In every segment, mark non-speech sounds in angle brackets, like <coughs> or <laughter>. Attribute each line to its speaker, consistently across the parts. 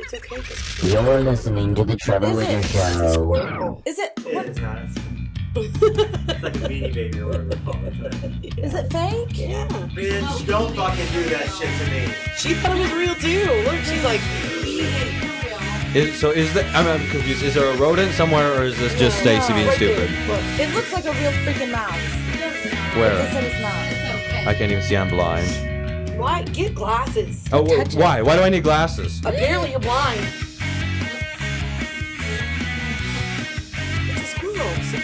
Speaker 1: It's okay. Just...
Speaker 2: You're listening to the Trevor
Speaker 1: Is
Speaker 2: Wicker
Speaker 1: it?
Speaker 2: Show.
Speaker 3: No,
Speaker 1: Is it?
Speaker 3: it is not. <laughs> It's like a beanie baby or whatever they call it.
Speaker 1: Is it fake? Yeah.
Speaker 3: Bitch, don't fucking do that shit to me.
Speaker 1: She thought it was real too. Look, she's like,
Speaker 4: Is, so is the I'm, I'm confused. Is there a rodent somewhere, or is this just Stacy being
Speaker 1: Right
Speaker 4: stupid?
Speaker 1: there. Look, it looks like a real freaking mouse. They
Speaker 4: Where?
Speaker 1: said it's not.
Speaker 4: I can't even see. I'm blind.
Speaker 1: Why? Get glasses.
Speaker 4: Oh, wh-
Speaker 1: Touch it.
Speaker 4: why? Why do I need glasses?
Speaker 1: Apparently you're blind. It's a squirrel.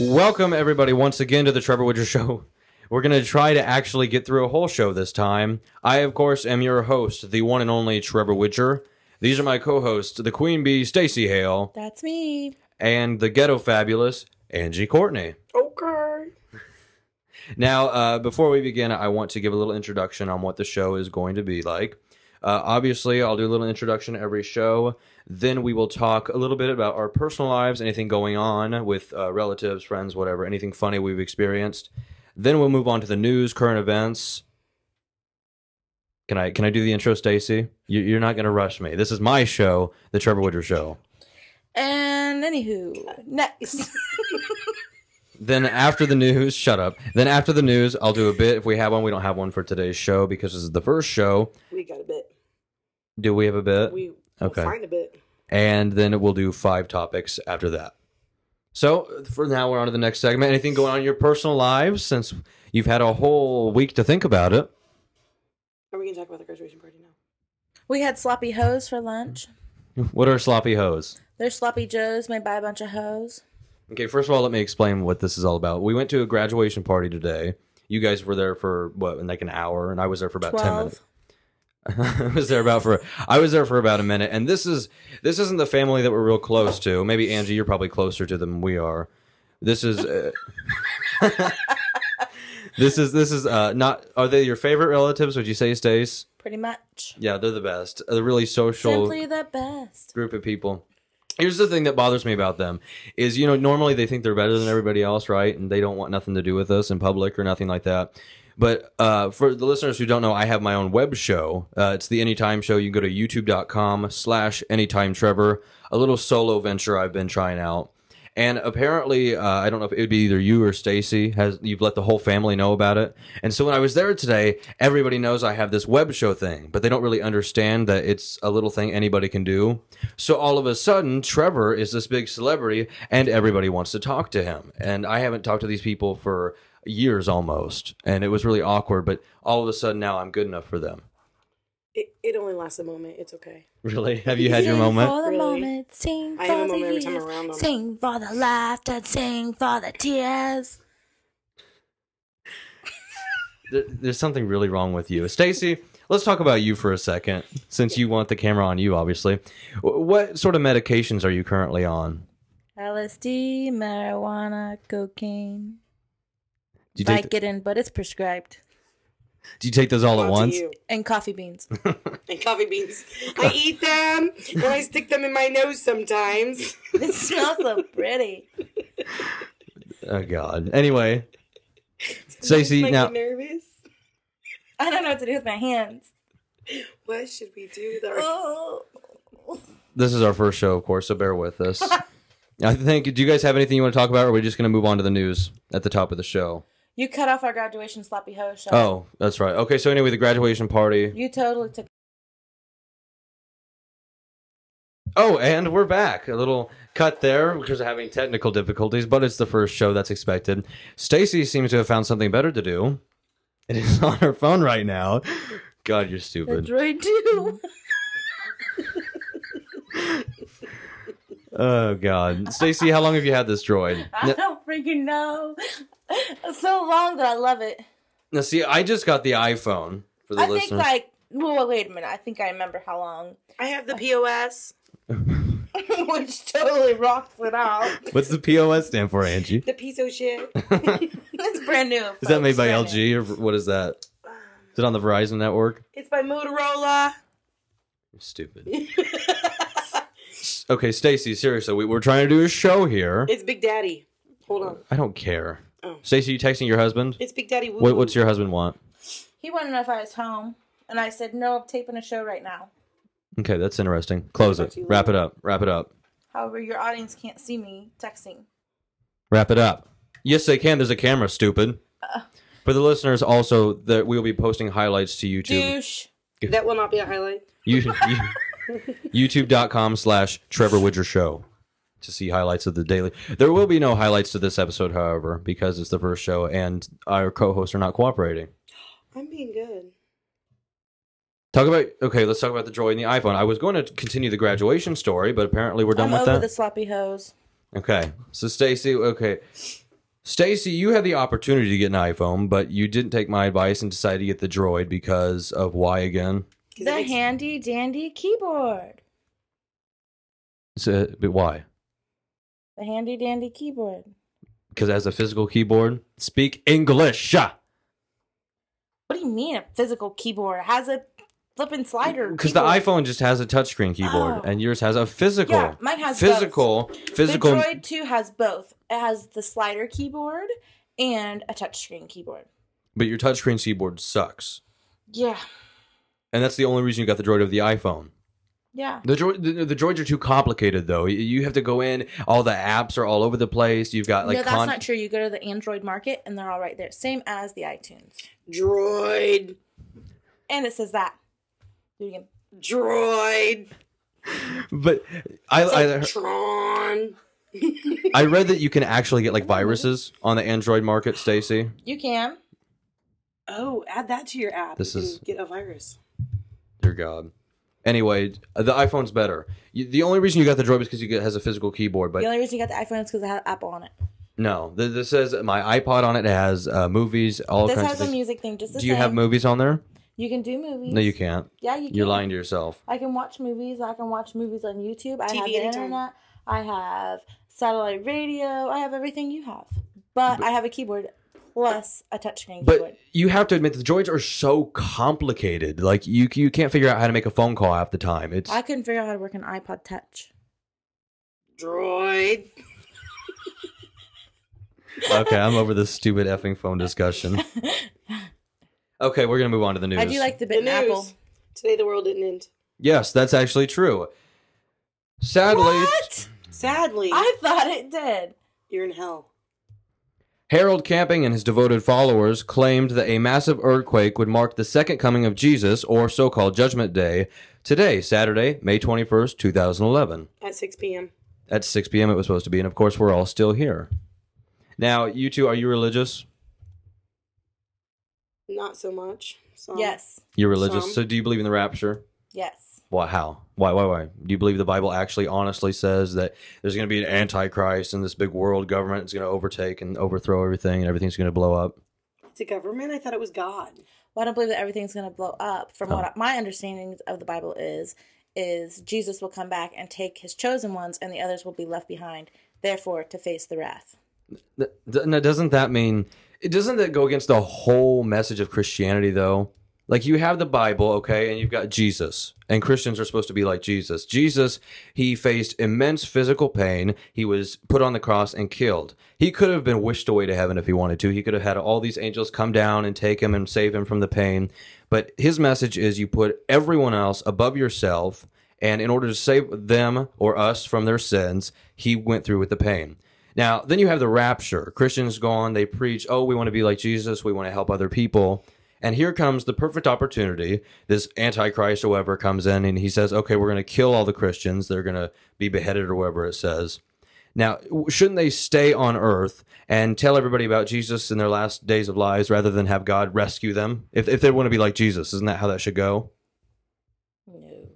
Speaker 4: Welcome everybody once again to the Trevor Widger Show. <laughs> We're gonna try to actually get through a whole show this time. I, of course, am your host, the one and only Trevor Widger. These are my co-hosts, the Queen Bee Stacy Hale
Speaker 1: That's me.
Speaker 4: and the Ghetto Fabulous Angie Courtney.
Speaker 1: Okay.
Speaker 4: <laughs> Now, uh, before we begin, I want to give a little introduction on what the show is going to be like. Uh, obviously, I'll do a little introduction to every show. Then we will talk a little bit about our personal lives, anything going on with uh, relatives, friends, whatever, anything funny we've experienced. Then we'll move on to the news, current events. Can I can I do the intro, Stacy? You, you're not going to rush me. This is my show, the Trevor Woodger Show.
Speaker 1: And anywho,
Speaker 4: <laughs>
Speaker 1: next.
Speaker 4: Then after the news, shut up. Then after the news, I'll do a bit. If we have one, we don't have one for today's show because this is the first show.
Speaker 5: We got a bit.
Speaker 4: Do we have a bit?
Speaker 5: We
Speaker 4: okay.
Speaker 5: will find a bit.
Speaker 4: and then we'll do five topics after that. So for now, we're on to the next segment. Anything going on in your personal lives since you've had a whole week to think about it?
Speaker 5: Are we gonna talk about the graduation party now?
Speaker 1: we had sloppy hoes for lunch.
Speaker 4: What are sloppy hoes?
Speaker 1: They're sloppy joes made by a bunch of hoes.
Speaker 4: Okay, first of all, let me explain what this is all about. We went to a graduation party today. You guys were there for what, like an hour, and I was there for about ten minutes.
Speaker 1: Twelve.
Speaker 4: <laughs> I was there about for I was there for about a minute, and this is this isn't the family that we're real close to. Maybe Angie, you're probably closer to them than we are. This is uh, <laughs> this is this is uh, not. Are they your favorite relatives? Would you say, Stace?
Speaker 1: Pretty much.
Speaker 4: Yeah, they're the best. They're really social
Speaker 1: Simply the best.
Speaker 4: group of people. Here's the thing that bothers me about them is you know normally they think they're better than everybody else, right? And they don't want nothing to do with us in public or nothing like that. But uh, for the listeners who don't know, I have my own web show. Uh, it's the Anytime Show. You can go to youtube.com slash anytime Trevor, a little solo venture I've been trying out. And apparently, uh, I don't know if it would be either you or Stacy has you've let the whole family know about it. And so when I was there today, everybody knows I have this web show thing, but they don't really understand that it's a little thing anybody can do. So all of a sudden, Trevor is this big celebrity, and everybody wants to talk to him. And I haven't talked to these people for years almost, and it was really awkward. But all of a sudden, now I'm good enough for them.
Speaker 5: It, it only lasts a moment. It's okay.
Speaker 4: Really? Have you had your
Speaker 1: Sing
Speaker 4: moment?
Speaker 1: For the
Speaker 5: Really?
Speaker 1: moment, sing
Speaker 5: I
Speaker 1: for
Speaker 5: have a moment
Speaker 1: the
Speaker 5: every time
Speaker 1: years,
Speaker 5: I'm around them.
Speaker 1: Sing for the laughter, sing for the tears.
Speaker 4: There- There's something really wrong with you, Stacy. Let's talk about you for a second, since you want the camera on you, obviously. Wh- What sort of medications are you currently on?
Speaker 1: LSD, marijuana, cocaine.
Speaker 4: Do you take,
Speaker 1: Vicodin, but it's prescribed.
Speaker 4: do you take those all at
Speaker 5: On to
Speaker 4: once?
Speaker 5: you.
Speaker 1: And coffee beans. <laughs>
Speaker 5: And coffee
Speaker 4: <laughs>
Speaker 5: beans. I eat them and I stick them in my nose sometimes. <laughs>
Speaker 1: it smells so pretty.
Speaker 4: Oh God. Anyway, Stacy,
Speaker 5: Make
Speaker 4: now
Speaker 5: me nervous.
Speaker 1: I don't know what to do with my hands.
Speaker 5: What should we do? Though?
Speaker 1: Oh.
Speaker 4: this is our first show, of course, so bear with us. I think. Do you guys have anything you want to talk about, or are we just going to move on to the news at the top of the show?
Speaker 1: You cut off our graduation sloppy hoe show.
Speaker 4: Oh, that's right. Okay, so anyway, the graduation party.
Speaker 1: You totally took
Speaker 4: Oh, and we're back. A little cut there because of having technical difficulties, but it's the first show that's expected. Stacy seems to have found something better to do. It is <laughs> on her phone right now. God, you're
Speaker 1: the
Speaker 4: stupid.
Speaker 1: droid too.
Speaker 4: Oh God, Stacy, how long have you had
Speaker 1: <laughs>
Speaker 4: this droid?
Speaker 1: <laughs> I don't freaking know. It's so long that I love it.
Speaker 4: Now, see, I just got the iPhone for the
Speaker 1: I
Speaker 4: listeners.
Speaker 1: think like well wait a minute, I think I remember how long. <laughs>
Speaker 5: I have the POS.
Speaker 1: Which totally rocks it out. <laughs>
Speaker 4: What's the POS stand for, Angie?
Speaker 5: The piece of shit.
Speaker 1: It's brand new.
Speaker 4: Is that made by LG or what is that? Is it on the Verizon network?
Speaker 5: It's by Motorola. <laughs>
Speaker 1: <laughs>
Speaker 4: Stupid. okay, Stacy, seriously, we, we're trying to do a show here.
Speaker 5: It's Big Daddy. Hold on.
Speaker 4: I don't care.
Speaker 5: Oh.
Speaker 4: Stacy, you texting your husband?
Speaker 5: It's Big Daddy Woo.
Speaker 4: What, what's your husband want?
Speaker 1: He wanted to know if I was home, and I said no. I'm taping a show right now.
Speaker 4: Okay, that's interesting. Close it. Wrap it up. Wrap it up.
Speaker 1: However, your audience can't see me texting.
Speaker 4: Wrap it up. Yes, they can. There's a camera, stupid.
Speaker 1: Uh.
Speaker 4: But the listeners also that we'll be posting highlights to YouTube.
Speaker 1: Douche.
Speaker 5: That will not be a highlight.
Speaker 4: You,
Speaker 1: <laughs>
Speaker 4: you, YouTube.com slash Trevor Widger Show to see highlights of the daily. There will be no highlights to this episode, however, because it's the first show and our co hosts are not cooperating.
Speaker 5: I'm being good.
Speaker 4: Talk about okay. Let's talk about the droid and the iPhone. I was going to continue the graduation story, but apparently we're
Speaker 1: I'm
Speaker 4: done with
Speaker 1: over
Speaker 4: that.
Speaker 1: the sloppy hose.
Speaker 4: Okay. So Stacy, okay. Stacy, you had the opportunity to get an iPhone, but you didn't take my advice and decided to get the Droid because of why again?
Speaker 5: 'Cause it
Speaker 1: The
Speaker 5: makes-
Speaker 1: handy dandy keyboard.
Speaker 4: So, but why?
Speaker 1: The handy dandy keyboard.
Speaker 4: Because as a physical keyboard, speak English.
Speaker 1: What do you mean a physical keyboard? It has a flipping slider.
Speaker 4: Because the
Speaker 1: keyboard.
Speaker 4: iPhone just has a touchscreen keyboard,
Speaker 1: Oh.
Speaker 4: and yours has a physical.
Speaker 1: Yeah, mine has
Speaker 4: physical, physical.
Speaker 1: The Droid 2 has both. It has the slider keyboard and a touchscreen keyboard.
Speaker 4: But your touchscreen keyboard sucks,
Speaker 1: Yeah.
Speaker 4: and that's the only reason you got the Droid of the iPhone.
Speaker 1: Yeah.
Speaker 4: The, droid, the, the droids are too complicated, though. You- You have to go in. All the apps are all over the place. You've got like
Speaker 1: no, that's
Speaker 4: con-
Speaker 1: not true. You go to the Android market and they're all right there. Same as the iTunes.
Speaker 5: Droid.
Speaker 1: And it says that. Do it again.
Speaker 5: Droid.
Speaker 4: But I, I
Speaker 5: Tron.
Speaker 1: <laughs>
Speaker 4: I read that you can actually get like viruses on the Android market, Stacy.
Speaker 1: You can.
Speaker 5: Oh, add that to your app.
Speaker 4: This
Speaker 5: You
Speaker 4: is-
Speaker 5: can get a virus.
Speaker 4: Dear God. Anyway, the iPhone's better. You, the only reason you got the Droid is because you get has a physical keyboard, but
Speaker 1: The only reason you got the iPhone is because it had Apple on it.
Speaker 4: no. Th- This says my iPod on it has uh, movies, all
Speaker 1: this
Speaker 4: kinds
Speaker 1: has
Speaker 4: of
Speaker 1: a
Speaker 4: things.
Speaker 1: music thing just the
Speaker 4: Do you
Speaker 1: same.
Speaker 4: have movies on there?
Speaker 1: You can do movies.
Speaker 4: No, you can't.
Speaker 1: Yeah, you can.
Speaker 4: You're lying to yourself.
Speaker 1: I can watch movies. I can watch movies on YouTube. I
Speaker 5: TV
Speaker 1: have the
Speaker 5: anytime.
Speaker 1: internet. I have satellite radio. I have everything you have. But, I have a keyboard plus a touchscreen keyboard.
Speaker 4: But you have to admit the droids are so complicated. Like you, you can't figure out how to make a phone call half the time. It's
Speaker 1: I couldn't figure out how to work an iPod Touch.
Speaker 5: Droid.
Speaker 4: okay. I'm over this stupid effing
Speaker 1: <laughs>
Speaker 4: phone discussion. Okay, we're gonna move on to the news.
Speaker 1: I do like the
Speaker 5: The
Speaker 1: bit
Speaker 5: news.
Speaker 1: in Apple.
Speaker 5: Today the world didn't end.
Speaker 4: Yes, that's actually true. Sadly,
Speaker 1: What?
Speaker 5: Sadly,
Speaker 1: <laughs> I thought it did.
Speaker 5: you're in hell.
Speaker 4: Harold Camping and his devoted followers claimed that a massive earthquake would mark the second coming of Jesus, or so called Judgment Day, today, Saturday, May 21st, 2011.
Speaker 5: At 6 p.m.
Speaker 4: At 6 p.m., it was supposed to be, and of course, we're all still here. Now, you two, are you religious?
Speaker 5: Not so much. So
Speaker 1: Yes.
Speaker 4: You're religious.
Speaker 5: Some.
Speaker 4: So, do you believe in the rapture?
Speaker 1: Yes.
Speaker 4: Why? How? Why? Why? Why? Do you believe the Bible actually honestly says that there's going to be an antichrist and this big world government is going to overtake and overthrow everything and everything's going to blow up?
Speaker 5: It's a government. I thought it was God.
Speaker 1: Well, I don't believe that everything's going to blow up. From what
Speaker 4: Oh.
Speaker 1: I- my understanding of the Bible is, is Jesus will come back and take his chosen ones, and the others will be left behind, therefore to face the wrath.
Speaker 4: Th- th- Now, doesn't that mean? It doesn't that go against the whole message of Christianity, though? Like you have the Bible, okay, and you've got Jesus, and Christians are supposed to be like Jesus. Jesus, he faced immense physical pain. He was put on the cross and killed. He could have been wished away to heaven if he wanted to. He could have had all these angels come down and take him and save him from the pain. But his message is you put everyone else above yourself, and in order to save them or us from their sins, he went through with the pain. Now, then you have the rapture. Christians go on, they preach, oh, we want to be like Jesus, we want to help other people. And here comes the perfect opportunity. This Antichrist or whoever comes in and he says, okay, we're going to kill all the Christians. They're going to be beheaded or whatever it says. Now, w- shouldn't they stay on earth and tell everybody about Jesus in their last days of lives rather than have God rescue them? If, if they want to be like Jesus, isn't that how that should go?
Speaker 1: No.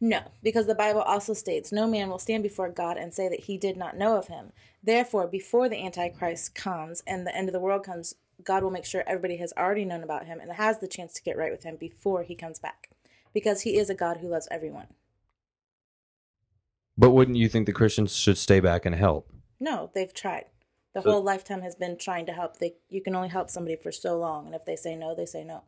Speaker 1: No, because the Bible also states, No man will stand before God and say that he did not know of him. Therefore, before the Antichrist comes and the end of the world comes, God will make sure everybody has already known about him and has the chance to get right with him before he comes back. Because he is a God who loves everyone.
Speaker 4: But wouldn't you think the Christians should stay back and help?
Speaker 1: No, they've tried. The
Speaker 4: So-
Speaker 1: whole lifetime has been trying to help. They you can only help somebody for so long, and if they say no, they say no.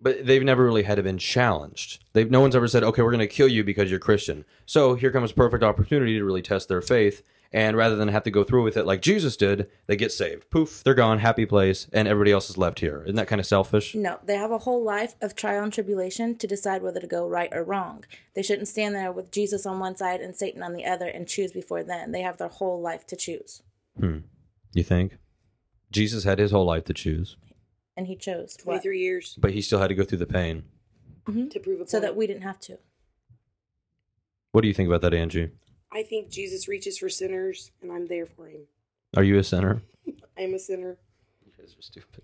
Speaker 4: but they've never really had to been challenged. They've no one's ever said, "Okay, we're going to kill you because you're Christian." So here comes perfect opportunity to really test their faith, and rather than have to go through with it like Jesus did, they get saved. Poof, they're gone, happy place, and everybody else is left here. Isn't that kind of selfish?
Speaker 1: No, they have a whole life of trial and tribulation to decide whether to go right or wrong. They shouldn't stand there with Jesus on one side and Satan on the other and choose before then. They have their whole life to choose.
Speaker 4: You think? Jesus had his whole life to choose,
Speaker 1: And he chose what?
Speaker 5: 23 years
Speaker 4: but he still had to go through the pain.
Speaker 5: to prove a point.
Speaker 1: so that we didn't have to.
Speaker 4: What do you think about that, Angie?
Speaker 5: I think Jesus reaches for sinners, and I'm there for him.
Speaker 4: Are you a sinner?
Speaker 5: I'm a sinner.
Speaker 4: You guys are stupid.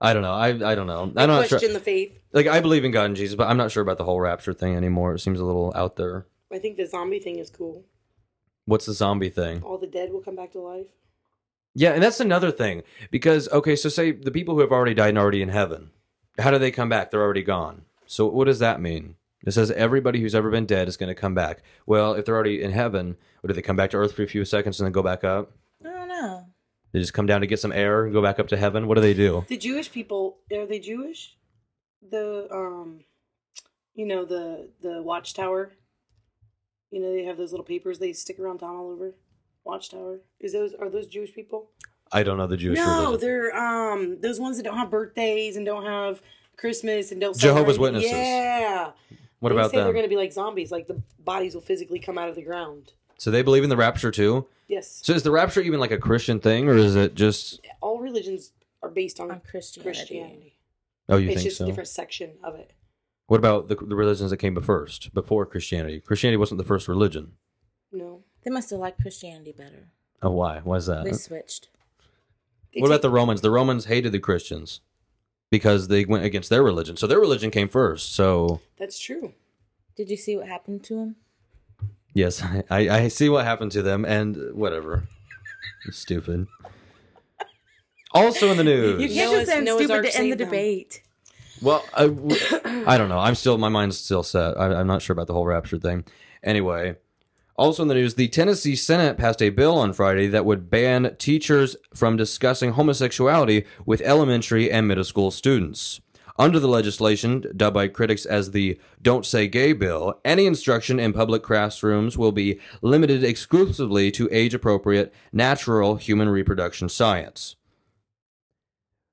Speaker 4: I don't know. I I don't know. I'm not sure.
Speaker 5: question the faith.
Speaker 4: Like I believe in God and Jesus, but I'm not sure about the whole rapture thing anymore. It seems a little out there.
Speaker 5: I think the zombie thing is cool.
Speaker 4: What's the zombie thing?
Speaker 5: All the dead will come back to life.
Speaker 4: Yeah, and that's another thing because okay, so say the people who have already died and already in heaven, how do they come back? They're already gone. So what does that mean? It says everybody who's ever been dead is going to come back. Well, if they're already in heaven, what, do they come back to earth for a few seconds and then go back up?
Speaker 1: I don't know.
Speaker 4: They just come down to get some air and go back up to heaven. What do they do?
Speaker 5: The Jewish people are they Jewish? The um, you know the the watchtower. You know they have those little papers they stick around town all over. Watchtower is those are those Jewish people?
Speaker 4: I don't know the Jewish
Speaker 5: no,
Speaker 4: religion.
Speaker 5: they're um those ones that don't have birthdays and don't have Christmas and don't
Speaker 4: Jehovah's
Speaker 5: celebrate-
Speaker 4: Witnesses.
Speaker 5: Yeah,
Speaker 4: What
Speaker 5: they
Speaker 4: about
Speaker 5: say They're
Speaker 4: them?
Speaker 5: going to be like zombies. Like the bodies will physically come out of the ground.
Speaker 4: So they believe in the rapture too.
Speaker 5: Yes,
Speaker 4: So is the rapture even like a Christian thing, or is it just?
Speaker 5: all religions are based on
Speaker 1: On
Speaker 5: Christianity.
Speaker 1: Christianity.
Speaker 4: Oh, you
Speaker 5: It's
Speaker 4: think
Speaker 5: just
Speaker 4: so?
Speaker 5: a different section of it.
Speaker 4: What about the, the religions that came first, before Christianity? Christianity wasn't the first religion.
Speaker 5: No.
Speaker 1: They must have liked Christianity better.
Speaker 4: Oh, why? Why is that?
Speaker 1: They switched.
Speaker 5: They
Speaker 4: what
Speaker 5: take-
Speaker 4: about the Romans? The Romans hated the Christians because they went against their religion. So their religion came first. So
Speaker 5: That's true.
Speaker 1: Did you see what happened to him?
Speaker 4: yes, <laughs> I, I see what happened to them, and whatever. Stupid. Also in the
Speaker 1: You
Speaker 4: news.
Speaker 1: can't
Speaker 5: Noah's-
Speaker 1: just say I'm
Speaker 5: Noah's
Speaker 1: stupid
Speaker 5: Ark
Speaker 1: to end the
Speaker 5: saved them.
Speaker 1: debate.
Speaker 4: Well, I, <coughs> I don't know. I'm still my mind's still set. I, I'm not sure about the whole rapture thing. Anyway, also in the news, the Tennessee Senate passed a bill on Friday that would ban teachers from discussing homosexuality with elementary and middle school students. Under the legislation, dubbed by critics as the Don't Say Gay Bill, any instruction in public classrooms will be limited exclusively to age appropriate natural human reproduction science.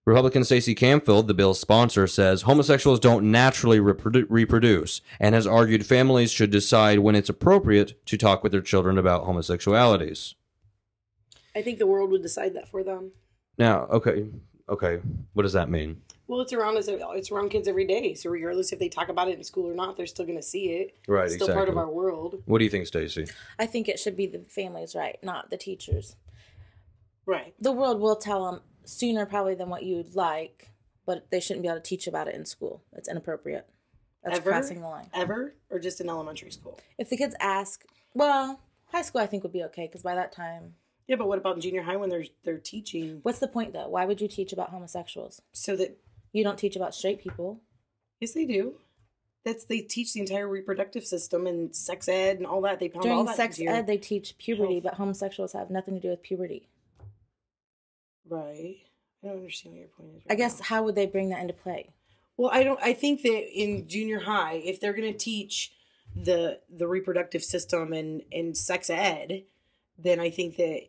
Speaker 4: Republican Stacey Camfield, the bill's sponsor, says homosexuals don't naturally reprodu- reproduce and has argued families should decide when it's appropriate to talk with their children about homosexualities.
Speaker 5: I think the world would decide that for them.
Speaker 4: Now, okay, okay, what does that mean?
Speaker 5: Well, it's around us. It's around kids every day. So regardless if they talk about it in school or not, they're still going to see it.
Speaker 4: Right,
Speaker 5: It's still part of
Speaker 4: exactly.
Speaker 5: our world.
Speaker 4: What do you think, Stacey?
Speaker 1: I think it should be the family's right, not the teachers.
Speaker 5: Right.
Speaker 1: The world will tell them sooner probably than what you'd like, but they shouldn't be able to teach about it in school. It's inappropriate. That's
Speaker 5: Ever?
Speaker 1: crossing the line.
Speaker 5: Ever or just in elementary school?
Speaker 1: If the kids ask, well, high school I think would be okay because by that time,
Speaker 5: Yeah, but what about in junior high when they're they're teaching
Speaker 1: what's the point though? Why would you teach about homosexuals?
Speaker 5: so that
Speaker 1: You don't teach about straight people.
Speaker 5: yes they do. That's they teach the entire reproductive system and sex ed and all that. They pound all
Speaker 1: During
Speaker 5: that
Speaker 1: sex
Speaker 5: into your-
Speaker 1: ed, they teach puberty,
Speaker 5: health.
Speaker 1: but homosexuals have nothing to do with puberty.
Speaker 5: Right. I don't understand what your point is.
Speaker 1: I
Speaker 5: right
Speaker 1: guess
Speaker 5: now.
Speaker 1: how would they bring that into play?
Speaker 5: Well, I don't. I think that in junior high, if they're going to teach the the reproductive system and and sex ed, then I think that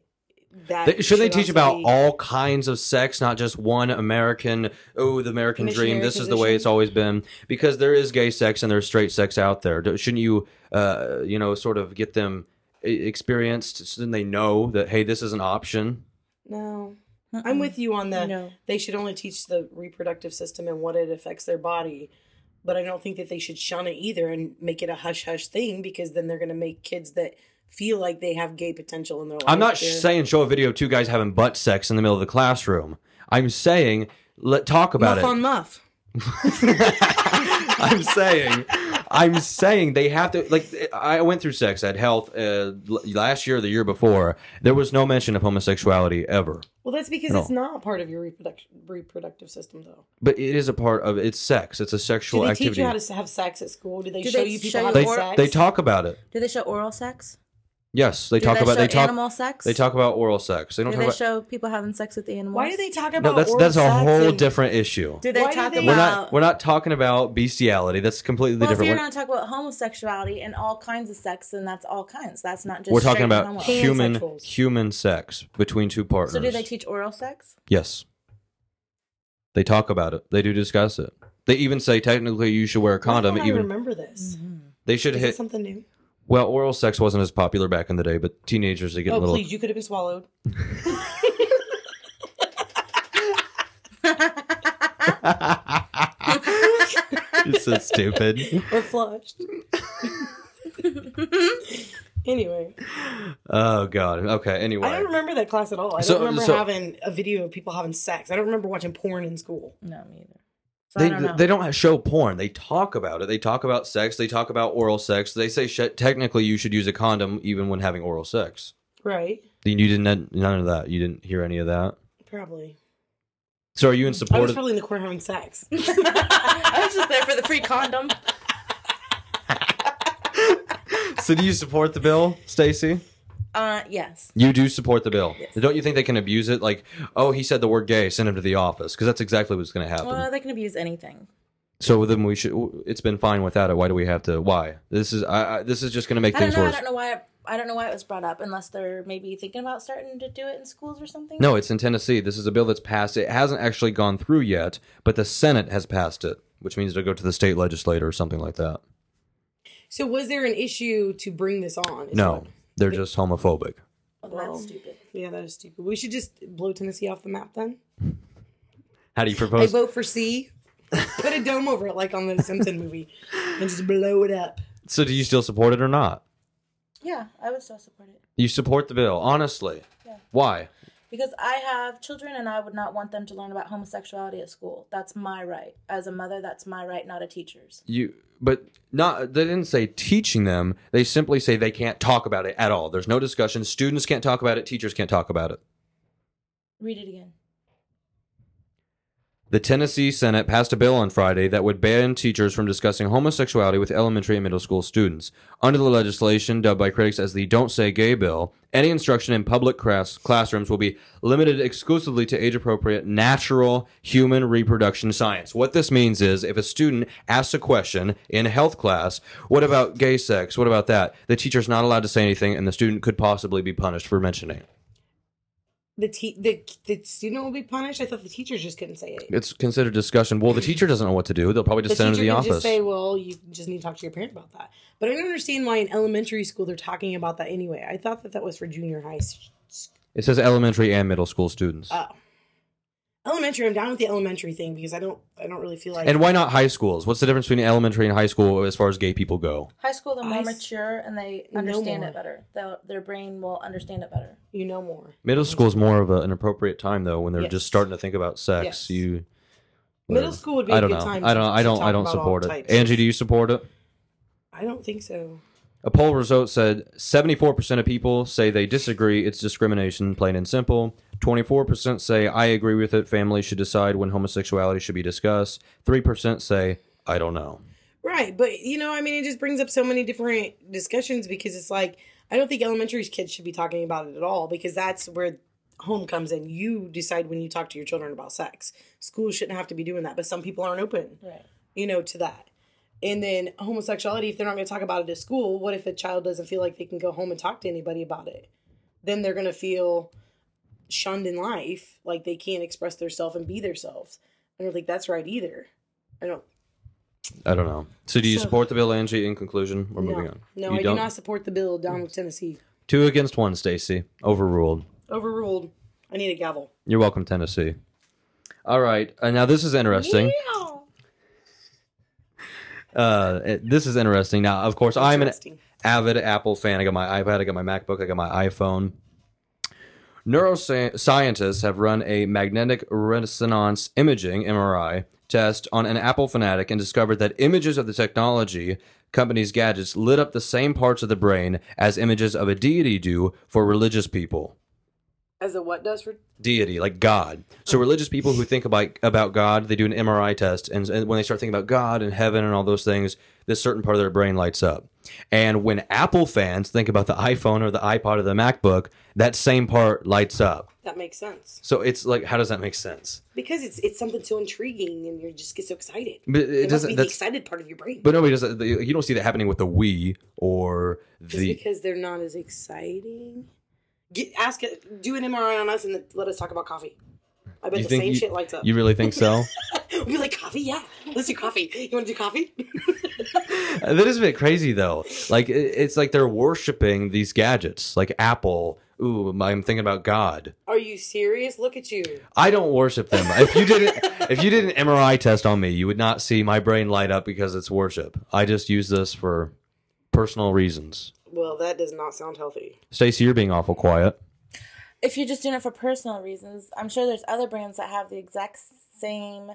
Speaker 5: that
Speaker 4: They, should they teach
Speaker 5: also
Speaker 4: about
Speaker 5: be-
Speaker 4: all kinds of sex, not just one American? Oh, the American dream.
Speaker 5: Missionary
Speaker 4: This is the way
Speaker 5: position.
Speaker 4: it's always been. Because there is gay sex and there's straight sex out there. Don't- Shouldn't you, uh, you know, sort of get them e- experienced so then they know that hey, this is an option.
Speaker 5: No, I'm with you on the.
Speaker 1: No.
Speaker 5: They should only teach the reproductive system and what it affects their body, but I don't think that they should shun it either and make it a hush hush thing because then they're going to make kids that feel like they have gay potential in their life.
Speaker 4: I'm not sh-
Speaker 5: they're-
Speaker 4: saying show a video of two guys having butt sex in the middle of the classroom. I'm saying let talk about
Speaker 5: muff on muff.
Speaker 4: it. <laughs> I'm saying, I'm saying they have to. Like, I went through sex ed, health uh, l- last year, or the year before. There was no mention of homosexuality ever,
Speaker 5: Well, that's because
Speaker 4: No.
Speaker 5: it's not part of your reproduction reproductive system, though.
Speaker 4: but it is a part of it's sex. It's a
Speaker 5: Do
Speaker 4: sexual
Speaker 5: they
Speaker 4: activity.
Speaker 5: teach you how to s- have sex at school? Do they
Speaker 1: Do
Speaker 5: show
Speaker 1: they
Speaker 5: you people
Speaker 1: show
Speaker 5: how
Speaker 1: you
Speaker 5: to
Speaker 4: they
Speaker 5: have sex?
Speaker 4: they talk about it.
Speaker 1: Do they show oral sex?
Speaker 4: Yes, they
Speaker 1: Do
Speaker 4: talk about
Speaker 1: show
Speaker 4: they talk
Speaker 1: animal sex.
Speaker 4: they talk about oral sex. They don't
Speaker 1: Do
Speaker 4: talk
Speaker 1: they
Speaker 4: about
Speaker 1: show people having sex with the animals?
Speaker 6: Why do they talk about
Speaker 4: no. That's
Speaker 6: oral
Speaker 4: that's a
Speaker 6: sex
Speaker 4: whole
Speaker 6: and-
Speaker 4: different issue.
Speaker 6: Do they
Speaker 5: Why do
Speaker 6: talk
Speaker 5: they-
Speaker 6: about?
Speaker 4: We're not we're not talking about bestiality. That's completely
Speaker 1: well,
Speaker 4: different.
Speaker 1: if you're
Speaker 4: We're-
Speaker 1: going to talk about homosexuality and all kinds of sex, then that's all kinds. That's not just.
Speaker 4: We're talking
Speaker 1: straight
Speaker 4: about
Speaker 1: homo.
Speaker 5: hu-
Speaker 4: human
Speaker 5: Pansexuals.
Speaker 4: human sex between two partners.
Speaker 1: So do they teach oral sex?
Speaker 4: yes, they talk about it. They do discuss it. They even say technically you should wear a condom.
Speaker 5: Why don't I
Speaker 4: Even
Speaker 5: remember this.
Speaker 1: Mm-hmm. <laughs>
Speaker 4: they should
Speaker 5: Is
Speaker 4: hit.
Speaker 5: it something new?
Speaker 4: Well, oral sex wasn't as popular back in the day, but teenagers they get a
Speaker 6: Oh,
Speaker 4: little.
Speaker 6: please, you could have been swallowed.
Speaker 4: <laughs> it's so stupid.
Speaker 5: Or flushed. anyway,
Speaker 4: Oh god. Okay. Anyway.
Speaker 5: I don't remember that class at all. I don't
Speaker 4: So-
Speaker 5: remember
Speaker 4: so-
Speaker 5: having a video of people having sex. I don't remember watching porn in school.
Speaker 1: No, me either. So
Speaker 4: They
Speaker 1: I don't know. <laughs>
Speaker 4: they don't show porn. They talk about it. They talk about sex. They talk about oral sex. They say shit, technically you should use a condom even when having oral sex.
Speaker 5: Right?
Speaker 4: Then you didn't none of that. You didn't hear any of that.
Speaker 5: Probably.
Speaker 4: So are you in
Speaker 5: I
Speaker 4: support
Speaker 5: was
Speaker 4: of?
Speaker 5: probably in the corner having sex. <laughs>
Speaker 1: I was just there for the free condom.
Speaker 4: so do you support the bill, Stacy?
Speaker 1: Uh, yes.
Speaker 4: You do support the bill. Don't you think they can abuse it? Like, oh, he said the word gay. Send him to the office because that's exactly what's going to happen.
Speaker 1: Well, they can abuse anything.
Speaker 4: so then we should. It's been fine without it. Why do we have to? Why this is? I, I this is just going to make
Speaker 1: I don't
Speaker 4: things
Speaker 1: know. I
Speaker 4: worse.
Speaker 1: don't know why. It, I don't know why it was brought up, unless they're maybe thinking about starting to do it in schools or something.
Speaker 4: No, it's in Tennessee. This is a bill that's passed. It hasn't actually gone through yet, but the Senate has passed it, which means it'll go to the state legislator or something like that.
Speaker 5: so was there an issue to bring this on? Is
Speaker 4: No,
Speaker 5: what-
Speaker 4: they're just homophobic.
Speaker 1: Well, that's stupid.
Speaker 5: Yeah, that is stupid. We should just blow Tennessee off the map then.
Speaker 4: How do you
Speaker 5: I
Speaker 4: propose?
Speaker 5: vote for C. Put a dome over it like on the Simpson movie and just blow it up.
Speaker 4: So, do you still support it or not?
Speaker 1: Yeah, I would still support it
Speaker 4: You support the bill, honestly. Why?
Speaker 1: because I have children, and I would not want them to learn about homosexuality at school. That's my right as a mother. That's my right, not a teacher's.
Speaker 4: You, but not. They didn't say teaching them. They simply say they can't talk about it at all. There's no discussion. Students can't talk about it. Teachers can't talk about it.
Speaker 1: Read it again.
Speaker 4: The Tennessee Senate passed a bill on Friday that would ban teachers from discussing homosexuality with elementary and middle school students. Under the legislation, dubbed by critics as the Don't Say Gay Bill, any instruction in public class- classrooms will be limited exclusively to age appropriate natural human reproduction science. What this means is if a student asks a question in health class, what about gay sex? What about that? The teacher's not allowed to say anything, and the student could possibly be punished for mentioning it.
Speaker 5: The te- the the student will be punished. I thought the teachers just couldn't say it.
Speaker 4: It's considered discussion. Well, the teacher doesn't know what to do. They'll probably just
Speaker 5: the
Speaker 4: send him to
Speaker 5: teacher
Speaker 4: the
Speaker 5: can
Speaker 4: office.
Speaker 5: just say, "Well, you just need to talk to your parent about that." But I don't understand why in elementary school they're talking about that anyway. I thought that that was for junior high. s- s-
Speaker 4: It says elementary and middle school students.
Speaker 5: Oh, elementary. I'm down with the elementary thing because I don't. I don't really feel like.
Speaker 4: and why not high schools? What's the difference between elementary and high school as far as gay people go?
Speaker 1: High school, they're
Speaker 5: I
Speaker 1: more
Speaker 5: s-
Speaker 1: mature and they
Speaker 5: No
Speaker 1: understand
Speaker 5: more.
Speaker 1: it better. They'll, their brain will understand it better.
Speaker 5: you know more.
Speaker 4: Middle school is more of a, an appropriate time though, when they're
Speaker 5: Yes.
Speaker 4: just starting to think about sex.
Speaker 5: Yes.
Speaker 4: You
Speaker 5: Middle school would be
Speaker 4: I
Speaker 5: a
Speaker 4: don't
Speaker 5: good
Speaker 4: know.
Speaker 5: time.
Speaker 4: I don't.
Speaker 5: to-
Speaker 4: I
Speaker 5: to
Speaker 4: don't.
Speaker 5: talk
Speaker 4: I don't
Speaker 5: about all
Speaker 4: support it.
Speaker 5: types.
Speaker 4: Angie, do you support it?
Speaker 5: I don't think so.
Speaker 4: A poll result said 74% of people say they disagree. It's discrimination, plain and simple. 24% say I agree with it. Families should decide when homosexuality should be discussed. 3% say I don't know.
Speaker 5: Right, but you know, I mean, it just brings up so many different discussions because it's like I don't think elementary kids should be talking about it at all because that's where home comes in. You decide when you talk to your children about sex. School shouldn't have to be doing that, but some people aren't open,
Speaker 1: Right.
Speaker 5: you know, to that. And then homosexuality, if they're not going to talk about it at school, what if a child doesn't feel like they can go home and talk to anybody about it? Then they're going to feel shunned in life, like they can't express themselves and be themselves. I don't think that's right either. I don't
Speaker 4: I don't know. So do you support the bill, Angie? In conclusion, we're moving
Speaker 5: no.
Speaker 4: on.
Speaker 5: No,
Speaker 4: You
Speaker 5: I
Speaker 4: don't?
Speaker 5: do not support the bill down with Tennessee.
Speaker 4: Two against one, Stacy. Overruled.
Speaker 5: Overruled. I need a gavel.
Speaker 4: You're welcome, Tennessee. All right. Uh, now this is interesting. Uh, it- this is interesting. Now, of course, I'm an
Speaker 5: Interesting.
Speaker 4: avid Apple fan. I got my iPad, I got my MacBook, I got my iPhone. Neuroscientists have run a magnetic resonance imaging MRI test on an Apple fanatic and discovered that images of the technology company's gadgets lit up the same parts of the brain as images of a deity do for religious people.
Speaker 5: As a what does for
Speaker 4: deity, like God. So religious people who think about about God, they do an MRI test, and, and when they start thinking about God and heaven and all those things, this certain part of their brain lights up. And when Apple fans think about the iPhone or the iPod or the MacBook, that same part lights up.
Speaker 5: that makes sense
Speaker 4: So it's like, how does that make sense?
Speaker 5: because it's it's something so intriguing and you just get so excited.
Speaker 4: But it
Speaker 5: It, must be
Speaker 4: doesn't.
Speaker 5: the
Speaker 4: That's,
Speaker 5: excited part of your brain.
Speaker 4: but nobody does that. You don't see that happening with the Wii or
Speaker 5: just
Speaker 4: the.
Speaker 5: because they're not as exciting. Get, ask it. Do an MRI on us and then let us talk about coffee. I bet
Speaker 4: You
Speaker 5: the
Speaker 4: think
Speaker 5: same
Speaker 4: you-
Speaker 5: shit lights up. <laughs>
Speaker 4: You really think so?
Speaker 5: we'll be like coffee, yeah. Let's do coffee. You want to do coffee? <laughs>
Speaker 4: Uh, that is a bit crazy though. Like it- it's like they're worshiping these gadgets, like Apple. Ooh, I'm thinking about God.
Speaker 5: Are you serious? Look at you.
Speaker 4: I don't worship them. If you didn't, if you did an MRI test on me, you would not see my brain light up because it's worship. I just use this for personal reasons.
Speaker 5: Well, that does not sound healthy.
Speaker 4: Stacy, you're being awful quiet.
Speaker 1: if you're just doing it for personal reasons, I'm sure there's other brands that have the exact same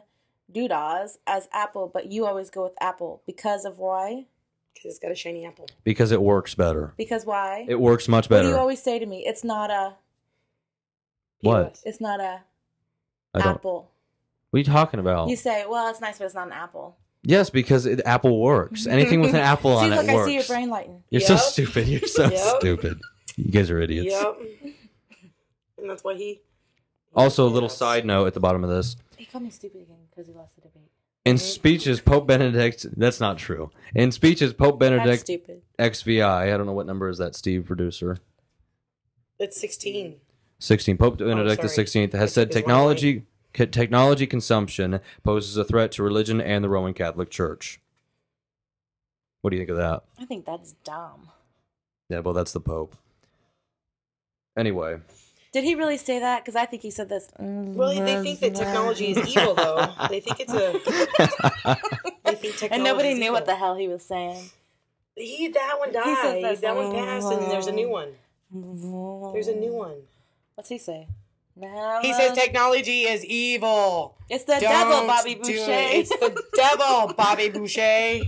Speaker 1: doodahs as Apple, but you always go with Apple because of why?
Speaker 5: Because it's got a shiny apple.
Speaker 4: Because it works better.
Speaker 1: Because why?
Speaker 4: It works much
Speaker 1: What do you
Speaker 4: better.
Speaker 1: always say to me? It's not a.
Speaker 4: What?
Speaker 5: POS.
Speaker 1: It's not a
Speaker 4: I don't. Oh.
Speaker 1: apple.
Speaker 4: What are you talking about?
Speaker 1: You say, well, it's nice, but it's not an apple.
Speaker 4: Yes, because it, Apple works. Anything with an apple on
Speaker 1: Mm-hmm. see,
Speaker 4: it
Speaker 1: look,
Speaker 4: works.
Speaker 1: I see your brain lighting.
Speaker 4: You're so
Speaker 5: Yep.
Speaker 4: stupid. You're so
Speaker 5: Yep.
Speaker 4: stupid. You guys are idiots.
Speaker 5: Yep. And that's why he.
Speaker 4: Also, a little
Speaker 5: Yes.
Speaker 4: side note at the bottom of this.
Speaker 1: He called me stupid again because he lost the debate.
Speaker 4: In
Speaker 1: Mm-hmm.
Speaker 4: speeches, Pope Benedict, that's not true. In speeches, Pope
Speaker 1: That's
Speaker 4: Benedict
Speaker 1: stupid.
Speaker 4: XVI, I don't know what number is that, Steve, producer?
Speaker 5: It's sixteen.
Speaker 4: 16. Pope Benedict
Speaker 5: sorry.
Speaker 4: XVI
Speaker 5: I
Speaker 4: has said
Speaker 5: took his one
Speaker 4: technology, co- technology consumption poses a threat to religion and the Roman Catholic Church. What do you think of that?
Speaker 1: I think that's dumb.
Speaker 4: Yeah, well, that's the Pope. Anyway,
Speaker 1: Did he really say that? Because I think he said this. Mm-hmm.
Speaker 5: Well, they think that technology is evil, though. They think it's a.
Speaker 1: <laughs>
Speaker 5: They think technology.
Speaker 1: And nobody
Speaker 5: is
Speaker 1: knew
Speaker 5: evil.
Speaker 1: what the hell he was saying.
Speaker 5: He that one
Speaker 1: says
Speaker 5: died.
Speaker 1: that's
Speaker 5: That, one
Speaker 1: not
Speaker 5: passed, and there's a new one. There's
Speaker 1: There's
Speaker 5: a new one.
Speaker 1: What's he say? No.
Speaker 5: He says technology is evil.
Speaker 1: It's the
Speaker 5: Don't
Speaker 1: devil, Bobby
Speaker 5: do
Speaker 1: Boucher.
Speaker 5: it. It's the devil, Bobby <laughs> Boucher.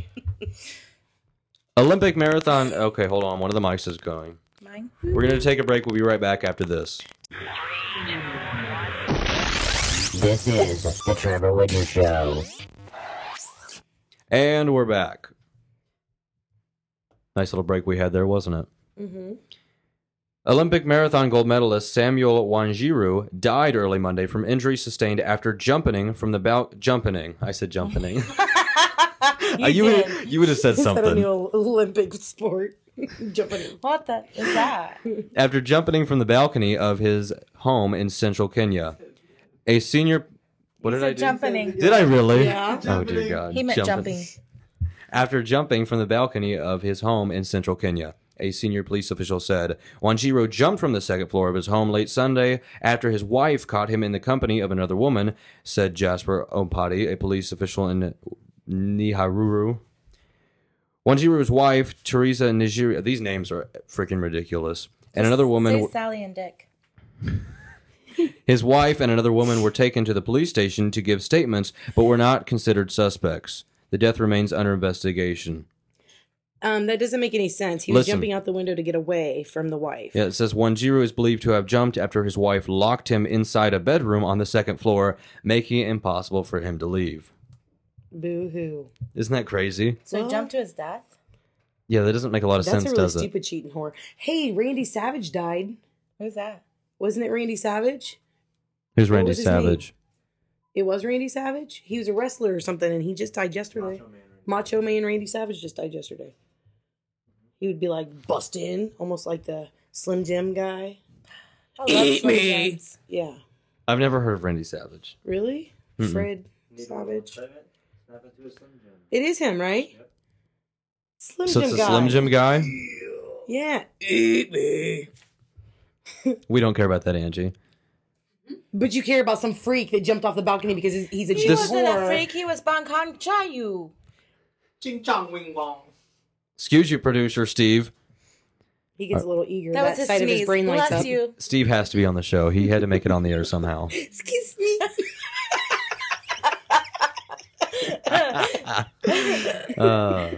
Speaker 4: Olympic marathon. Okay, hold on. One of the mics is going.
Speaker 1: Mine?
Speaker 4: We're going to take a break. We'll be right back after this.
Speaker 2: This is the Trevor Widger Show.
Speaker 4: And we're back. Nice little break we had there, wasn't it?
Speaker 5: Mm-hmm.
Speaker 4: Olympic marathon gold medalist Samuel Wanjiru died early Monday from injuries sustained after jumping from the bout. Jumping, I said jumping. <laughs>
Speaker 1: you
Speaker 4: would
Speaker 1: did.
Speaker 4: you would have said something
Speaker 5: Olympic sport. <laughs> Jumping.
Speaker 1: <laughs> What the is that?
Speaker 4: after jumping from the balcony of his home in central Kenya. A senior. What did I do?
Speaker 1: jumping.
Speaker 4: Did I really?
Speaker 5: Yeah.
Speaker 4: Oh dear God!
Speaker 1: He meant
Speaker 4: Jumping.
Speaker 1: jumping.
Speaker 4: after jumping from the balcony of his home in central Kenya. A senior police official said Wanjiro jumped from the second floor of his home late Sunday after his wife caught him in the company of another woman, said Jasper Ompati, a police official in Niharuru. Wanjiro's wife, Teresa Nigeria, these names are freaking ridiculous. And another woman,
Speaker 1: Say Sally and Dick.
Speaker 4: his wife and another woman were taken to the police station to give statements, but were not considered suspects. The death remains under investigation.
Speaker 5: Um, that doesn't make any sense. He
Speaker 4: Listen.
Speaker 5: was jumping out the window to get away from the wife.
Speaker 4: Yeah, it says Wanjiru is believed to have jumped after his wife locked him inside a bedroom on the second floor, making it impossible for him to leave.
Speaker 5: Boo hoo.
Speaker 4: Isn't that crazy?
Speaker 1: So
Speaker 5: Well-
Speaker 1: he jumped to his death?
Speaker 4: Yeah, that doesn't make a lot of
Speaker 5: That's
Speaker 4: sense,
Speaker 5: a really
Speaker 4: does it?
Speaker 5: stupid cheating whore. Hey, Randy Savage died.
Speaker 1: Who's
Speaker 5: <laughs>
Speaker 1: that?
Speaker 5: Wasn't it Randy Savage?
Speaker 4: Who's
Speaker 5: What
Speaker 4: Randy
Speaker 5: was his
Speaker 4: Savage?
Speaker 5: It was Randy Savage. He was a wrestler or something, and he just died yesterday. Macho Man, Randy Savage just died yesterday. He would be like bust in, almost like the Slim Jim guy.
Speaker 1: I love Slim Jims.
Speaker 5: Yeah,
Speaker 4: I've never heard of Randy Savage.
Speaker 5: really,
Speaker 4: Mm-mm.
Speaker 5: Fred
Speaker 3: Savage.
Speaker 5: Savage. It is him, right? Slim
Speaker 4: so
Speaker 5: Jim
Speaker 4: it's a
Speaker 5: guy.
Speaker 4: Slim Jim guy?
Speaker 5: Yeah. Eat me.
Speaker 4: We don't care about that, Angie.
Speaker 5: But you care about some freak that jumped off the balcony because he's, he's a
Speaker 1: He
Speaker 5: Jew
Speaker 4: This-
Speaker 1: wasn't a
Speaker 5: whore.
Speaker 1: freak, he was Bangkok Chayu.
Speaker 3: Ching Chong Wing Wong.
Speaker 4: Excuse you, producer Steve.
Speaker 5: He
Speaker 4: Uh,
Speaker 5: gets a little eager.
Speaker 1: That
Speaker 5: That,
Speaker 1: was his
Speaker 5: side of his
Speaker 1: sneeze.
Speaker 5: brain lights
Speaker 1: Bless
Speaker 5: up.
Speaker 1: you.
Speaker 4: Steve has to be on the show. He had to make it on the air somehow.
Speaker 5: <laughs> Excuse
Speaker 1: <laughs>
Speaker 5: me. Oh.
Speaker 4: Uh,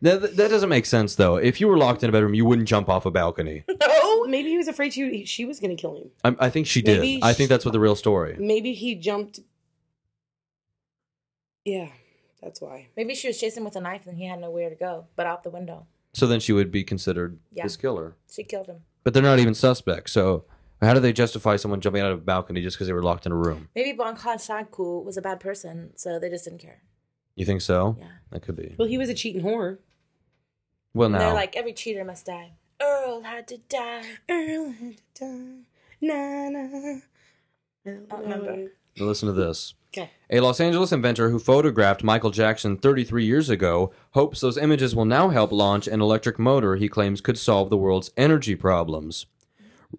Speaker 4: that, that doesn't make sense, though. If you were locked in a bedroom, you wouldn't jump off a balcony.
Speaker 5: No. maybe he was afraid she she was going to kill him.
Speaker 4: I, I think she did.
Speaker 5: Maybe
Speaker 4: I
Speaker 5: she-
Speaker 4: think that's what the real story.
Speaker 5: Maybe he jumped. Yeah, that's why.
Speaker 1: Maybe she was chasing with a knife and he had nowhere to go but out the window.
Speaker 4: So then she would be considered
Speaker 1: Yeah.
Speaker 4: his killer.
Speaker 1: She killed him.
Speaker 4: But they're not even suspects. So how do they justify someone jumping out of a balcony just because they were locked in a room?
Speaker 1: Maybe Bonkhan Shagku was a bad person, so they just didn't care.
Speaker 4: You think so?
Speaker 1: Yeah.
Speaker 4: That could be.
Speaker 5: Well, he was a cheating whore.
Speaker 4: Well,
Speaker 1: And
Speaker 4: now
Speaker 1: They're like, every cheater must die. Earl had to die.
Speaker 5: Earl had to die. Na, na.
Speaker 1: don't
Speaker 5: uh,
Speaker 1: remember.
Speaker 4: Now listen to this.
Speaker 5: Okay.
Speaker 4: A Los Angeles inventor who photographed Michael Jackson 33 years ago hopes those images will now help launch an electric motor he claims could solve the world's energy problems.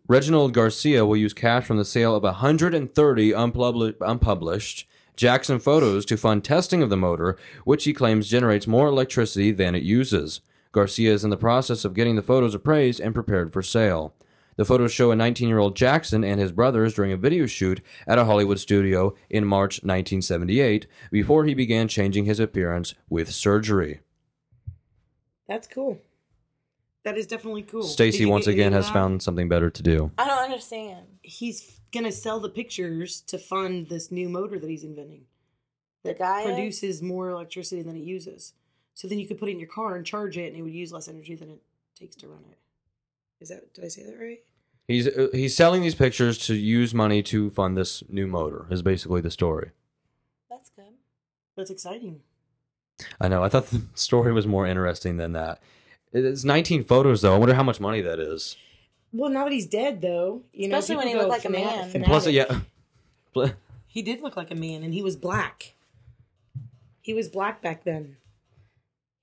Speaker 4: Reginald Garcia will use cash from the sale of 130 unpubli- unpublished Jackson photos to fund testing of the motor, which he claims generates more electricity than it uses. Garcia is in the process of getting the photos appraised and prepared for sale. The photos show a 19 year old Jackson and his brothers during a video shoot at a Hollywood studio in March 1978 before he began changing his appearance with surgery.
Speaker 5: That's cool. That is definitely cool. Did
Speaker 4: Stacy
Speaker 5: you
Speaker 4: once
Speaker 5: get any
Speaker 4: again
Speaker 5: of
Speaker 4: has
Speaker 5: that?
Speaker 4: found something better to do.
Speaker 1: I don't understand.
Speaker 5: he's gonna sell the pictures to fund this new motor that he's inventing.
Speaker 1: The guy is-
Speaker 5: produces more electricity than it uses. So then you could put it in your car and charge it, and it would use less energy than it takes to run it. Is that did I say that right?
Speaker 4: He's uh, he's selling these pictures to use money to fund this new motor. Is basically the story.
Speaker 1: That's good.
Speaker 5: That's exciting.
Speaker 4: I know. I thought the <laughs> story was more interesting than that. It's 19 photos though. I wonder how much money that is.
Speaker 5: Well, now that he's dead, though, you know,
Speaker 1: Especially when
Speaker 5: people
Speaker 1: he looked
Speaker 5: go
Speaker 1: like a man.
Speaker 5: fanatic.
Speaker 4: And plus,
Speaker 1: Fanatic.
Speaker 4: yeah. <laughs> Pl-
Speaker 5: He did look like a man, and he was black. He was black back then.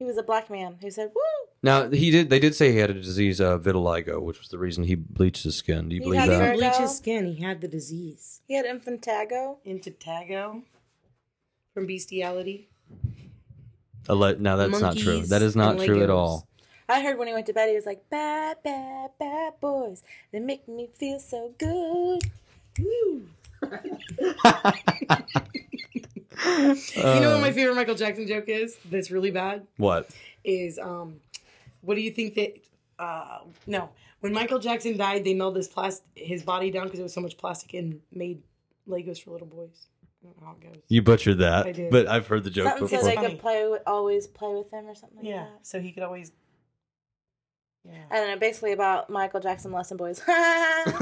Speaker 1: He was a black man who said, "Woo!"
Speaker 4: Now he did. They did say he had a disease, uh, vitiligo, which was the reason he bleached his skin. Do you
Speaker 1: He
Speaker 4: believe
Speaker 1: had
Speaker 4: that?
Speaker 1: very-
Speaker 5: Bleach
Speaker 1: Virgo.
Speaker 5: his skin. He had the disease.
Speaker 1: He had infantago.
Speaker 5: Infantago from
Speaker 1: <laughs>
Speaker 5: bestiality. <laughs>
Speaker 4: Alle- no, that's not true.
Speaker 5: Monkeys
Speaker 4: That is not
Speaker 5: and
Speaker 4: true at
Speaker 5: Legos.
Speaker 4: all.
Speaker 1: I heard when he went to bed, he was like, "Bad, bad, bad boys. They make me feel so good."
Speaker 5: Woo. you know what
Speaker 1: Uh.
Speaker 5: my favorite Michael Jackson joke is? That's really bad.
Speaker 4: What?
Speaker 5: Is um, what do you think that? Uh, no, when Michael Jackson died, they melted his plas- his body down because it was so much plastic and made Legos for little boys. I don't know how it goes.
Speaker 4: You butchered that.
Speaker 5: I did.
Speaker 4: But I've heard the joke
Speaker 1: Something
Speaker 4: before.
Speaker 1: so they
Speaker 5: Funny.
Speaker 1: could play, with, always play with him or something. Like
Speaker 5: Yeah,
Speaker 1: that.
Speaker 5: so he could always. Yeah.
Speaker 1: I don't know, basically about Michael Jackson lesson boys.
Speaker 5: <laughs>
Speaker 1: <laughs>
Speaker 5: he likes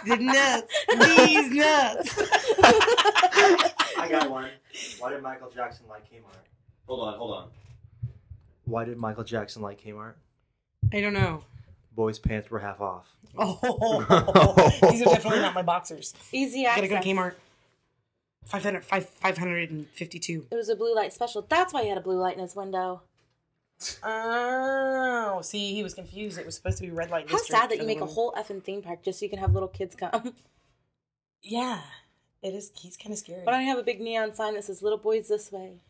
Speaker 5: the nuts. These nuts.
Speaker 3: I got one. Why did Michael Jackson like Kmart?
Speaker 4: hold on, hold on.
Speaker 3: Why did Michael Jackson like Kmart?
Speaker 5: I don't know.
Speaker 3: Boys' pants were half off.
Speaker 5: Oh, <laughs> these are definitely not my boxers.
Speaker 1: Easy
Speaker 5: I gotta
Speaker 1: access.
Speaker 5: go to Kmart. 500, 5, 552.
Speaker 1: It was a blue light special. That's why he had a blue light in his window.
Speaker 5: Oh, see, he was confused. It was supposed to be red light
Speaker 1: How
Speaker 5: district.
Speaker 1: sad that
Speaker 5: for
Speaker 1: you
Speaker 5: the
Speaker 1: make a
Speaker 5: women.
Speaker 1: whole effing theme park just so you can have little kids come. <laughs>
Speaker 5: Yeah, it is. He's kind of scary.
Speaker 1: Why don't you have a big neon sign that says "Little boys this way"?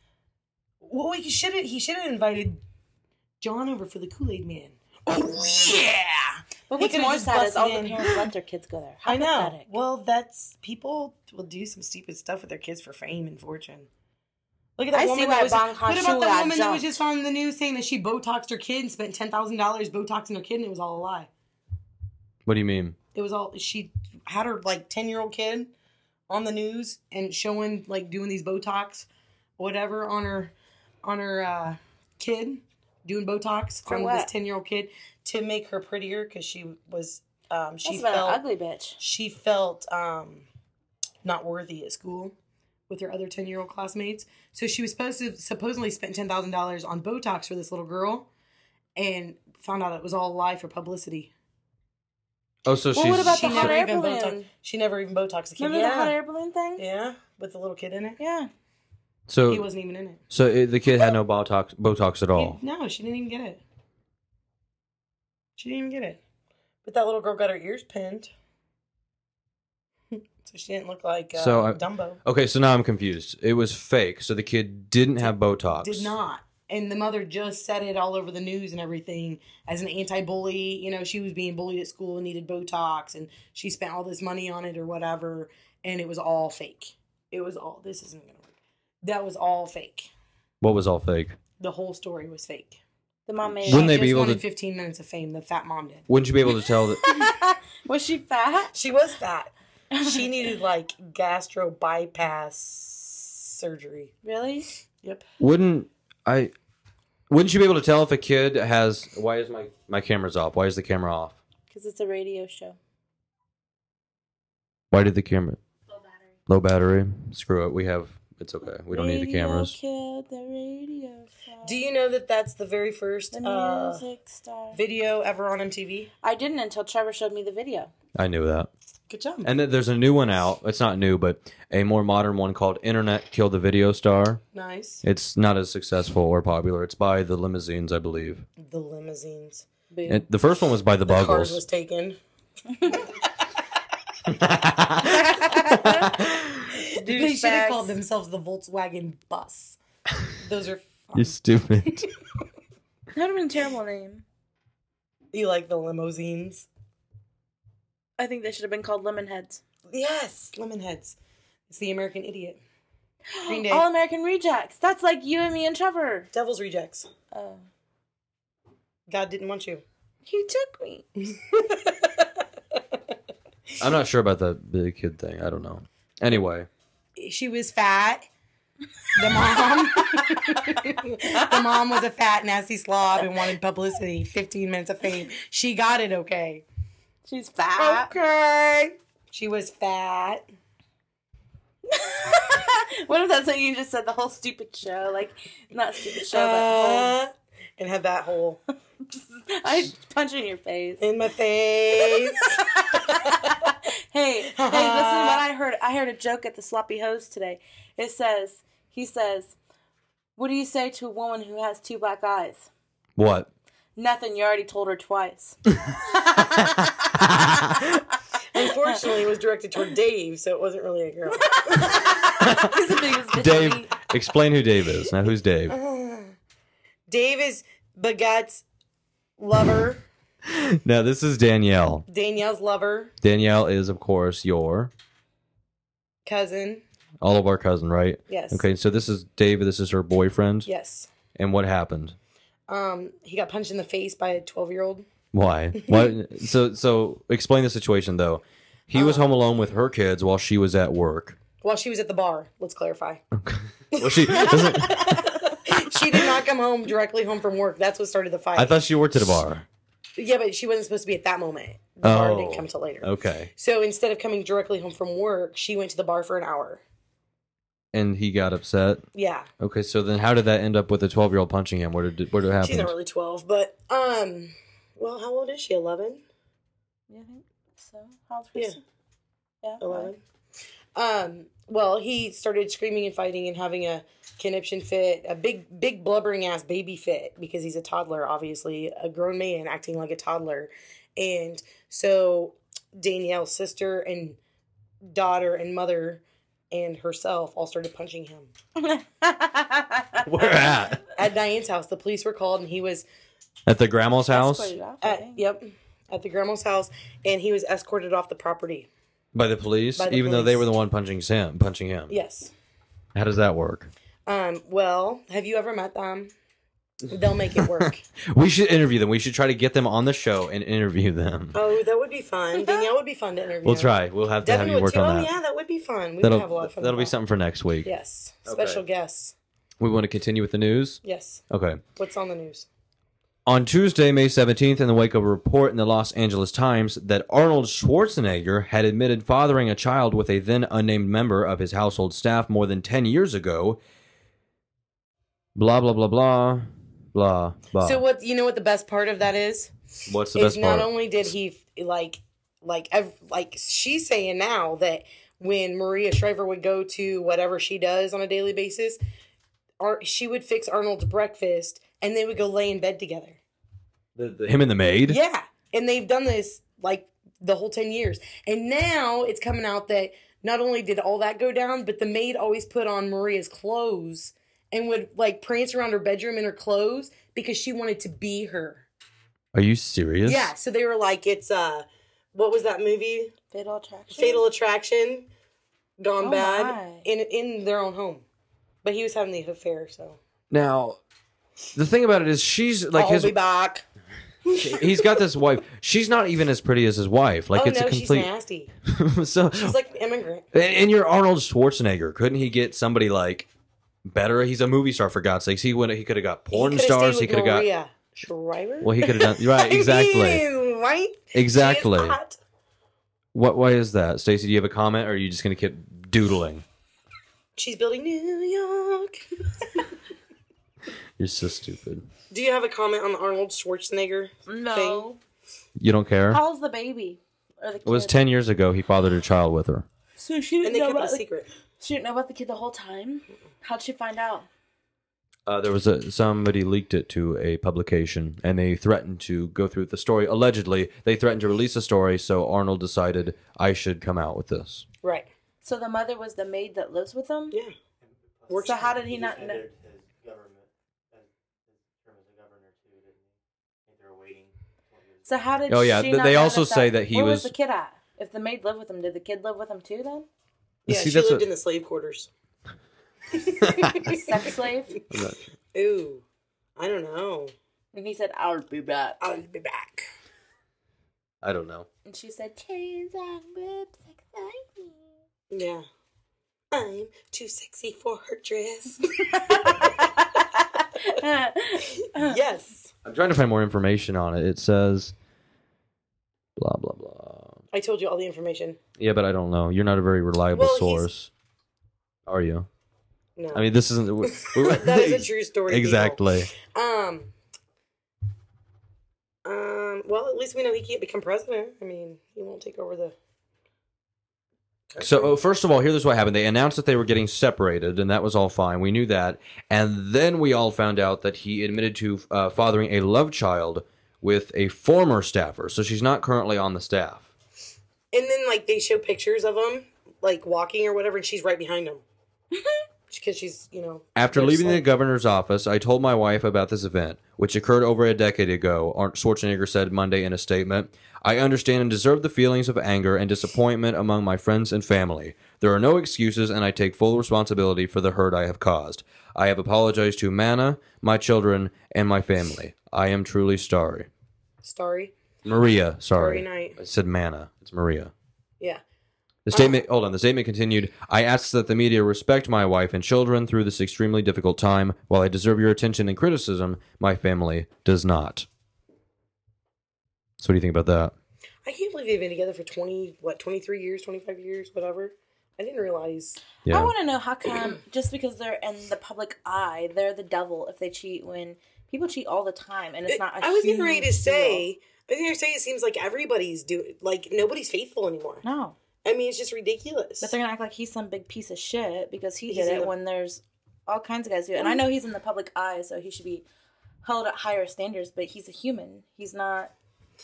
Speaker 5: Well, we should have. He should have invited John over for the Kool Aid Man. Oh yeah.
Speaker 1: But
Speaker 5: They
Speaker 1: what's
Speaker 5: could've
Speaker 1: more
Speaker 5: just
Speaker 1: sad is
Speaker 5: busted
Speaker 1: all
Speaker 5: in.
Speaker 1: the parents let their kids go <laughs> there. How
Speaker 5: I know.
Speaker 1: pathetic.
Speaker 5: Well, that's people will do some stupid stuff with their kids for fame and fortune. Look at that
Speaker 1: I see
Speaker 5: woman
Speaker 1: why
Speaker 5: that was.
Speaker 1: Bong
Speaker 5: what about the
Speaker 1: Hwa-soo
Speaker 5: woman that
Speaker 1: jumped.
Speaker 5: was just on the news saying that she botoxed her kid and spent ten thousand dollars botoxing her kid, and it was all a lie.
Speaker 4: What do you mean?
Speaker 5: It was all she had her like ten year old kid on the news and showing like doing these Botox, whatever on her on her uh, kid doing Botox
Speaker 1: For
Speaker 5: on
Speaker 1: what?
Speaker 5: this ten year old kid to make her prettier because she was um, she
Speaker 1: Must have been
Speaker 5: felt
Speaker 1: an ugly bitch.
Speaker 5: she felt um, not worthy at school with her other 10 year old classmates. So she was supposed to supposedly spent $10,000 on Botox for this little girl and found out it was all a lie for publicity.
Speaker 4: Oh, so
Speaker 1: Well,
Speaker 4: she's
Speaker 1: what about
Speaker 5: She
Speaker 1: the hot
Speaker 5: never,
Speaker 1: air
Speaker 5: even
Speaker 1: balloon.
Speaker 5: Botox, she never even Botoxed the kid.
Speaker 1: Remember
Speaker 5: yeah.
Speaker 1: the hot air balloon thing?
Speaker 5: yeah, with the little kid in it.
Speaker 1: Yeah.
Speaker 5: He
Speaker 4: so
Speaker 5: wasn't even in it.
Speaker 4: so it, the kid had no botox botox at all.
Speaker 5: No, she didn't even get it. She didn't even get it. But that little girl got her ears pinned. <laughs> so she didn't look like uh,
Speaker 4: So I-
Speaker 5: Dumbo.
Speaker 4: Okay, so now I'm confused. It was fake. So the kid didn't have botox.
Speaker 5: Did not. And the mother just said it all over the news and everything as an anti bully. You know, she was being bullied at school and needed Botox and she spent all this money on it or whatever. And it was all fake. It was all, this isn't going to work. That was all fake.
Speaker 4: What was all fake?
Speaker 5: The whole story was fake.
Speaker 1: The mom made.
Speaker 4: Wouldn't
Speaker 5: She
Speaker 4: they be
Speaker 5: just
Speaker 4: able
Speaker 5: wanted
Speaker 4: to-
Speaker 5: 15 minutes of fame. The fat mom did.
Speaker 4: Wouldn't you be able to
Speaker 1: <laughs>
Speaker 4: tell that?
Speaker 1: Was she <laughs> fat?
Speaker 5: She was fat.
Speaker 1: <laughs>
Speaker 5: She needed like gastro bypass surgery.
Speaker 1: Really?
Speaker 5: Yep.
Speaker 4: Wouldn't I? Wouldn't you be able to tell if a kid has? Why is my my camera's off? Why is the camera off?
Speaker 1: Because it's a radio show.
Speaker 4: Why did the camera? Low battery. Low battery. Screw it. We have. It's okay. We don't need the
Speaker 1: Radio
Speaker 4: cameras.
Speaker 1: Killed the radio show.
Speaker 5: Do you know that that's the very first
Speaker 1: the
Speaker 5: uh,
Speaker 1: music star.
Speaker 5: video ever on MTV?
Speaker 1: I didn't until Trevor showed me the video.
Speaker 4: I knew that.
Speaker 5: Good job.
Speaker 4: And then there's a new one out. It's not new, but a more modern one called "Internet Killed the Video Star."
Speaker 5: nice.
Speaker 4: It's not as successful or popular. It's by the Limousines, I believe.
Speaker 5: The limousines.
Speaker 1: Boom.
Speaker 4: And the first one was by the,
Speaker 5: The cars
Speaker 4: Buggles.
Speaker 5: was taken.
Speaker 4: <laughs>
Speaker 5: they should have called themselves the Volkswagen Bus. Those are fun.
Speaker 4: You're stupid.
Speaker 1: that would have been a terrible name.
Speaker 5: You like the limousines?
Speaker 1: I think they should have been called Lemonheads.
Speaker 5: Yes, Lemonheads. It's the American Idiot. Green <gasps> Day.
Speaker 1: All American Rejects. That's like you and me and Trevor.
Speaker 5: Devil's Rejects.
Speaker 1: Oh.
Speaker 5: God didn't want you.
Speaker 1: He took me.
Speaker 4: I'm not sure about the big kid thing. I don't know. Anyway,
Speaker 5: she was fat. The mom, <laughs> the mom was a fat, nasty slob and wanted publicity. Fifteen minutes of fame. She got it okay.
Speaker 1: She's fat. <laughs>
Speaker 5: Okay. She was fat.
Speaker 1: what if that's what you just said? The whole stupid show, like not stupid show, but
Speaker 5: Uh, and had that hole
Speaker 1: the whole. I punch you in your <laughs> face.
Speaker 5: in my face.
Speaker 1: hey, hey, listen. What <laughs> I heard, I heard a joke at the Sloppy Hose today. It says, he says, "What do you say to a woman who has two black eyes?"
Speaker 5: <laughs>
Speaker 4: what?
Speaker 1: Nothing. You already told her <laughs> twice.
Speaker 5: Unfortunately, it was directed toward Dave, so it wasn't really a girl.
Speaker 1: He's the biggest bitch.
Speaker 4: Dave, explain who Dave is. Now, who's Dave?
Speaker 5: Uh-huh. Dave is Bagat's lover,
Speaker 4: Now, this is Danielle.
Speaker 5: Danielle's lover,
Speaker 4: Danielle is, of course, your
Speaker 5: cousin.
Speaker 4: all of our cousin, right?
Speaker 5: Yes.
Speaker 4: Okay, so this is Dave. This is her boyfriend.
Speaker 5: Yes.
Speaker 4: And what happened?
Speaker 5: Um, he got punched in the face by a 12 year old.
Speaker 4: Why? What? so, so explain the situation though. He was home alone with her kids while she was at work.
Speaker 5: While she was at the bar, let's clarify.
Speaker 4: <laughs> Well, she. doesn't-
Speaker 5: she did not come home directly home from work. That's what started the fight.
Speaker 4: I thought she worked at a bar.
Speaker 5: yeah, but she wasn't supposed to be at that moment. The bar
Speaker 4: Oh.
Speaker 5: didn't come till later.
Speaker 4: Okay.
Speaker 5: So instead of coming directly home from work, she went to the bar for an hour.
Speaker 4: And he got upset.
Speaker 5: Yeah.
Speaker 4: Okay, so then how did that end up with a 12 year old punching him? Where did where did it happen?
Speaker 5: She's not really 12, but, um, well, how old is she? 11?
Speaker 1: Yeah, I think so. How old
Speaker 5: Yeah.
Speaker 1: was she? Yeah.
Speaker 5: 11. Um, well, he started screaming and fighting and having a conniption fit, a big, big blubbering ass baby fit because he's a toddler, obviously, a grown man acting like a toddler. And so Danielle's sister and daughter and mother and herself all started punching him.
Speaker 4: <laughs>
Speaker 1: <laughs>
Speaker 4: Where at?
Speaker 5: At Diane's house, the police were called and he was,
Speaker 4: At the grandma's house
Speaker 1: Escorted off, I
Speaker 5: at,
Speaker 1: think.
Speaker 5: yep, at the grandma's house and he was escorted off the property.
Speaker 4: by the police,
Speaker 5: By the
Speaker 4: even though they
Speaker 5: police.
Speaker 4: were the one punching him, punching him.
Speaker 5: Yes.
Speaker 4: How does that work?
Speaker 5: Um, well, have you ever met them? They'll make it work.
Speaker 4: We should interview them. We should try to get them on the show and interview them.
Speaker 5: <laughs> Oh, that would be fun. Danielle would be fun to interview.
Speaker 4: We'll try. We'll have to
Speaker 5: Devin
Speaker 4: have you
Speaker 5: would
Speaker 4: work
Speaker 5: too. Oh,
Speaker 4: on that.
Speaker 5: yeah, that would be fun. We would have a
Speaker 4: That'll
Speaker 5: lot of fun.
Speaker 4: that'll be
Speaker 5: with that.
Speaker 4: something for next week.
Speaker 5: Yes. Special guests.
Speaker 4: We want to continue with the news.
Speaker 5: Yes.
Speaker 4: Okay.
Speaker 5: What's on the news?
Speaker 4: On Tuesday, May 17th, in the wake of a report in the Los Angeles Times that Arnold Schwarzenegger had admitted fathering a child with a then unnamed member of his household staff more than 10 years ago. Blah, blah, blah, blah, blah, blah.
Speaker 5: So what? You know what the best part of that is?
Speaker 4: What's Uh, the
Speaker 5: is
Speaker 4: best
Speaker 5: not
Speaker 4: part?
Speaker 5: only did he like, like, ev- like she's saying now that when Maria Shriver would go to whatever she does on a daily basis, Ar- she would fix Arnold's breakfast and they would go lay in bed together.
Speaker 4: The- the- him and the maid?
Speaker 5: Yeah. And they've done this like the whole 10 years. And now it's coming out that not only did all that go down, but the maid always put on Maria's clothes and would like prance around her bedroom in her clothes because she wanted to be her.
Speaker 4: Are you serious?
Speaker 5: Yeah. So they were like, it's, uh, what was that movie?
Speaker 1: Fatal Attraction.
Speaker 5: Fatal Attraction Gone
Speaker 1: Oh,
Speaker 5: Bad
Speaker 1: my.
Speaker 5: in in their own home. But he was having the affair, so
Speaker 4: Now, The thing about it is, she's like
Speaker 1: I'll
Speaker 4: his.
Speaker 1: be back.
Speaker 4: <laughs> He's got this wife. She's not even as pretty as his wife. Like
Speaker 1: oh
Speaker 4: it's
Speaker 1: no,
Speaker 4: a
Speaker 1: she's
Speaker 4: complete.
Speaker 1: nasty.
Speaker 4: <laughs> so
Speaker 1: She's like an immigrant.
Speaker 4: And, and you're Arnold Schwarzenegger. Couldn't he get somebody like better? He's a movie star for God's sakes. He would. He could have got porn
Speaker 1: could've
Speaker 4: stars. He
Speaker 1: stayed
Speaker 4: could have
Speaker 1: with
Speaker 4: got.
Speaker 1: Maria Shriver.
Speaker 4: Well, he could have done right. Exactly.
Speaker 1: right.
Speaker 4: Exactly.
Speaker 1: She is hot.
Speaker 4: What? Why is that, Stacey? Do you have a comment, or are you just gonna keep doodling?
Speaker 1: She's building New York.
Speaker 4: You're so stupid.
Speaker 5: Do you have a comment on the Arnold Schwarzenegger?
Speaker 1: No.
Speaker 4: You don't care.
Speaker 1: How's the baby? Or the kid?
Speaker 4: It was ten years ago. He fathered a child with her.
Speaker 1: So she didn't
Speaker 5: And they
Speaker 1: know
Speaker 5: kept it a
Speaker 1: about the,
Speaker 5: secret.
Speaker 1: she didn't know about the kid the whole time. How'd she find out?
Speaker 4: Uh, there was a, somebody leaked it to a publication, and they threatened to go through with the story. Allegedly, they threatened to release the story, so Arnold decided I should come out with this.
Speaker 5: Right.
Speaker 1: So the mother was the maid that lives with them.
Speaker 5: Yeah.
Speaker 3: Plus,
Speaker 1: So how did he not know?
Speaker 3: ended His government, his term as a governor too, didn't he? I think they were waiting. till he was-
Speaker 1: So how did?
Speaker 4: Oh, yeah,
Speaker 1: She
Speaker 4: th-
Speaker 1: not
Speaker 4: they
Speaker 1: know
Speaker 4: also
Speaker 1: that
Speaker 4: say
Speaker 1: the-
Speaker 4: that he
Speaker 1: Where
Speaker 4: was-
Speaker 1: the kid at? If the maid lived with him, did the kid live with him too?
Speaker 4: <laughs>
Speaker 1: Then
Speaker 5: Yeah, she
Speaker 4: See, that's
Speaker 5: lived
Speaker 4: what-
Speaker 5: in the slave quarters.
Speaker 1: sex slave.
Speaker 5: Ooh. I don't know.
Speaker 1: <laughs> And he said, "I'll be back."
Speaker 5: I'll be back.
Speaker 4: I don't know.
Speaker 1: And she said, "Chains and whips, exciting."
Speaker 5: Yeah. I'm too sexy for her dress. <laughs>
Speaker 1: <laughs>
Speaker 5: yes.
Speaker 4: I'm trying to find more information on it. It says, blah blah blah.
Speaker 5: I told you all the information.
Speaker 4: Yeah, but I don't know. You're not a very reliable
Speaker 5: Well, he's-
Speaker 4: source, are you?
Speaker 5: No.
Speaker 4: I mean, this isn't. we
Speaker 5: <laughs> that
Speaker 4: <laughs>
Speaker 5: is a true story. people.
Speaker 4: Exactly.
Speaker 5: Um. Um. Well, at least we know he can't become president. I mean, he won't take over the.
Speaker 4: So uh, first of all, here this is what happened. They announced that they were getting separated, and that was all fine. We knew that, and then we all found out that he admitted to uh, fathering a love child with a former staffer. So she's not currently on the staff.
Speaker 5: And then, like, they show pictures of him, like walking or whatever, and she's right behind
Speaker 1: <laughs>
Speaker 5: him. Because she's, you know,
Speaker 4: After
Speaker 5: They're
Speaker 4: leaving the
Speaker 5: like-
Speaker 4: governor's office, I told my wife about this event, which occurred over a decade ago, Arnold Schwarzenegger said Monday in a statement. I understand and deserve the feelings of anger and disappointment among my friends and family. There are no excuses, and I take full responsibility for the hurt I have caused. I have apologized to Manna, my children, and my family. I am truly sorry.
Speaker 5: starry.
Speaker 4: Maria,
Speaker 5: Starry
Speaker 4: sorry.
Speaker 5: night.
Speaker 4: I said Manna. It's Maria.
Speaker 5: Yeah.
Speaker 4: The statement, hold on, the statement continued I ask that the media respect my wife and children through this extremely difficult time. While I deserve your attention and criticism, my family does not. So, what do you think about that?
Speaker 5: I can't believe they've been together for 20, what, 23 years, 25 years, whatever. I didn't realize.
Speaker 4: Yeah.
Speaker 1: I want to know how come <clears throat> just because they're in the public eye, they're the devil if they cheat when people cheat all the time and it's not. I
Speaker 5: I was getting ready to say, I was going to say, it seems like everybody's doing, like, nobody's faithful anymore.
Speaker 1: no,
Speaker 5: I mean, it's just ridiculous.
Speaker 1: but they're gonna act like he's some big piece of shit because he
Speaker 5: He's Mm.
Speaker 1: did
Speaker 5: in
Speaker 1: it
Speaker 5: the-
Speaker 1: when there's all kinds of guys do it. And I know he's in the public eye, so he should be held at higher standards. But he's a human. He's not.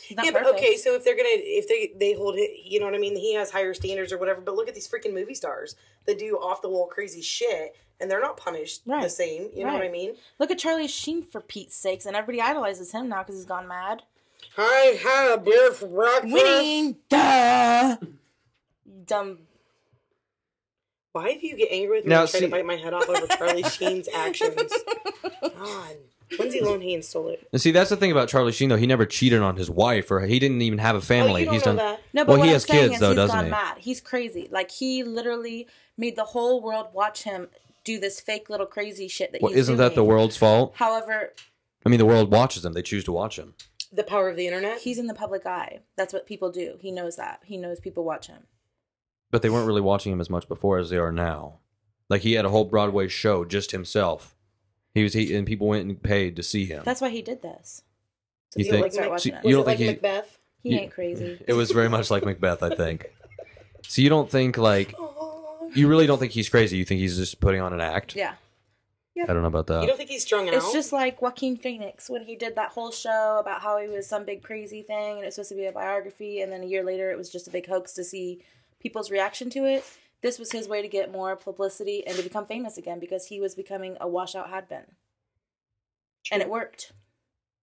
Speaker 1: He's not
Speaker 5: yeah,
Speaker 1: perfect.
Speaker 5: but okay, so if they're gonna, if they they hold it, you know what I mean? He has higher standards or whatever. But look at these freaking movie stars that do off the wall crazy shit, and they're not punished the
Speaker 1: Right.
Speaker 5: same. You know what I
Speaker 1: Right.
Speaker 5: mean?
Speaker 1: Look at Charlie Sheen for Pete's sakes, and everybody idolizes him now because he's gone mad.
Speaker 5: I had a beer for breakfast.
Speaker 1: Winning, duh. Dumb.
Speaker 5: Why do you get angry with me?
Speaker 4: Now,
Speaker 5: and try
Speaker 4: see-
Speaker 5: to bite my head off over Charlie Sheen's actions. God,
Speaker 1: <laughs>
Speaker 5: Lindsay Lohan stole it.
Speaker 4: and see, that's the thing about Charlie Sheen, though. He never cheated on his wife, or he didn't even have a
Speaker 5: Oh,
Speaker 4: family.
Speaker 5: you don't
Speaker 4: he's
Speaker 5: know
Speaker 4: done.
Speaker 5: that.
Speaker 1: No, but
Speaker 4: well,
Speaker 1: what
Speaker 4: he
Speaker 1: I'm
Speaker 4: has
Speaker 1: saying
Speaker 4: kids,
Speaker 1: is
Speaker 4: though,
Speaker 1: he's
Speaker 4: doesn't
Speaker 1: gone
Speaker 4: he?
Speaker 1: mad. He's crazy. Like he literally made the whole world watch him do this fake little crazy shit that
Speaker 4: Well,
Speaker 1: he's
Speaker 4: isn't that the
Speaker 1: doing.
Speaker 4: world's fault?
Speaker 1: However,
Speaker 4: I mean, the world watches him. They choose to watch him.
Speaker 5: The power of the internet.
Speaker 1: he's in the public eye. That's what people do. He knows that. He knows people watch him.
Speaker 4: But they weren't really watching him as much before as they are now. Like, he had a whole Broadway show just himself. He was, he, and people went and paid to see him.
Speaker 1: That's why he did this. So
Speaker 4: You
Speaker 1: people
Speaker 4: think-
Speaker 1: like start
Speaker 5: so
Speaker 1: watching
Speaker 4: you-
Speaker 1: it.
Speaker 5: Was
Speaker 4: you don't
Speaker 5: it like
Speaker 4: think he-
Speaker 5: Macbeth?
Speaker 1: he
Speaker 4: you-
Speaker 1: ain't
Speaker 4: <laughs>
Speaker 1: crazy.
Speaker 4: It was very much like Macbeth, I think. So you don't think like
Speaker 5: Oh.
Speaker 4: you really don't think he's crazy. You think he's just putting on an act.
Speaker 1: Yeah.
Speaker 4: I don't know about
Speaker 5: You don't
Speaker 4: that.
Speaker 5: think he's strung out?
Speaker 1: It's just like Joaquin Phoenix when he did that whole show about how he was some big crazy thing and it's supposed to be a biography, and then a year later it was just a big hoax to see people's reaction to it. This was his way to get more publicity and to become famous again because he was becoming a washout had been. And it worked.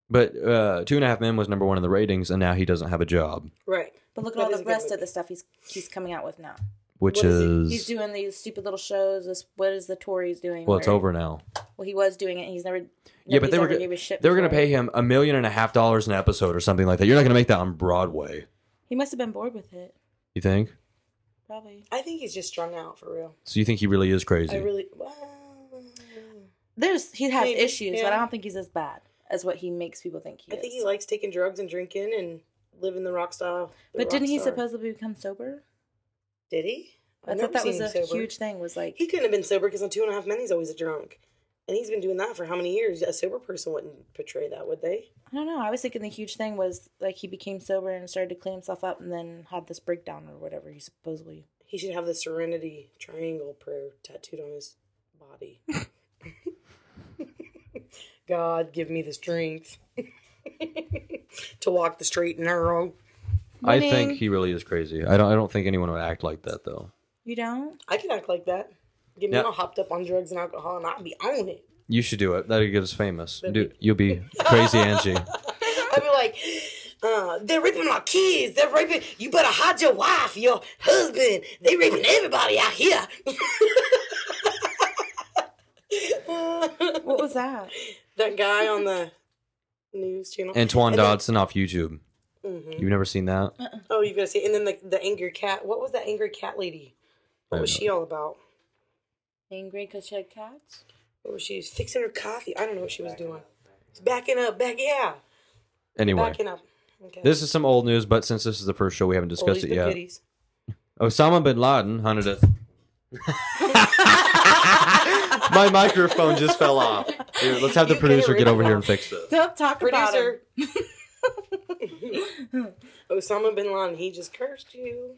Speaker 4: But uh, Two and a Half Men was number one in the ratings, and now he doesn't have a job,
Speaker 5: right.
Speaker 1: But look
Speaker 5: That
Speaker 1: at all
Speaker 5: is a
Speaker 1: the
Speaker 5: good
Speaker 1: rest of
Speaker 5: movie.
Speaker 1: the stuff he's he's coming out with now.
Speaker 4: which
Speaker 5: What is
Speaker 4: is
Speaker 1: He's doing these stupid little shows. This what is the Tories doing?
Speaker 4: well, it's
Speaker 1: where-
Speaker 4: over now.
Speaker 1: Well, he was doing it. and He's never.
Speaker 4: Yeah,
Speaker 1: nobody's
Speaker 4: but they were
Speaker 1: ever
Speaker 4: go-
Speaker 1: gave a shit
Speaker 4: They were going to
Speaker 1: before.
Speaker 4: pay him a million and a half dollars an episode or something like that. You're not going to make that on Broadway,
Speaker 1: He must have been bored with it,
Speaker 4: you think?
Speaker 1: probably.
Speaker 5: I think he's just strung out for real.
Speaker 4: So you think he really is crazy?
Speaker 5: I really. Well,
Speaker 1: There's he has
Speaker 5: Maybe,
Speaker 1: issues, but I
Speaker 5: yeah.
Speaker 1: don't think he's as bad as what he makes people think he
Speaker 5: I
Speaker 1: is.
Speaker 5: think he likes taking drugs and drinking and living the rock style. the
Speaker 1: but
Speaker 5: rock
Speaker 1: didn't he
Speaker 5: star.
Speaker 1: supposedly become sober?
Speaker 5: Did he?
Speaker 1: I
Speaker 5: I've
Speaker 1: thought
Speaker 5: never
Speaker 1: that was
Speaker 5: seen
Speaker 1: a
Speaker 5: him sober.
Speaker 1: huge thing. Was like
Speaker 5: He couldn't have been sober because on Two and a Half Men he's always a drunk, and he's been doing that for how many years? A sober person wouldn't portray that, would they?
Speaker 1: I don't know. I was thinking the huge thing was like he became sober and started to clean himself up, and then had this breakdown or whatever he supposedly.
Speaker 5: He should have the Serenity Triangle prayer tattooed on his
Speaker 1: <laughs>
Speaker 5: body. God, give me the strength <laughs> to walk the straight and narrow.
Speaker 4: I
Speaker 1: Winning.
Speaker 4: think he really is crazy. I don't. I don't think anyone would act like that though.
Speaker 1: You don't?
Speaker 5: I can act like that. Get me
Speaker 4: Yeah.
Speaker 5: all hopped up on drugs and alcohol, and I'll be on it.
Speaker 4: You should do it. That'll get us famous.
Speaker 5: That'd
Speaker 4: Dude, you'll be crazy
Speaker 5: <laughs>
Speaker 4: Angie.
Speaker 5: I'd be like, uh, they're raping my kids. They're raping. You better hide your wife, your husband. They raping everybody out here.
Speaker 1: What was
Speaker 5: <laughs>
Speaker 1: that?
Speaker 5: that guy on the news channel.
Speaker 4: Antoine
Speaker 5: And then-
Speaker 4: Dodson off YouTube.
Speaker 5: Mhm.
Speaker 4: You've never seen that?
Speaker 5: Oh, you gotta see. And then the the angry cat. What was that angry cat lady? What
Speaker 4: I
Speaker 5: was
Speaker 4: don't
Speaker 5: she all about?
Speaker 1: Angry because she had cats.
Speaker 5: What was she fixing her coffee? I don't know what she was doing. Backing up, back yeah,
Speaker 4: Anyway,
Speaker 5: backing up. Okay.
Speaker 4: this is some old news, but since this is the first show, we haven't
Speaker 5: Oldies
Speaker 4: discussed
Speaker 5: but
Speaker 4: it yet.
Speaker 5: goodies.
Speaker 4: Osama bin Laden hunted us. <laughs> My microphone just fell off. Here, let's have the
Speaker 5: You get it
Speaker 4: producer get
Speaker 5: written
Speaker 4: over here
Speaker 5: down.
Speaker 4: and fix this.
Speaker 1: Don't talk
Speaker 5: Producer. <laughs> Osama bin Laden, he just cursed you.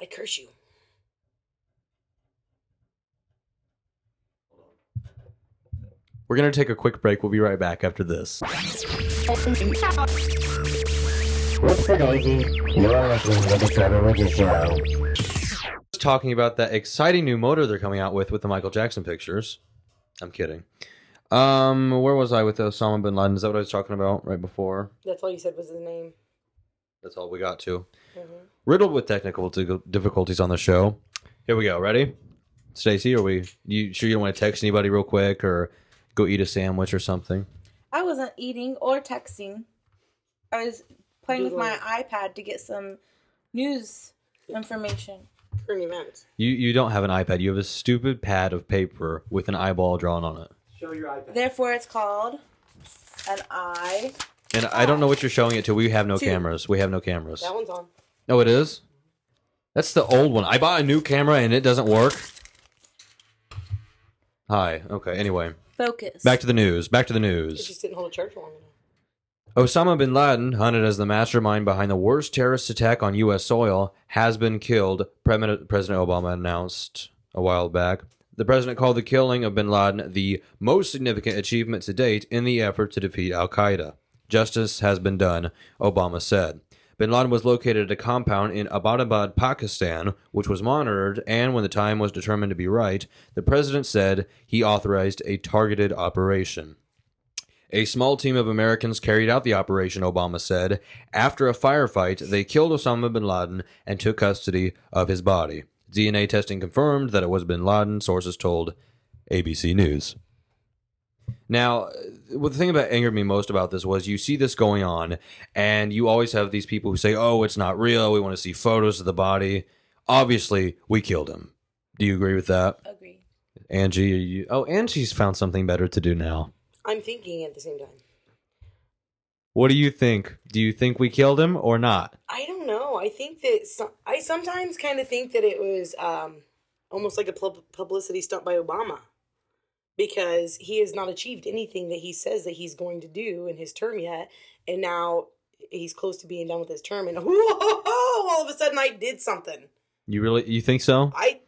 Speaker 5: I curse you.
Speaker 4: We're gonna take a quick break. We'll be right back after this.
Speaker 2: What's the noisy? You're listening to the Trevor Witness Show.
Speaker 4: Talking about that exciting new motor they're coming out with with the Michael Jackson pictures. I'm kidding. Um, where was I with Osama bin Laden? Is that what I was talking about right before?
Speaker 5: That's all you said was his name.
Speaker 4: That's all we got to. Riddled with technical di- difficulties on the show. Here we go. Ready, Stacy? Are we? You sure you don't want to text anybody real quick or go eat a sandwich or something?
Speaker 1: I wasn't eating or texting. I was playing with my iPad to get some news information.
Speaker 5: Current events.
Speaker 4: You you don't have an iPad. You have a stupid pad of paper with an eyeball drawn on it.
Speaker 3: Show your iPad.
Speaker 1: Therefore, it's called an eye.
Speaker 4: And I don't know what you're showing it to. We have no
Speaker 1: Two.
Speaker 4: cameras. We have no cameras.
Speaker 5: That one's on.
Speaker 4: Oh, it is. That's the old one. I bought a new camera and it doesn't work. Hi. Okay. Anyway,
Speaker 1: Focus.
Speaker 4: back to the news. Back to the
Speaker 5: It
Speaker 4: news.
Speaker 5: just didn't hold a charge long enough.
Speaker 4: Osama bin Laden, hunted as the mastermind behind the worst terrorist attack on U.S. soil, has been killed, Premi- President Obama announced a while back. The president called the killing of bin Laden the most significant achievement to date in the effort to defeat al Qaeda. Justice has been done, Obama said. Bin Laden was located at a compound in Abbottabad, Pakistan, which was monitored, and when the time was determined to be right, the president said he authorized a targeted operation. A small team of Americans carried out the operation, Obama said. After a firefight, they killed Osama bin Laden and took custody of his body. DNA testing confirmed that it was bin Laden, sources told ABC News. Now, uh, well, the thing that angered me most about this was you see this going on, and you always have these people who say, oh, it's not real. We want to see photos of the body. Obviously, we killed him. Do you agree with that?
Speaker 1: Agreed.
Speaker 4: Angie, are you. Oh, Angie's found something better to do now.
Speaker 5: I'm thinking at the same time.
Speaker 4: What do you think? Do you think we killed him or not?
Speaker 5: I don't know. I think that some, I sometimes kind of think that it was um, almost like a pub- publicity stunt by Obama because he has not achieved anything that he says that he's going to do in his term yet, and now he's close to being done with his term, and <laughs> whoa, all of a sudden I did something.
Speaker 4: You really you think so?
Speaker 5: I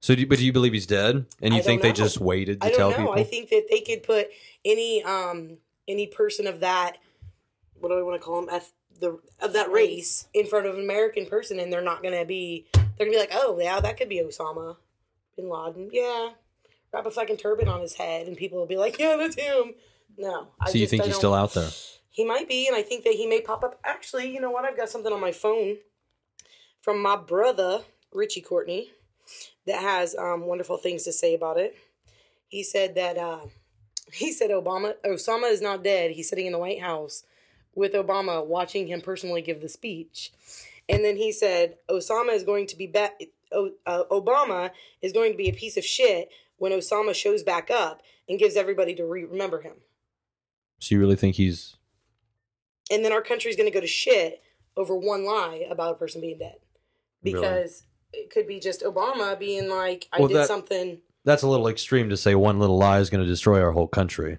Speaker 4: So do you, but do you believe he's dead? And
Speaker 5: I don't
Speaker 4: you think they
Speaker 5: know.
Speaker 4: just waited to
Speaker 5: I
Speaker 4: tell
Speaker 5: don't know.
Speaker 4: people?
Speaker 5: I think that they could put any um any person of that what do I want to call them Eth- the of that race in front of an American person, and they're not gonna be they're gonna be like, oh yeah, that could be Osama bin Laden, yeah. Wrap a fucking turban on his head, and people will be like, yeah, that's him. No, I
Speaker 4: so you
Speaker 5: just-
Speaker 4: think
Speaker 5: I
Speaker 4: he's
Speaker 5: don't-
Speaker 4: still out there?
Speaker 5: He might be, and I think that he may pop up. Actually, you know what? I've got something on my phone from my brother Richie Courtney that has um, wonderful things to say about it. He said that uh, he said Obama Osama is not dead. He's sitting in the White House with Obama, watching him personally give the speech. And then he said Osama is going to be back. O- uh, Obama is going to be a piece of shit when Osama shows back up and gives everybody to re- remember him.
Speaker 4: So you really think he's
Speaker 5: and then our country's going to go to shit over one lie about a person being dead
Speaker 4: Really?
Speaker 5: because it could be just obama being like i
Speaker 4: Well,
Speaker 5: did
Speaker 4: that-
Speaker 5: something
Speaker 4: that's a little extreme to say one little lie is going to destroy our whole country.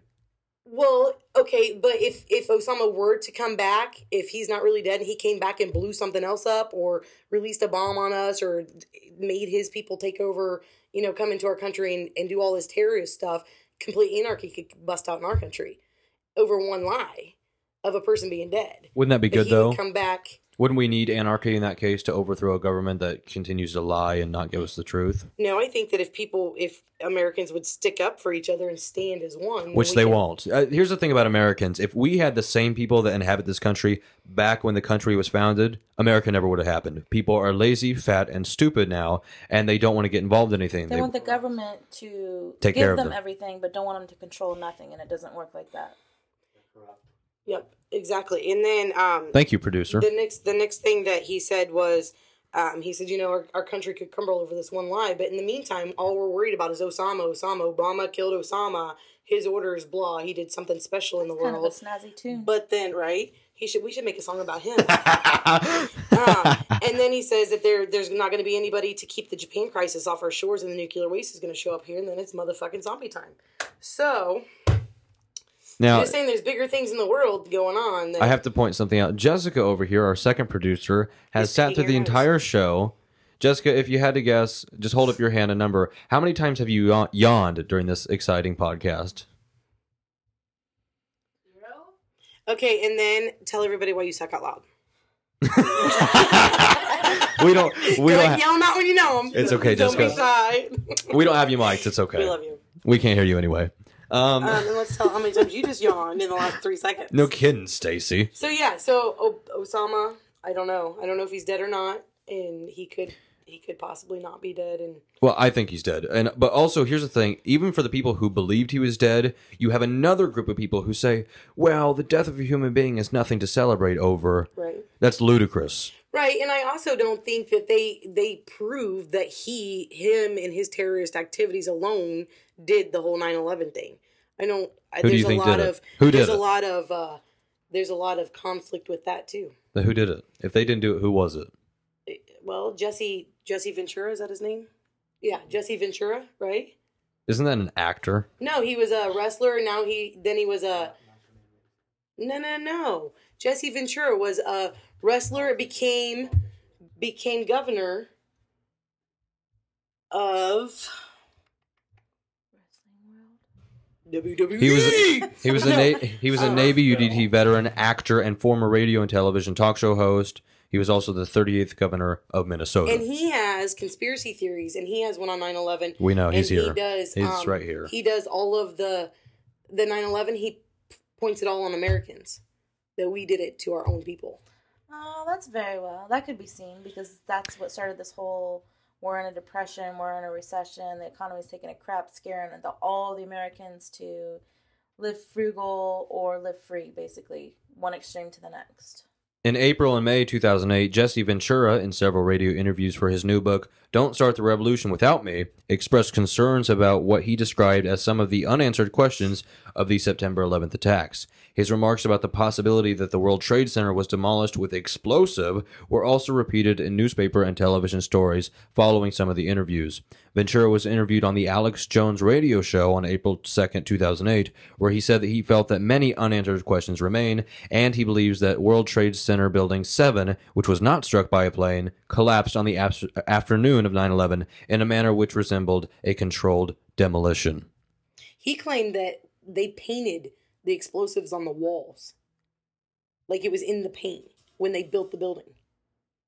Speaker 5: well okay but if if osama were to come back if he's not really dead and he came back and blew something else up or released a bomb on us or made his people take over you know come into our country and, and do all this terrorist stuff complete anarchy could bust out in our country over one lie of a person being dead
Speaker 4: Wouldn't that be
Speaker 5: But
Speaker 4: good
Speaker 5: he would
Speaker 4: though?
Speaker 5: come back
Speaker 4: Wouldn't we need anarchy in that case to overthrow a government that continues to lie and not give us the truth,
Speaker 5: No, I think that if people, if Americans would stick up for each other and stand as one, then
Speaker 4: which
Speaker 5: we
Speaker 4: they
Speaker 5: could-
Speaker 4: won't? Uh, here's the thing about Americans: if we had the same people that inhabit this country back when the country was founded, America never would have happened. People are lazy, fat, and stupid now, and they don't want to get involved in anything.
Speaker 1: They
Speaker 4: They-
Speaker 1: want the government to
Speaker 4: Take
Speaker 1: give
Speaker 4: care of
Speaker 1: them
Speaker 4: them.
Speaker 1: everything, but don't want them to control nothing, and it doesn't work like that.
Speaker 3: corrupt.
Speaker 5: Yep, exactly. And then um,
Speaker 4: Thank you, producer.
Speaker 5: the next, the next thing that he said was, um, he said, you know, our, our country could crumble over this one lie, but in the meantime, all we're worried about is Osama, Osama, Obama killed Osama, his orders, blah, he did something special in the
Speaker 1: Kind of a
Speaker 5: world.
Speaker 1: snazzy tune.
Speaker 5: But then, right? He should. We should make a song about
Speaker 4: <laughs>
Speaker 5: him. um, and then he says that there, there's not going to be anybody to keep the Japan crisis off our shores, and the nuclear waste is going to show up here, and then it's motherfucking zombie time. So
Speaker 4: now,
Speaker 5: I'm just saying, there's bigger things in the world going on. Than,
Speaker 4: I have to point something out. Jessica over here, our second producer, has
Speaker 5: Is
Speaker 4: sat
Speaker 5: picking
Speaker 4: through the
Speaker 5: your nose.
Speaker 4: entire show. Jessica, if you had to guess, just hold up your hand a number. How many times have you yaw- yawned during this exciting podcast? <laughs>
Speaker 5: Okay, and then tell everybody why you suck out loud.
Speaker 4: <laughs>
Speaker 5: <laughs>
Speaker 4: We don't. We
Speaker 5: You're
Speaker 4: don't.
Speaker 5: like,
Speaker 4: ha-
Speaker 5: yell 'em out when you know them.
Speaker 4: It's okay,
Speaker 5: Don't
Speaker 4: Jessica.
Speaker 5: be shy.
Speaker 4: we don't have you mics. It's
Speaker 5: <laughs>
Speaker 4: okay.
Speaker 5: we love you.
Speaker 4: We can't hear you anyway.
Speaker 5: Um,
Speaker 4: Um,
Speaker 5: and let's tell how many times you just yawned in the last three seconds.
Speaker 4: no kidding, Stacy.
Speaker 5: So yeah, so o- Osama, I don't know. I don't know if he's dead or not, and he could he could possibly not be dead. And
Speaker 4: Well, I think he's dead. And but also here's the thing, even for the people who believed he was dead, you have another group of people who say, "Well, the death of a human being is nothing to celebrate over."
Speaker 5: right,
Speaker 4: That's ludicrous.
Speaker 5: right. And I also don't think that they they proved that he him and his terrorist activities alone did the whole 9-11 thing. I don't. I,
Speaker 4: Who do
Speaker 5: there's
Speaker 4: you think
Speaker 5: a
Speaker 4: did
Speaker 5: lot
Speaker 4: it?
Speaker 5: of
Speaker 4: Who did
Speaker 5: there's
Speaker 4: it?
Speaker 5: a lot of uh, there's a lot of conflict with that too.
Speaker 4: Then who did it? If they didn't do it, who was it?
Speaker 5: Well, Jesse Jesse Ventura is that his name? Yeah, Jesse Ventura, right?
Speaker 4: Isn't that an actor?
Speaker 5: No, he was a wrestler. and Now he then he was a no no no. Jesse Ventura was a wrestler. became became governor of WWE.
Speaker 4: He was he was a na- he
Speaker 5: Oh,
Speaker 4: was a Navy UDT veteran, actor, and former radio and television talk show host. He was also the 38th governor of Minnesota.
Speaker 5: and he has conspiracy theories, and he has one on 9-11.
Speaker 4: we know Oh, he's
Speaker 5: and
Speaker 4: here.
Speaker 5: He does.
Speaker 4: he's
Speaker 5: um,
Speaker 4: right here.
Speaker 5: He does all of the the 9-11. He p- points it all on Americans that we did it to our own people.
Speaker 1: Oh, that's very well. That could be seen because that's what started this whole we're in a depression, we're in a recession, the economy's taking a crap, scaring the, all the Americans to live frugal or live free, basically, one extreme to the next.
Speaker 4: In April and May 2008, Jesse Ventura, in several radio interviews for his new book, Don't Start the Revolution Without Me, expressed concerns about what he described as some of the unanswered questions of the September 11th attacks. His remarks about the possibility that the World Trade Center was demolished with explosive were also repeated in newspaper and television stories following some of the interviews. Ventura was interviewed on the Alex Jones radio show on April 2nd, 2008, where he said that he felt that many unanswered questions remain, and he believes that World Trade Center Building 7, which was not struck by a plane, collapsed on the abs- afternoon of 9 11 in a manner which resembled a controlled demolition.
Speaker 5: He claimed that they painted the explosives on the walls. Like it was in the paint when they built the building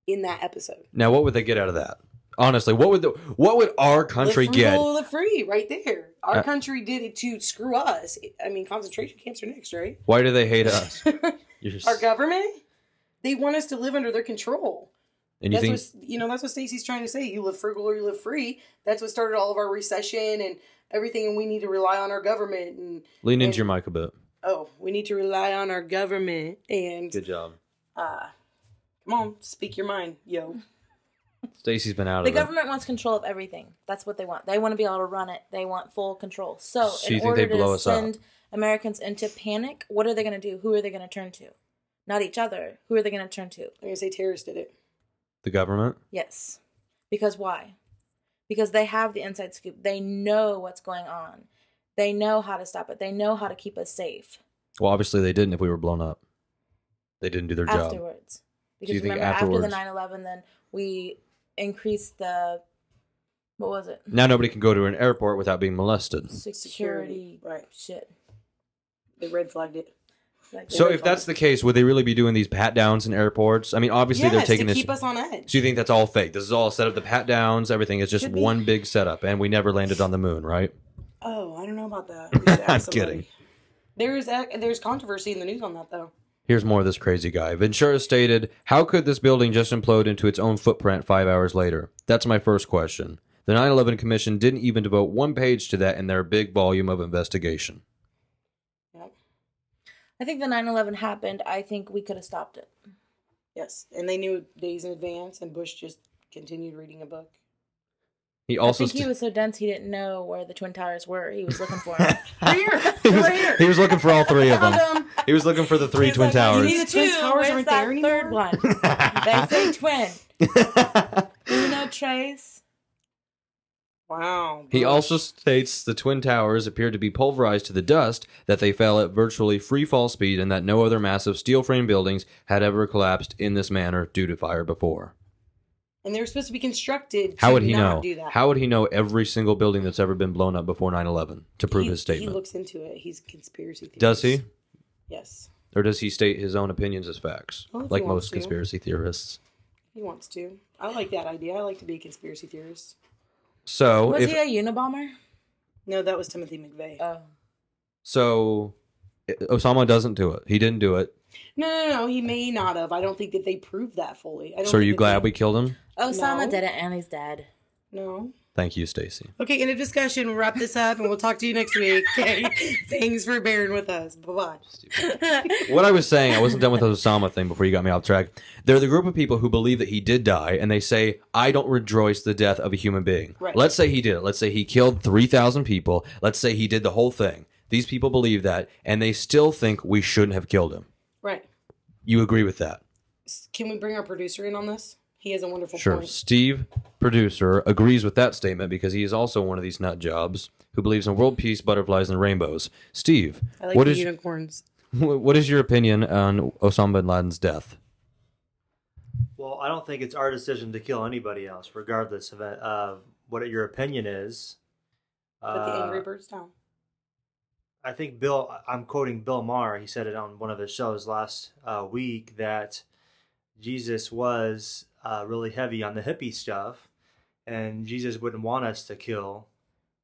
Speaker 5: in that episode.
Speaker 4: Now, what would they get out of that? Honestly, what would the, what would our country
Speaker 5: the
Speaker 4: get?
Speaker 5: frugal, the free, right there. Our
Speaker 4: Uh,
Speaker 5: country did it to screw us. I mean, concentration camps are next, <laughs> right?
Speaker 4: Why
Speaker 1: <laughs>
Speaker 4: do they hate us? You're s-
Speaker 5: Our government, they want us to live under their control.
Speaker 4: And you
Speaker 5: That's
Speaker 4: think
Speaker 5: what you know. That's what Stacey's trying to say. You live frugal or you live free. That's what started all of our recession and everything. And we need to rely on our government. And
Speaker 4: lean into your mic a bit.
Speaker 5: oh, we need to rely on our government. And
Speaker 4: Good job.
Speaker 5: uh, come on, speak your mind, yo.
Speaker 4: Stacy's been out
Speaker 1: The
Speaker 4: of it.
Speaker 1: government wants control of everything. That's what they want. They want to be able to run it. They want full control. So,
Speaker 4: So
Speaker 1: in
Speaker 4: you think
Speaker 1: order
Speaker 4: they blow
Speaker 1: to
Speaker 4: us up?
Speaker 1: send Americans into panic, what are they going to do? Who are they going to turn to? Not each other. Who are they going to turn to?
Speaker 5: I'm gonna say terrorists did it.
Speaker 4: The government.
Speaker 1: Yes. Because why? Because they have the inside scoop. They know what's going on. They know how to stop it. They know how to keep us safe
Speaker 4: Well, obviously they didn't. If we were blown up, they didn't do their
Speaker 5: <laughs>
Speaker 4: job.
Speaker 1: afterwards. Because
Speaker 4: you think
Speaker 1: remember, after the
Speaker 4: afterwards-
Speaker 1: 9 11, then we increased the, what was it?
Speaker 4: Now nobody can go to an airport without being molested.
Speaker 1: Security,
Speaker 5: right?
Speaker 1: shit.
Speaker 5: They red flagged it.
Speaker 1: Like,
Speaker 4: So
Speaker 1: they
Speaker 4: if
Speaker 1: were
Speaker 4: that's the case, would they really be doing these pat downs in airports? I mean, obviously they're
Speaker 5: Yes,
Speaker 4: taking
Speaker 5: to
Speaker 4: this.
Speaker 5: keep us on edge.
Speaker 4: so you think that's all fake? This is all set up. The pat downs, everything is just
Speaker 5: Could be.
Speaker 4: one big setup, and we never landed on the moon, right?
Speaker 5: Oh, I don't know about
Speaker 4: <laughs>
Speaker 5: that. We should ask
Speaker 4: I'm
Speaker 5: somebody.
Speaker 4: kidding.
Speaker 5: There is ac- there's controversy in the news on that though.
Speaker 4: Here's more of this crazy guy. Ventura stated, How could this building just implode into its own footprint five hours later? That's my first question. The 9 11 Commission didn't even devote one page to that in their big volume of investigation.
Speaker 5: Yep.
Speaker 1: I think the 9 11 happened. I think we could have stopped it.
Speaker 5: Yes, and they knew days in advance, and Bush just continued reading a book.
Speaker 4: He also
Speaker 1: I think
Speaker 4: st-
Speaker 1: he was so dense he didn't know where the Twin Towers were. He was looking for
Speaker 4: <laughs>
Speaker 1: them.
Speaker 5: We're here.
Speaker 4: he
Speaker 5: We're
Speaker 4: was,
Speaker 5: here.
Speaker 4: he was looking for all three of
Speaker 5: <laughs>
Speaker 4: them.
Speaker 5: Um,
Speaker 4: He was looking for the <laughs> three
Speaker 1: He's
Speaker 4: twin
Speaker 1: like,
Speaker 4: towers.
Speaker 1: "You
Speaker 5: need The Twin
Speaker 1: two,
Speaker 5: Towers
Speaker 1: where's
Speaker 5: aren't
Speaker 1: that
Speaker 5: there
Speaker 1: third one.
Speaker 4: <laughs>
Speaker 1: they say twin. You know trace.
Speaker 5: wow.
Speaker 4: he
Speaker 5: Bush.
Speaker 4: also states the twin towers appeared to be pulverized to the dust, that they fell at virtually free fall speed, and that no other massive steel frame buildings had ever collapsed in this manner due to fire before.
Speaker 5: and they were supposed to be constructed.
Speaker 4: How
Speaker 5: to
Speaker 4: would he
Speaker 5: not
Speaker 4: know?
Speaker 5: Do that.
Speaker 4: How would he know every single building that's ever been blown up before 9/11 to prove
Speaker 5: he,
Speaker 4: his statement?
Speaker 5: He looks into it. He's a conspiracy. Theorist.
Speaker 4: Does he,
Speaker 5: Yes,
Speaker 4: or does he state his own opinions as facts,
Speaker 5: Well, Oh, if he
Speaker 4: like
Speaker 5: wants
Speaker 4: most
Speaker 5: to.
Speaker 4: conspiracy theorists?
Speaker 5: he wants to. I like that idea. I like to be a conspiracy theorist.
Speaker 4: So,
Speaker 1: Was
Speaker 4: if,
Speaker 1: he a Unabomber?
Speaker 5: No, that was Timothy McVeigh.
Speaker 1: Oh.
Speaker 4: So I- Osama doesn't do it. He didn't do it.
Speaker 5: no, no, no. He may not have. I don't think that they proved that fully. I don't
Speaker 4: So are
Speaker 5: think
Speaker 4: you
Speaker 5: that
Speaker 4: glad
Speaker 5: they-
Speaker 4: we killed him?
Speaker 1: Osama
Speaker 5: No.
Speaker 1: did it and he's dead.
Speaker 5: No.
Speaker 4: Thank you, Stacy.
Speaker 5: Okay, in a discussion, we'll wrap this up, and we'll talk to you next week. <laughs> Okay. Thanks for bearing with us. Bye bye.
Speaker 4: What I was saying, I wasn't done with the Osama thing before you got me off track. They're the group of people who believe that he did die, and they say, "I don't rejoice the death of a human being."
Speaker 5: Right.
Speaker 4: Let's say he did it. Let's say he killed three thousand people. Let's say he did the whole thing. These people believe that, and they still think we shouldn't have killed him.
Speaker 5: Right.
Speaker 4: You agree with that?
Speaker 5: S- Can we bring our producer in on this? He has a wonderful
Speaker 4: Sure.
Speaker 5: point.
Speaker 4: Steve, producer, agrees with that statement because he is also one of these nut jobs who believes in world peace, butterflies, and rainbows. Steve,
Speaker 5: I like
Speaker 4: what
Speaker 5: the
Speaker 4: is <laughs>
Speaker 5: unicorns.
Speaker 4: what is your opinion on Osama bin Laden's death?
Speaker 3: Well, I don't think it's our decision to kill anybody else, regardless of uh, what your opinion is.
Speaker 5: Put the
Speaker 3: Uh,
Speaker 5: Angry Birds down.
Speaker 3: I think Bill, I'm quoting Bill Maher. He said it on one of his shows last uh, week that Jesus was uh, really heavy on the hippie stuff, and Jesus wouldn't want us to kill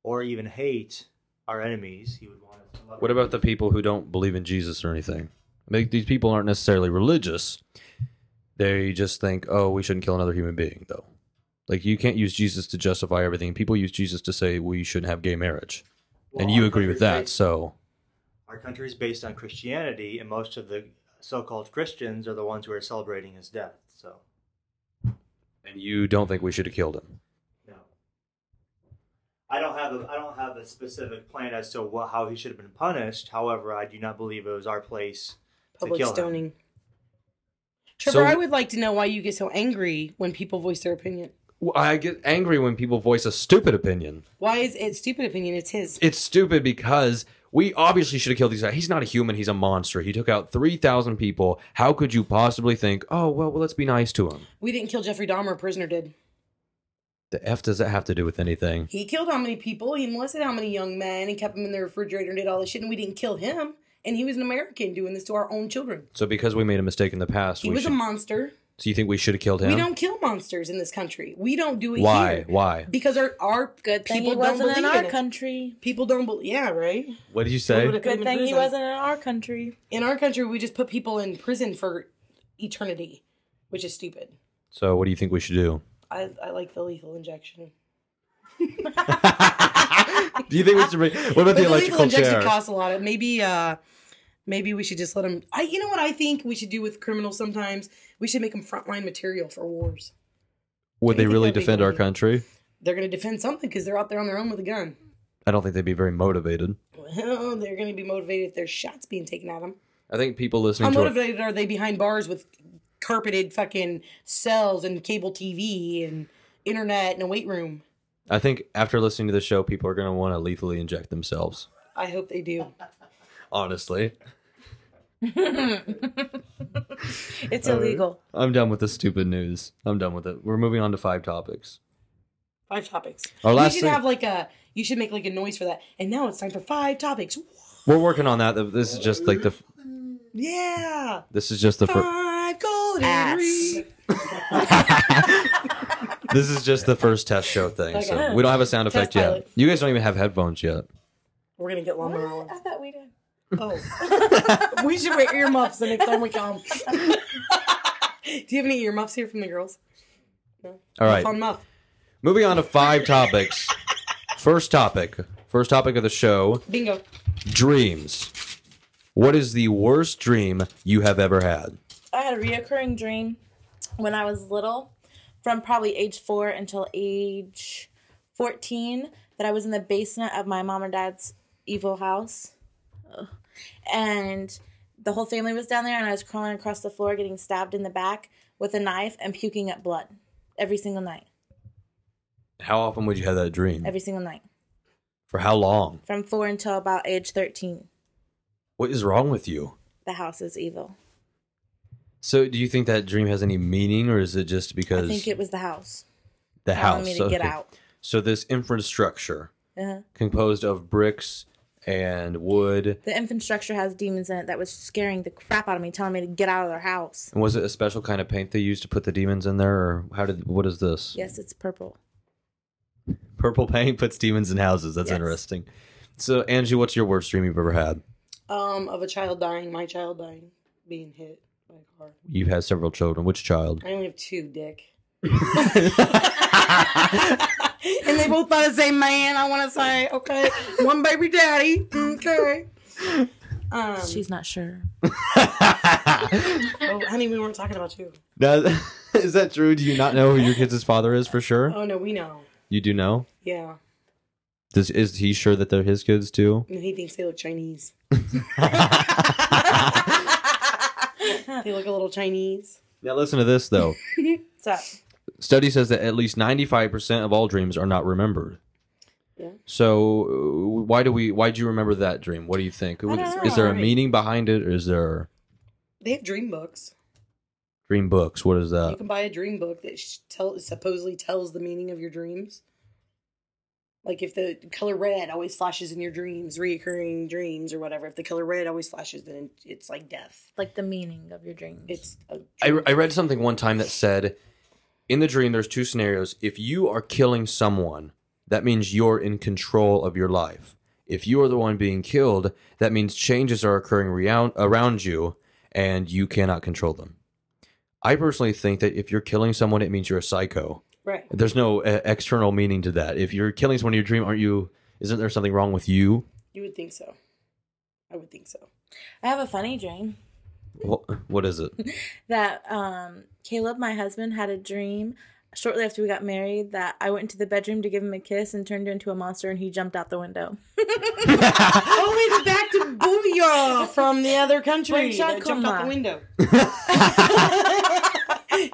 Speaker 3: or even hate our enemies. He would want us to love.
Speaker 4: What about the people who don't believe in Jesus or anything? I mean, these people aren't necessarily religious. They just think, oh, we shouldn't kill another human being, though. Like you can't use Jesus to justify everything. People use Jesus to say we shouldn't have gay marriage, and
Speaker 3: Well,
Speaker 4: you
Speaker 3: our
Speaker 4: agree with
Speaker 3: country's
Speaker 4: that.
Speaker 3: based-
Speaker 4: So
Speaker 3: Our country is based on Christianity, and most of the so-called Christians are the ones who are celebrating his death. So,
Speaker 4: and you don't think we should have killed him.
Speaker 3: no. I don't have a I don't have a specific plan as to what, how he should have been punished. However, I do not believe it was our place to
Speaker 5: Public
Speaker 3: kill him.
Speaker 5: stoning. Trevor,
Speaker 4: So-
Speaker 5: I would like to know why you get so angry when people voice their opinion.
Speaker 4: Well, I get angry when people voice a stupid opinion.
Speaker 5: Why is it stupid opinion? It's his.
Speaker 4: It's stupid because we obviously should have killed these guys. He's not a human. He's a monster. He took out 3,000 people. How could you possibly think, oh, well, well, let's be nice to him?
Speaker 5: We didn't kill Jeffrey Dahmer. A prisoner did.
Speaker 4: The F does that have to do with anything?
Speaker 5: He killed how many people? He molested how many young men and kept them in the refrigerator and did all this shit. And we didn't kill him. And he was an American doing this to our own children.
Speaker 4: So because we made a mistake in the past,
Speaker 5: He
Speaker 4: we
Speaker 5: was
Speaker 4: should,
Speaker 5: a monster.
Speaker 4: so you think we should have killed him?
Speaker 5: We don't kill monsters in this country. We don't do it
Speaker 4: Why?
Speaker 5: here.
Speaker 4: Why?
Speaker 5: Because our our
Speaker 1: Good thing
Speaker 5: people
Speaker 1: he
Speaker 5: don't
Speaker 1: wasn't
Speaker 5: believe
Speaker 1: in our
Speaker 5: it.
Speaker 1: country.
Speaker 5: People don't believe. Yeah, right.
Speaker 4: What did you
Speaker 5: Would've put him
Speaker 1: Good
Speaker 5: in
Speaker 1: thing he
Speaker 5: prison.
Speaker 1: wasn't in our country.
Speaker 5: In our country, we just put people in prison for eternity, which is stupid.
Speaker 4: So, what do you think we should do? <laughs>
Speaker 5: I, I like the lethal injection.
Speaker 4: do you think we should? Bring, what
Speaker 5: But
Speaker 4: about the
Speaker 5: the lethal
Speaker 4: electrical
Speaker 5: injection
Speaker 4: chair?
Speaker 5: costs a lot. Of, maybe uh, maybe we should just let them. I you know what I think we should do with criminals sometimes. We should make them frontline material for wars.
Speaker 4: Would
Speaker 5: do
Speaker 4: they
Speaker 5: you think
Speaker 4: really
Speaker 5: that'd be
Speaker 4: defend our
Speaker 5: good?
Speaker 4: country?
Speaker 5: They're going to defend something because they're out there on their own with a gun.
Speaker 4: I don't think they'd be very motivated.
Speaker 5: Well, they're going to be motivated if there's shots being taken at them.
Speaker 4: I think people
Speaker 5: How
Speaker 4: listening to it,
Speaker 5: motivated are they behind bars with carpeted fucking cells and cable TV and internet and a weight room?
Speaker 4: I think after listening to the show, people are going to want to lethally inject themselves.
Speaker 5: I hope they do.
Speaker 4: Honestly,
Speaker 1: It's illegal.
Speaker 4: I'm done with the stupid news. I'm done with it. We're moving on to five topics.
Speaker 5: Five topics.
Speaker 4: Our last
Speaker 5: you should
Speaker 4: thing-
Speaker 5: have like a. You should make like a noise for that. And now it's time for five topics.
Speaker 4: We're working on that. This is just like the.
Speaker 5: Yeah.
Speaker 4: This is just the. Fir-
Speaker 5: Five golden
Speaker 1: Ass.
Speaker 5: rings.
Speaker 4: <laughs> this is just the first test show thing. So
Speaker 5: Okay.
Speaker 4: we don't have a sound effect
Speaker 5: Test
Speaker 4: yet.
Speaker 5: pilot.
Speaker 4: You guys don't even have headphones yet.
Speaker 5: We're gonna get Lama
Speaker 1: What? <laughs>
Speaker 5: Rollins.
Speaker 1: I thought we did.
Speaker 5: Oh. we should wear earmuffs the next time we come. Do you have any earmuffs here from the girls?
Speaker 4: All right.
Speaker 5: Fun muff.
Speaker 4: Moving on to five topics. First topic. First topic of the show
Speaker 5: Bingo.
Speaker 4: dreams. What is the worst dream you have ever had?
Speaker 1: I had a reoccurring dream when I was little, from probably age four until age 14, that I was in the basement of my mom and dad's evil house. Ugh. And the whole family was down there, and I was crawling across the floor, getting stabbed in the back with a knife and puking up blood every single night.
Speaker 4: How often would you have that dream?
Speaker 1: Every single night.
Speaker 4: For how long?
Speaker 1: From four until about age 13,
Speaker 4: What is wrong with you?
Speaker 1: the house is evil.
Speaker 4: So, do you think that dream has any meaning, or is it just
Speaker 1: I
Speaker 4: because
Speaker 1: think it was the house.
Speaker 4: the
Speaker 1: telling me
Speaker 4: house?
Speaker 1: to get
Speaker 4: Okay.
Speaker 1: out.
Speaker 4: So, this infrastructure
Speaker 1: Uh-huh.
Speaker 4: composed of bricks and wood,
Speaker 1: The infrastructure has demons in it that was scaring the crap out of me, telling me to get out of their house.
Speaker 4: And was it a special kind of paint they used to put the demons in there, or how did? What is this?
Speaker 1: Yes, it's purple.
Speaker 4: Purple paint puts demons in houses. That's
Speaker 1: Yes.
Speaker 4: interesting. So, Angie, what's your worst dream you've ever had?
Speaker 5: Um, of a child dying, my child dying, being hit by a car.
Speaker 4: You've had several children. Which
Speaker 1: <laughs>
Speaker 4: child? <laughs>
Speaker 5: I only have two, Dick. and they both by the same man. I want to say, okay, one baby daddy. Okay. Um,
Speaker 1: She's not <laughs> sure.
Speaker 5: oh, honey, we weren't talking about you.
Speaker 4: Now, <laughs> is that true? Do you not know who your kid's father is for sure?
Speaker 5: Oh no, we know.
Speaker 4: You do know.
Speaker 5: Yeah,
Speaker 4: Does is he sure that they're his kids too?
Speaker 5: and he thinks they look
Speaker 4: <laughs>
Speaker 5: Chinese. they look a little Chinese.
Speaker 4: Now, listen to this though.
Speaker 1: What's up?
Speaker 4: Study says that at least ninety-five percent of all dreams are not remembered.
Speaker 5: Yeah.
Speaker 4: So uh, why do we? Why do you remember that dream? What do you think?
Speaker 1: I don't
Speaker 4: Is there a
Speaker 5: know.
Speaker 4: meaning behind it, or is there
Speaker 5: They have dream books.
Speaker 4: dream books? What is
Speaker 5: you
Speaker 4: that?
Speaker 5: can buy a dream book that sh- tell supposedly tells the meaning of your dreams. Like if the color red always flashes in your dreams, reoccurring dreams or whatever. If the color red always flashes, then it's like death.
Speaker 1: Like the meaning of your dreams.
Speaker 5: It's a
Speaker 4: I, I read something one time that said, in the dream, there's two scenarios. If you are killing someone, that means you're in control of your life. If you are the one being killed, that means changes are occurring reound, around you and you cannot control them. I personally think that if you're killing someone, it means you're a psycho.
Speaker 5: right.
Speaker 4: There's no uh, external meaning to that. If you're killing someone in your dream, aren't you? Isn't there something wrong with you?
Speaker 5: You would think so. I would think so.
Speaker 1: I have a funny dream
Speaker 4: What, what is it?
Speaker 1: that um, Caleb, my husband, had a dream shortly after we got married that I went into the bedroom to give him a kiss and turned into a monster and he jumped out the window.
Speaker 5: Oh, it's back to Booyah from the other country.
Speaker 1: Wait, Sean,
Speaker 5: That jumped
Speaker 1: come
Speaker 5: out the
Speaker 1: on.
Speaker 4: <laughs>
Speaker 5: window.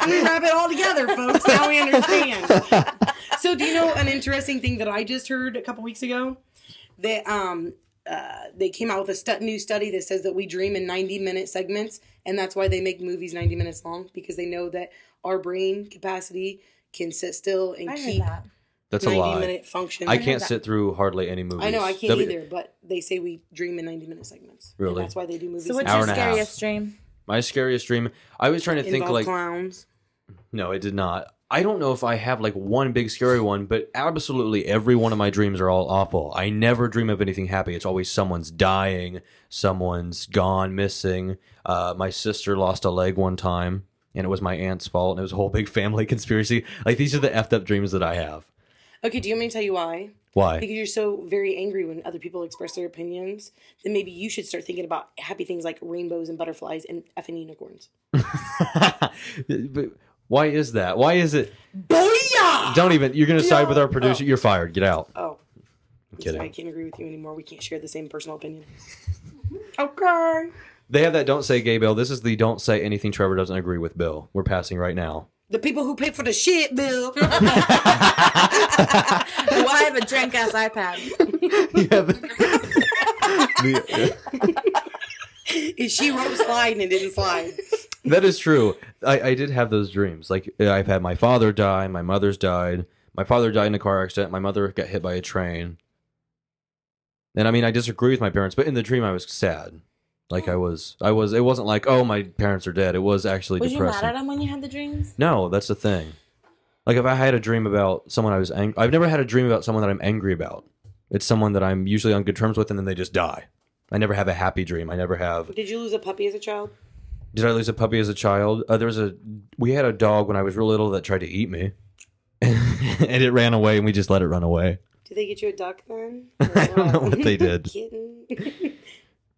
Speaker 5: we wrap it all together, folks. Now we understand. so, do you know an interesting thing that I just heard a couple weeks ago? That um, uh, they came out with a stu- new study that says that we dream in 90 minute segments, and that's why they make movies 90 minutes long because they know that our brain capacity can sit still and
Speaker 1: I heard
Speaker 5: keep
Speaker 1: that.
Speaker 4: That's a
Speaker 5: 90
Speaker 4: lie.
Speaker 5: minute function.
Speaker 4: I can't sit through hardly any movies.
Speaker 5: I know I can't
Speaker 4: W-
Speaker 5: either, but they say we dream in ninety minute segments.
Speaker 4: Really?
Speaker 5: And that's why they do movies.
Speaker 1: So what's
Speaker 4: Hour
Speaker 1: your
Speaker 4: and a half.
Speaker 1: scariest <laughs> dream?
Speaker 4: My scariest dream. I was trying to think
Speaker 5: involve
Speaker 4: like
Speaker 5: clowns.
Speaker 4: no, it did not. I don't know if I have like one big scary one, but absolutely every one of my dreams are all awful. I never dream of anything happy. It's always someone's dying, someone's gone missing. Uh, my sister lost a leg one time. and it was my aunt's fault, and it was a whole big family <laughs> conspiracy. Like these are the effed up dreams that I have.
Speaker 5: Okay, do you want me to tell you why?
Speaker 4: Why?
Speaker 5: Because you're so very angry when other people express their opinions, then maybe you should start thinking about happy things like rainbows and butterflies and effing unicorns.
Speaker 4: <laughs> But why is that? Why is it?
Speaker 5: Booyah!
Speaker 4: Don't even. You're gonna side with our producer. You're fired. Get out.
Speaker 5: Oh,
Speaker 4: I'm
Speaker 5: sorry, I
Speaker 4: kidding.
Speaker 5: can't agree with you anymore. We can't share the same personal opinion. okay.
Speaker 4: They have that "Don't Say Gay" bill. This is the "Don't Say Anything Trevor Doesn't Agree with" bill we're passing right now. <laughs>
Speaker 5: The people who pay for the shit bill. <laughs>
Speaker 1: Well, I have a drink ass
Speaker 4: <laughs>
Speaker 1: iPad.
Speaker 4: You have- The-
Speaker 5: Is she rope sliding and didn't slide?
Speaker 4: that is true. I, I did have those dreams. Like I've had my father die, my mother's died, my father died in a car accident, my mother got hit by a train. And I mean, I disagree with my parents, but in the dream, I was sad. Like I was, I was. It wasn't like, oh, my parents are dead. It was actually
Speaker 1: Was you
Speaker 4: depressing.
Speaker 1: mad at him when you had the dreams?
Speaker 4: No, that's the thing. Like if I had a dream about someone I was angry, I've never had a dream about someone that I'm angry about. It's someone that I'm usually on good terms with, and then they just die. I never have a happy dream. I never have.
Speaker 5: Did you lose a puppy as a child?
Speaker 4: Did I lose a puppy as a child? Uh, there was a. We had a dog when I was real little that tried to eat me, <laughs> and it ran away, and we just let it run away.
Speaker 5: Did they get you a duck then?
Speaker 4: <laughs> I don't know what they
Speaker 5: <laughs>
Speaker 4: did.
Speaker 5: Kitten.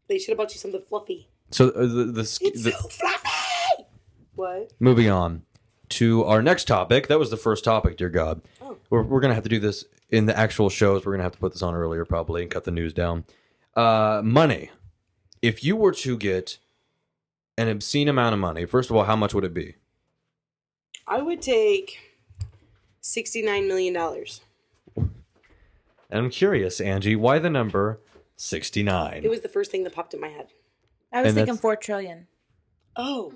Speaker 5: they should have bought you something fluffy.
Speaker 4: So uh, the the, sk- the
Speaker 5: fluffy. What?
Speaker 4: moving on to our next topic. That was the first topic, dear God. We're, we're going to have to do this in the actual shows. We're going to have to put this on earlier, probably, and cut the news down. Uh, money. If you were to get an obscene amount of money, first of all, how much would it be?
Speaker 5: I would take sixty-nine million dollars.
Speaker 4: And I'm curious, Angie, why the number
Speaker 5: It
Speaker 4: 69?
Speaker 5: was the first thing that popped in my head.
Speaker 1: I was
Speaker 4: And
Speaker 1: thinking
Speaker 4: that's-
Speaker 1: four <laughs> trillion.
Speaker 5: Oh,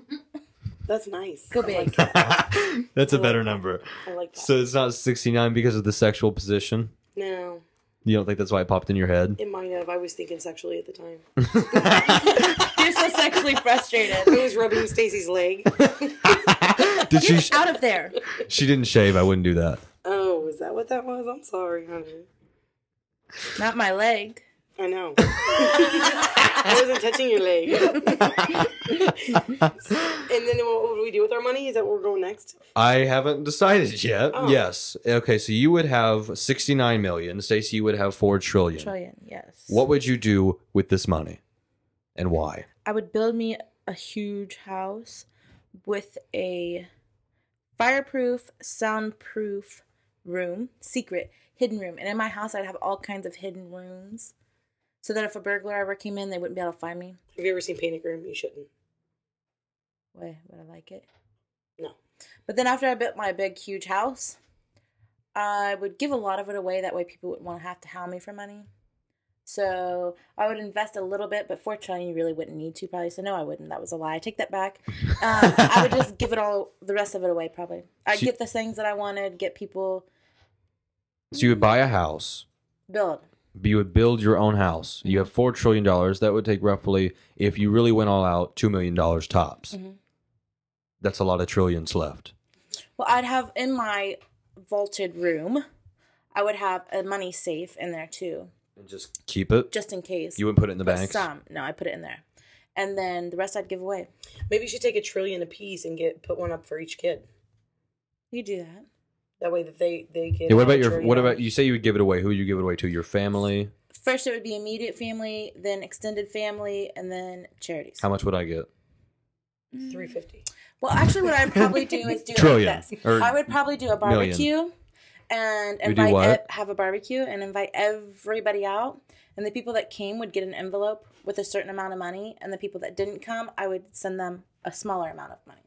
Speaker 5: that's nice.
Speaker 1: Go big.
Speaker 4: <laughs> That's a better number.
Speaker 5: I like that.
Speaker 4: <laughs> So it's not 69 because of the sexual position?
Speaker 5: no,
Speaker 4: You don't think that's why it popped in your head?
Speaker 5: it might have. I was thinking sexually at the time.
Speaker 1: You're so sexually frustrated.
Speaker 5: I was rubbing Stacy's
Speaker 4: <laughs>
Speaker 5: leg.
Speaker 4: Did she?
Speaker 1: Get out of there.
Speaker 4: She didn't shave. I wouldn't do that.
Speaker 5: Oh, is that what that was? I'm sorry, honey.
Speaker 1: Not my leg.
Speaker 5: I know. I wasn't touching your
Speaker 4: <laughs>
Speaker 5: leg. and then what would we do with our money? Is that where we're going next?
Speaker 4: I haven't decided yet.
Speaker 5: Oh.
Speaker 4: Yes. Okay, so you would have 69 million. Stacey, you would have 4 trillion.
Speaker 1: Trillion, yes.
Speaker 4: What would you do with this money? And why?
Speaker 1: I would build me a huge house with a fireproof, soundproof room, secret, hidden room. And in my house, I'd have all kinds of hidden rooms so that if a burglar ever came in, they wouldn't be able to find me.
Speaker 5: Have you ever seen Panic Room? You shouldn't.
Speaker 1: Why would I like it?
Speaker 5: No.
Speaker 1: But then after I built my big, huge house, I would give a lot of it away. That way, people wouldn't want to have to howl me for money. So I would invest a little bit, but fortunately, you really wouldn't need to probably. So no, I wouldn't. That was a lie. I take that back. Um, I would just give it all, the rest of it away. Probably, I'd
Speaker 4: So-
Speaker 1: get the things that I wanted. Get people
Speaker 4: So you would buy a house,
Speaker 1: build.
Speaker 4: but you would build your own house. You have 4 trillion dollars. That would take roughly if you really went all out 2 million dollars tops. That's a lot of trillions left.
Speaker 1: Well, I'd have in my vaulted room. I would have a money safe in there too,
Speaker 4: And just keep it.
Speaker 1: just in case.
Speaker 4: you wouldn't put it in the
Speaker 1: But
Speaker 4: banks.
Speaker 1: Some. No, I put it in there. And then the rest I'd give away.
Speaker 5: Maybe you should take a trillion apiece and get put one up for each kid.
Speaker 1: You do that.
Speaker 5: That way that they they get.
Speaker 4: Yeah, what
Speaker 5: a
Speaker 4: about your
Speaker 5: trillion.
Speaker 4: what about you say you would give it away? Who would you give it away to? Your family?
Speaker 1: First, it would be immediate family, then extended family, and then charities.
Speaker 4: How much would I get?
Speaker 5: three fifty?
Speaker 1: Well, actually, what I'd probably do is do it
Speaker 4: Trillion,
Speaker 1: like this.
Speaker 4: or
Speaker 1: I would probably do a
Speaker 4: million.
Speaker 1: barbecue and
Speaker 4: do
Speaker 1: invite
Speaker 4: what?
Speaker 1: ev- have a barbecue and invite everybody out. And the people that came would get an envelope with a certain amount of money, and the people that didn't come, I would send them a smaller amount of money.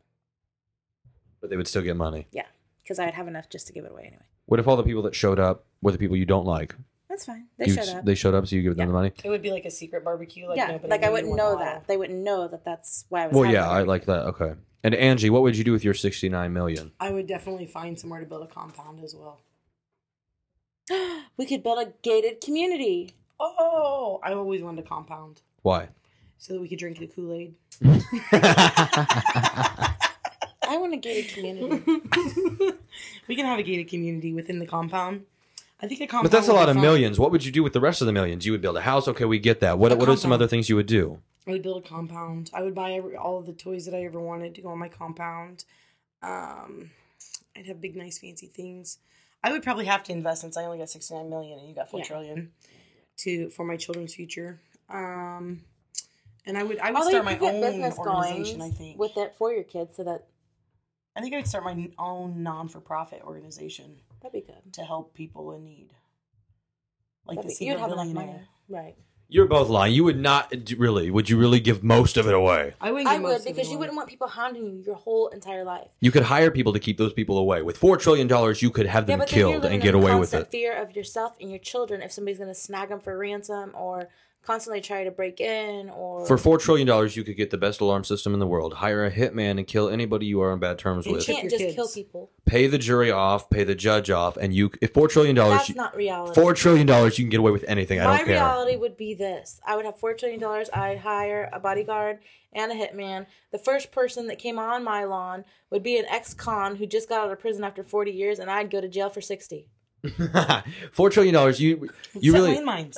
Speaker 4: But they would still get money.
Speaker 1: Yeah, because I'd have enough just to give it away anyway.
Speaker 4: What if all the people that showed up were the people you don't like?
Speaker 1: That's fine. They
Speaker 4: you,
Speaker 1: showed up.
Speaker 4: They showed up, so you give them the money.
Speaker 5: It would be like a secret barbecue. Like
Speaker 1: yeah,
Speaker 5: nobody
Speaker 1: like I
Speaker 5: knew
Speaker 1: wouldn't
Speaker 5: went
Speaker 1: know
Speaker 5: on.
Speaker 1: that. They wouldn't know that that's why I was.
Speaker 4: Well,
Speaker 1: having
Speaker 4: yeah,
Speaker 1: it.
Speaker 4: I like that. Okay. And Angie, what would you do with your sixty-nine million?
Speaker 5: I would definitely find somewhere to build a compound as well.
Speaker 1: We could build a gated community.
Speaker 5: Oh, I always wanted a compound
Speaker 4: Why?
Speaker 5: so that we could drink the Kool Aid.
Speaker 1: I want a gated community.
Speaker 5: <laughs> We can have a gated community within the compound. I think a compound.
Speaker 4: But that's a
Speaker 5: would
Speaker 4: lot
Speaker 5: be
Speaker 4: of
Speaker 5: fun.
Speaker 4: millions. What would you do with the rest of the millions? You would build a house. Okay, we get that. What What are some
Speaker 5: compound.
Speaker 4: other things you would do?
Speaker 5: I would build a compound. I would buy every, all of the toys that I ever wanted to go on my compound. Um, I'd have big, nice, fancy things. I would probably have to invest since I only got sixty nine million and you got four
Speaker 1: Yeah.
Speaker 5: trillion to for my children's future. Um, and I would I would
Speaker 1: Although
Speaker 5: start
Speaker 1: you
Speaker 5: my
Speaker 1: could get
Speaker 5: own
Speaker 1: business
Speaker 5: organization.
Speaker 1: going
Speaker 5: I think
Speaker 1: with it for your kids, so that
Speaker 5: I think I would start my own non for profit organization
Speaker 1: that'd be good.
Speaker 5: to help people in need, like
Speaker 1: That'd
Speaker 5: the
Speaker 1: be, you'd
Speaker 5: Secret
Speaker 1: have enough
Speaker 5: Billionaire.
Speaker 1: money, right?
Speaker 4: You're both lying. You would not d- really. Would you really give most of it away?
Speaker 5: I wouldn't.
Speaker 1: I
Speaker 5: give
Speaker 1: would
Speaker 5: most of
Speaker 1: because
Speaker 5: it
Speaker 1: you
Speaker 5: away.
Speaker 1: wouldn't want people hounding you your whole entire life.
Speaker 4: You could hire people to keep those people away. With four trillion dollars, you could have them
Speaker 1: but then you're
Speaker 4: killed
Speaker 1: living
Speaker 4: and get
Speaker 1: in
Speaker 4: away with
Speaker 1: constant
Speaker 4: it.
Speaker 1: Fear of yourself and your children if somebody's going to snag them for ransom or constantly try to break in or
Speaker 4: For four trillion dollars, you could get the best alarm system in the world. Hire a hitman and kill anybody you are on bad terms
Speaker 5: And
Speaker 1: you
Speaker 4: with.
Speaker 5: cheat-
Speaker 1: can't
Speaker 5: your
Speaker 1: just kill
Speaker 5: kids.
Speaker 1: people.
Speaker 4: Pay the jury off. Pay the judge off. And you, if four trillion dollars,
Speaker 1: That's not reality.
Speaker 4: four trillion dollars, you can get away with anything. I
Speaker 1: My
Speaker 4: don't care.
Speaker 1: reality would be this: I would have four trillion dollars. I'd hire a bodyguard and a hitman. The first person that came on my lawn would be an ex-con who just got out of prison after forty years, and I'd go to jail for sixty.
Speaker 4: <laughs> four trillion dollars, you, you
Speaker 5: Set
Speaker 4: really.
Speaker 5: landmines.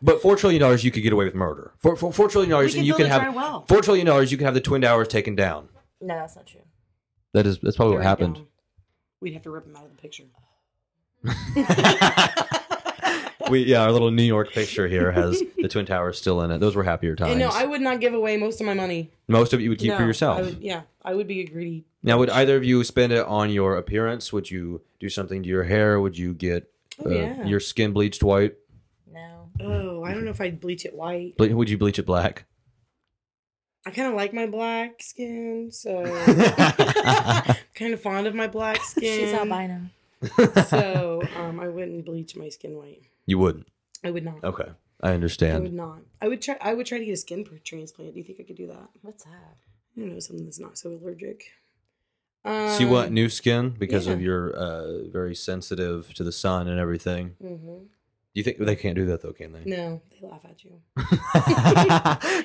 Speaker 4: But four trillion dollars, you could get away with murder. For, for four trillion dollars,
Speaker 5: We
Speaker 4: and
Speaker 5: could
Speaker 4: you
Speaker 5: build
Speaker 4: can
Speaker 5: a
Speaker 4: have
Speaker 5: dry well.
Speaker 4: four trillion dollars. You can have the twin towers taken down.
Speaker 1: No, that's not true.
Speaker 4: That is that's probably
Speaker 5: Very
Speaker 4: what Oh, happened.
Speaker 5: dumb. We'd have to rip him out of the picture.
Speaker 4: <laughs> we yeah, our little New York picture here has the twin towers still in it. Those were happier
Speaker 5: <laughs>
Speaker 4: times.
Speaker 5: And no, I would not give away most of my money.
Speaker 4: Most of it you would keep for
Speaker 5: No,
Speaker 4: yourself.
Speaker 5: I would, yeah, I would be a greedy.
Speaker 4: Now, would either of you spend it on your appearance? Would you do something to your hair? Would you get uh,
Speaker 5: Oh, yeah.
Speaker 4: your skin bleached white?
Speaker 1: No,
Speaker 5: Oh, I don't know if I'd bleach it white.
Speaker 4: Ble- would you bleach
Speaker 5: <laughs>
Speaker 4: it black?
Speaker 5: I kind of like my black skin,
Speaker 4: <laughs>
Speaker 5: so
Speaker 4: That's
Speaker 5: kind of fond of my black skin.
Speaker 1: she's albino.
Speaker 5: So um, I wouldn't bleach my skin white.
Speaker 4: You wouldn't.
Speaker 5: I would not.
Speaker 4: Okay, I
Speaker 5: I
Speaker 4: understand.
Speaker 5: would not. I would try. I would try to get a skin pr- transplant. Do you think I could do that?
Speaker 1: What's that?
Speaker 5: I don't know something that's not so allergic. Um,
Speaker 4: so you want new skin because of
Speaker 5: yeah.
Speaker 4: your uh, very sensitive to the sun and everything.
Speaker 5: hmm
Speaker 4: You think they can't do that though, can <laughs> they?
Speaker 5: No, <laughs> they laugh at you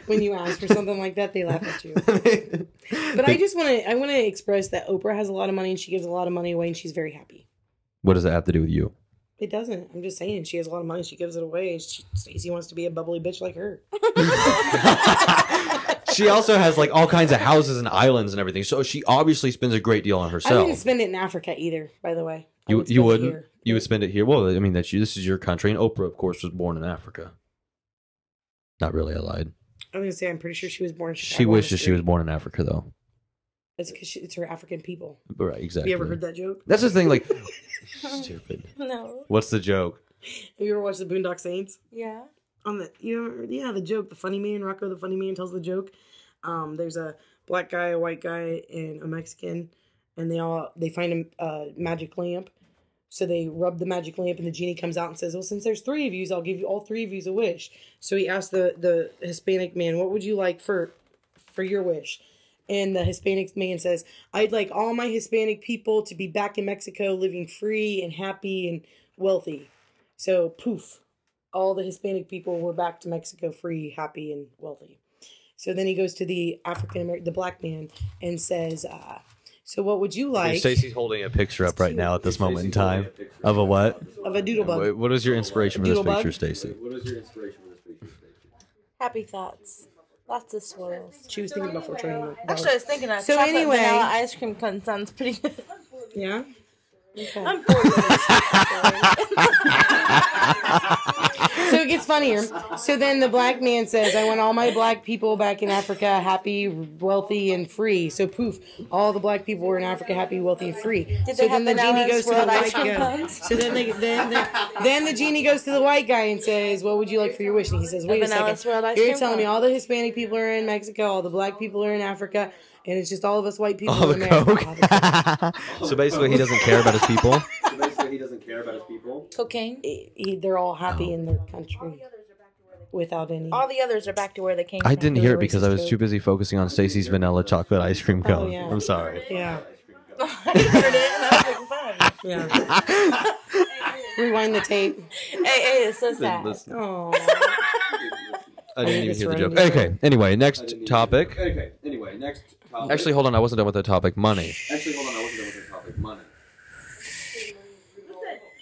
Speaker 5: when you ask for something like that. They laugh at you. But I just want to I want to express that Oprah has a lot of money and she gives a lot of money away and she's very happy.
Speaker 4: what does that have to do with you?
Speaker 5: It doesn't. I'm just saying she has a lot of money. She gives it away. She, Stacey wants to be a bubbly bitch like her.
Speaker 4: she also has like all kinds of houses and islands and everything. So she obviously spends a great deal on
Speaker 5: I
Speaker 4: herself.
Speaker 5: wouldn't spend it in Africa either. By the way, I would
Speaker 4: you you
Speaker 5: spend it
Speaker 4: wouldn't.
Speaker 5: here.
Speaker 4: You would spend it here. Well, I mean that's you. This is your country, and Oprah, of course, was born in Africa. Not really. I lied.
Speaker 5: I was gonna say I'm pretty sure she was born. in Chicago
Speaker 4: She
Speaker 5: on the
Speaker 4: wishes she
Speaker 5: street.
Speaker 4: was born in Africa, though.
Speaker 5: It's because it's her African people.
Speaker 4: But right, exactly.
Speaker 5: You ever heard that joke?
Speaker 4: That's the thing. Like, stupid.
Speaker 1: <laughs> No.
Speaker 4: What's the joke?
Speaker 5: Have you ever watched the Boondock Saints?
Speaker 1: Yeah.
Speaker 5: on the you ever, yeah the joke the funny man Rocco the funny man tells the joke. Um, there's a black guy, a white guy, and a Mexican, and they all they find a uh, magic lamp. So they rub the magic lamp, and the genie comes out and says, "Well, since there's three of you, I'll give you all three of you a wish." So he asks the the Hispanic man, "What would you like for for your wish?" And the Hispanic man says, "I'd like all my Hispanic people to be back in Mexico, living free and happy and wealthy." So poof, all the Hispanic people were back to Mexico free, happy, and wealthy. So then he goes to the African American, the black man, and says, uh, "So what would you like
Speaker 4: Stacy's holding a picture up right now at this moment in time of a what?
Speaker 5: of a doodle bug?"
Speaker 4: What is your inspiration for this
Speaker 5: Doodle bug?
Speaker 4: picture, Stacy?
Speaker 1: Happy thoughts. Lots of swirls.
Speaker 5: She was thinking about four trillion. dollars.
Speaker 1: Actually, I was thinking that
Speaker 5: So
Speaker 1: so chocolate
Speaker 5: anyway-
Speaker 1: vanilla ice cream cone sounds pretty good.
Speaker 5: yeah.
Speaker 1: <laughs> I'm bored with this. <laughs>
Speaker 5: So it gets funnier. So then the black man says, "I want all my black people back in Africa, happy, wealthy, and free." So poof, all the black people were in Africa, happy, wealthy, and free.
Speaker 1: Did
Speaker 5: so
Speaker 1: they have
Speaker 5: then the
Speaker 1: vanilla
Speaker 5: genie
Speaker 1: and
Speaker 5: goes to the
Speaker 1: swirled
Speaker 5: white
Speaker 1: ice cream
Speaker 5: guy.
Speaker 1: cones?
Speaker 5: So then, they, then, then, then the genie goes to the white guy and says, "What would you like for your wish?" And he says, "Wait a
Speaker 1: vanilla swirled
Speaker 5: second.
Speaker 1: ice
Speaker 5: You're
Speaker 1: cream
Speaker 5: telling me
Speaker 1: cone.
Speaker 5: all the Hispanic people are in Mexico, all the black people are in Africa, and it's just all of us white people
Speaker 4: <laughs> All
Speaker 5: in
Speaker 4: the
Speaker 5: America."
Speaker 4: coke.
Speaker 5: All the coke. <laughs>
Speaker 4: <laughs> so basically, he doesn't care about his people.
Speaker 6: So basically, he doesn't care about his people.
Speaker 1: Cocaine.
Speaker 5: He- they're all happy
Speaker 4: Oh.
Speaker 5: in their country without any.
Speaker 1: All the others are back to where they came
Speaker 4: I
Speaker 1: from.
Speaker 4: didn't hear it because I was too busy focusing on Stacy's vanilla chocolate ice cream cone.
Speaker 5: yeah.
Speaker 4: I'm sorry.
Speaker 5: yeah.
Speaker 1: I heard it and I was like, fine.
Speaker 5: Yeah. <laughs> Rewind the tape.
Speaker 1: Hey, hey, it's so
Speaker 4: <laughs>
Speaker 1: sad.
Speaker 4: Listen,
Speaker 5: Oh.
Speaker 4: I didn't even
Speaker 5: it's
Speaker 4: hear the
Speaker 5: running
Speaker 4: joke. Okay. Anyway, next topic.
Speaker 6: Okay. Anyway, next topic.
Speaker 4: Actually, hold on. I wasn't done with the topic. Money.
Speaker 6: actually, hold on. I wasn't done with the topic. Money.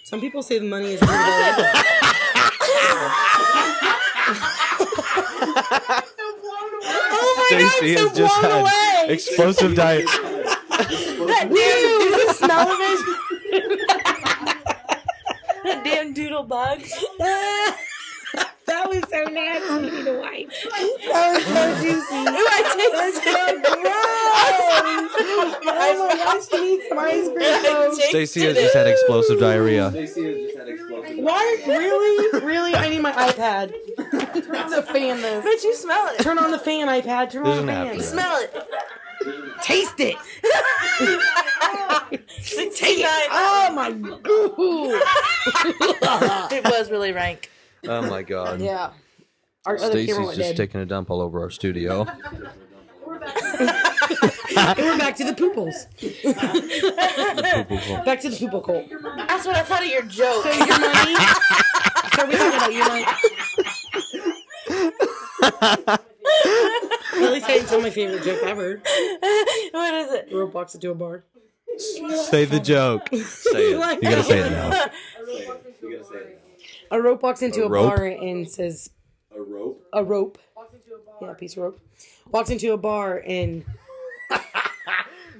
Speaker 5: Some people say the money is <laughs> really
Speaker 1: Oh
Speaker 4: Stacy has just had explosive diet.
Speaker 1: Dude, you smell of it? <laughs> that damn doodle bug. that
Speaker 5: <laughs> That was so nasty to wipe.
Speaker 1: was so juicy. Ooh, I tasted it.
Speaker 5: Oh my gosh, she needs mine's
Speaker 1: I tasted
Speaker 4: Stacy has just had
Speaker 1: it.
Speaker 4: explosive diarrhea.
Speaker 6: Stacy has just had explosive.
Speaker 5: Why? Really? Really? I need my iPad. to fan this.
Speaker 1: But you smell it.
Speaker 5: Turn on the fan, iPad. Turn
Speaker 4: There's
Speaker 5: on the
Speaker 4: an app
Speaker 5: fan.
Speaker 4: for that.
Speaker 1: Smell it.
Speaker 5: Taste it.
Speaker 1: <laughs> Sixty-nine.
Speaker 5: Oh my goo.
Speaker 1: it was really rank. <laughs>
Speaker 4: Oh my god.
Speaker 5: Yeah. Our other
Speaker 4: Stacy's
Speaker 5: camera went
Speaker 4: just
Speaker 5: dead.
Speaker 4: taking a dump all over our studio.
Speaker 5: and we're back to the <laughs> pooples.
Speaker 4: Poopable.
Speaker 5: Back to the poople cult.
Speaker 1: That's what I thought of your joke.
Speaker 5: So your
Speaker 1: <laughs>
Speaker 4: <laughs>
Speaker 5: money. so are we talking about your money? At least I didn't tell my favorite joke <laughs> ever.
Speaker 1: what is it?
Speaker 5: Roblox into a bar.
Speaker 4: Say the joke.
Speaker 5: <laughs>
Speaker 4: Say it. You gotta say it now.
Speaker 6: You gotta say it
Speaker 5: A rope walks into a,
Speaker 4: rope?
Speaker 5: bar and says,
Speaker 6: now. A rope.
Speaker 5: a rope. Yeah, a piece of rope. Walks into a bar and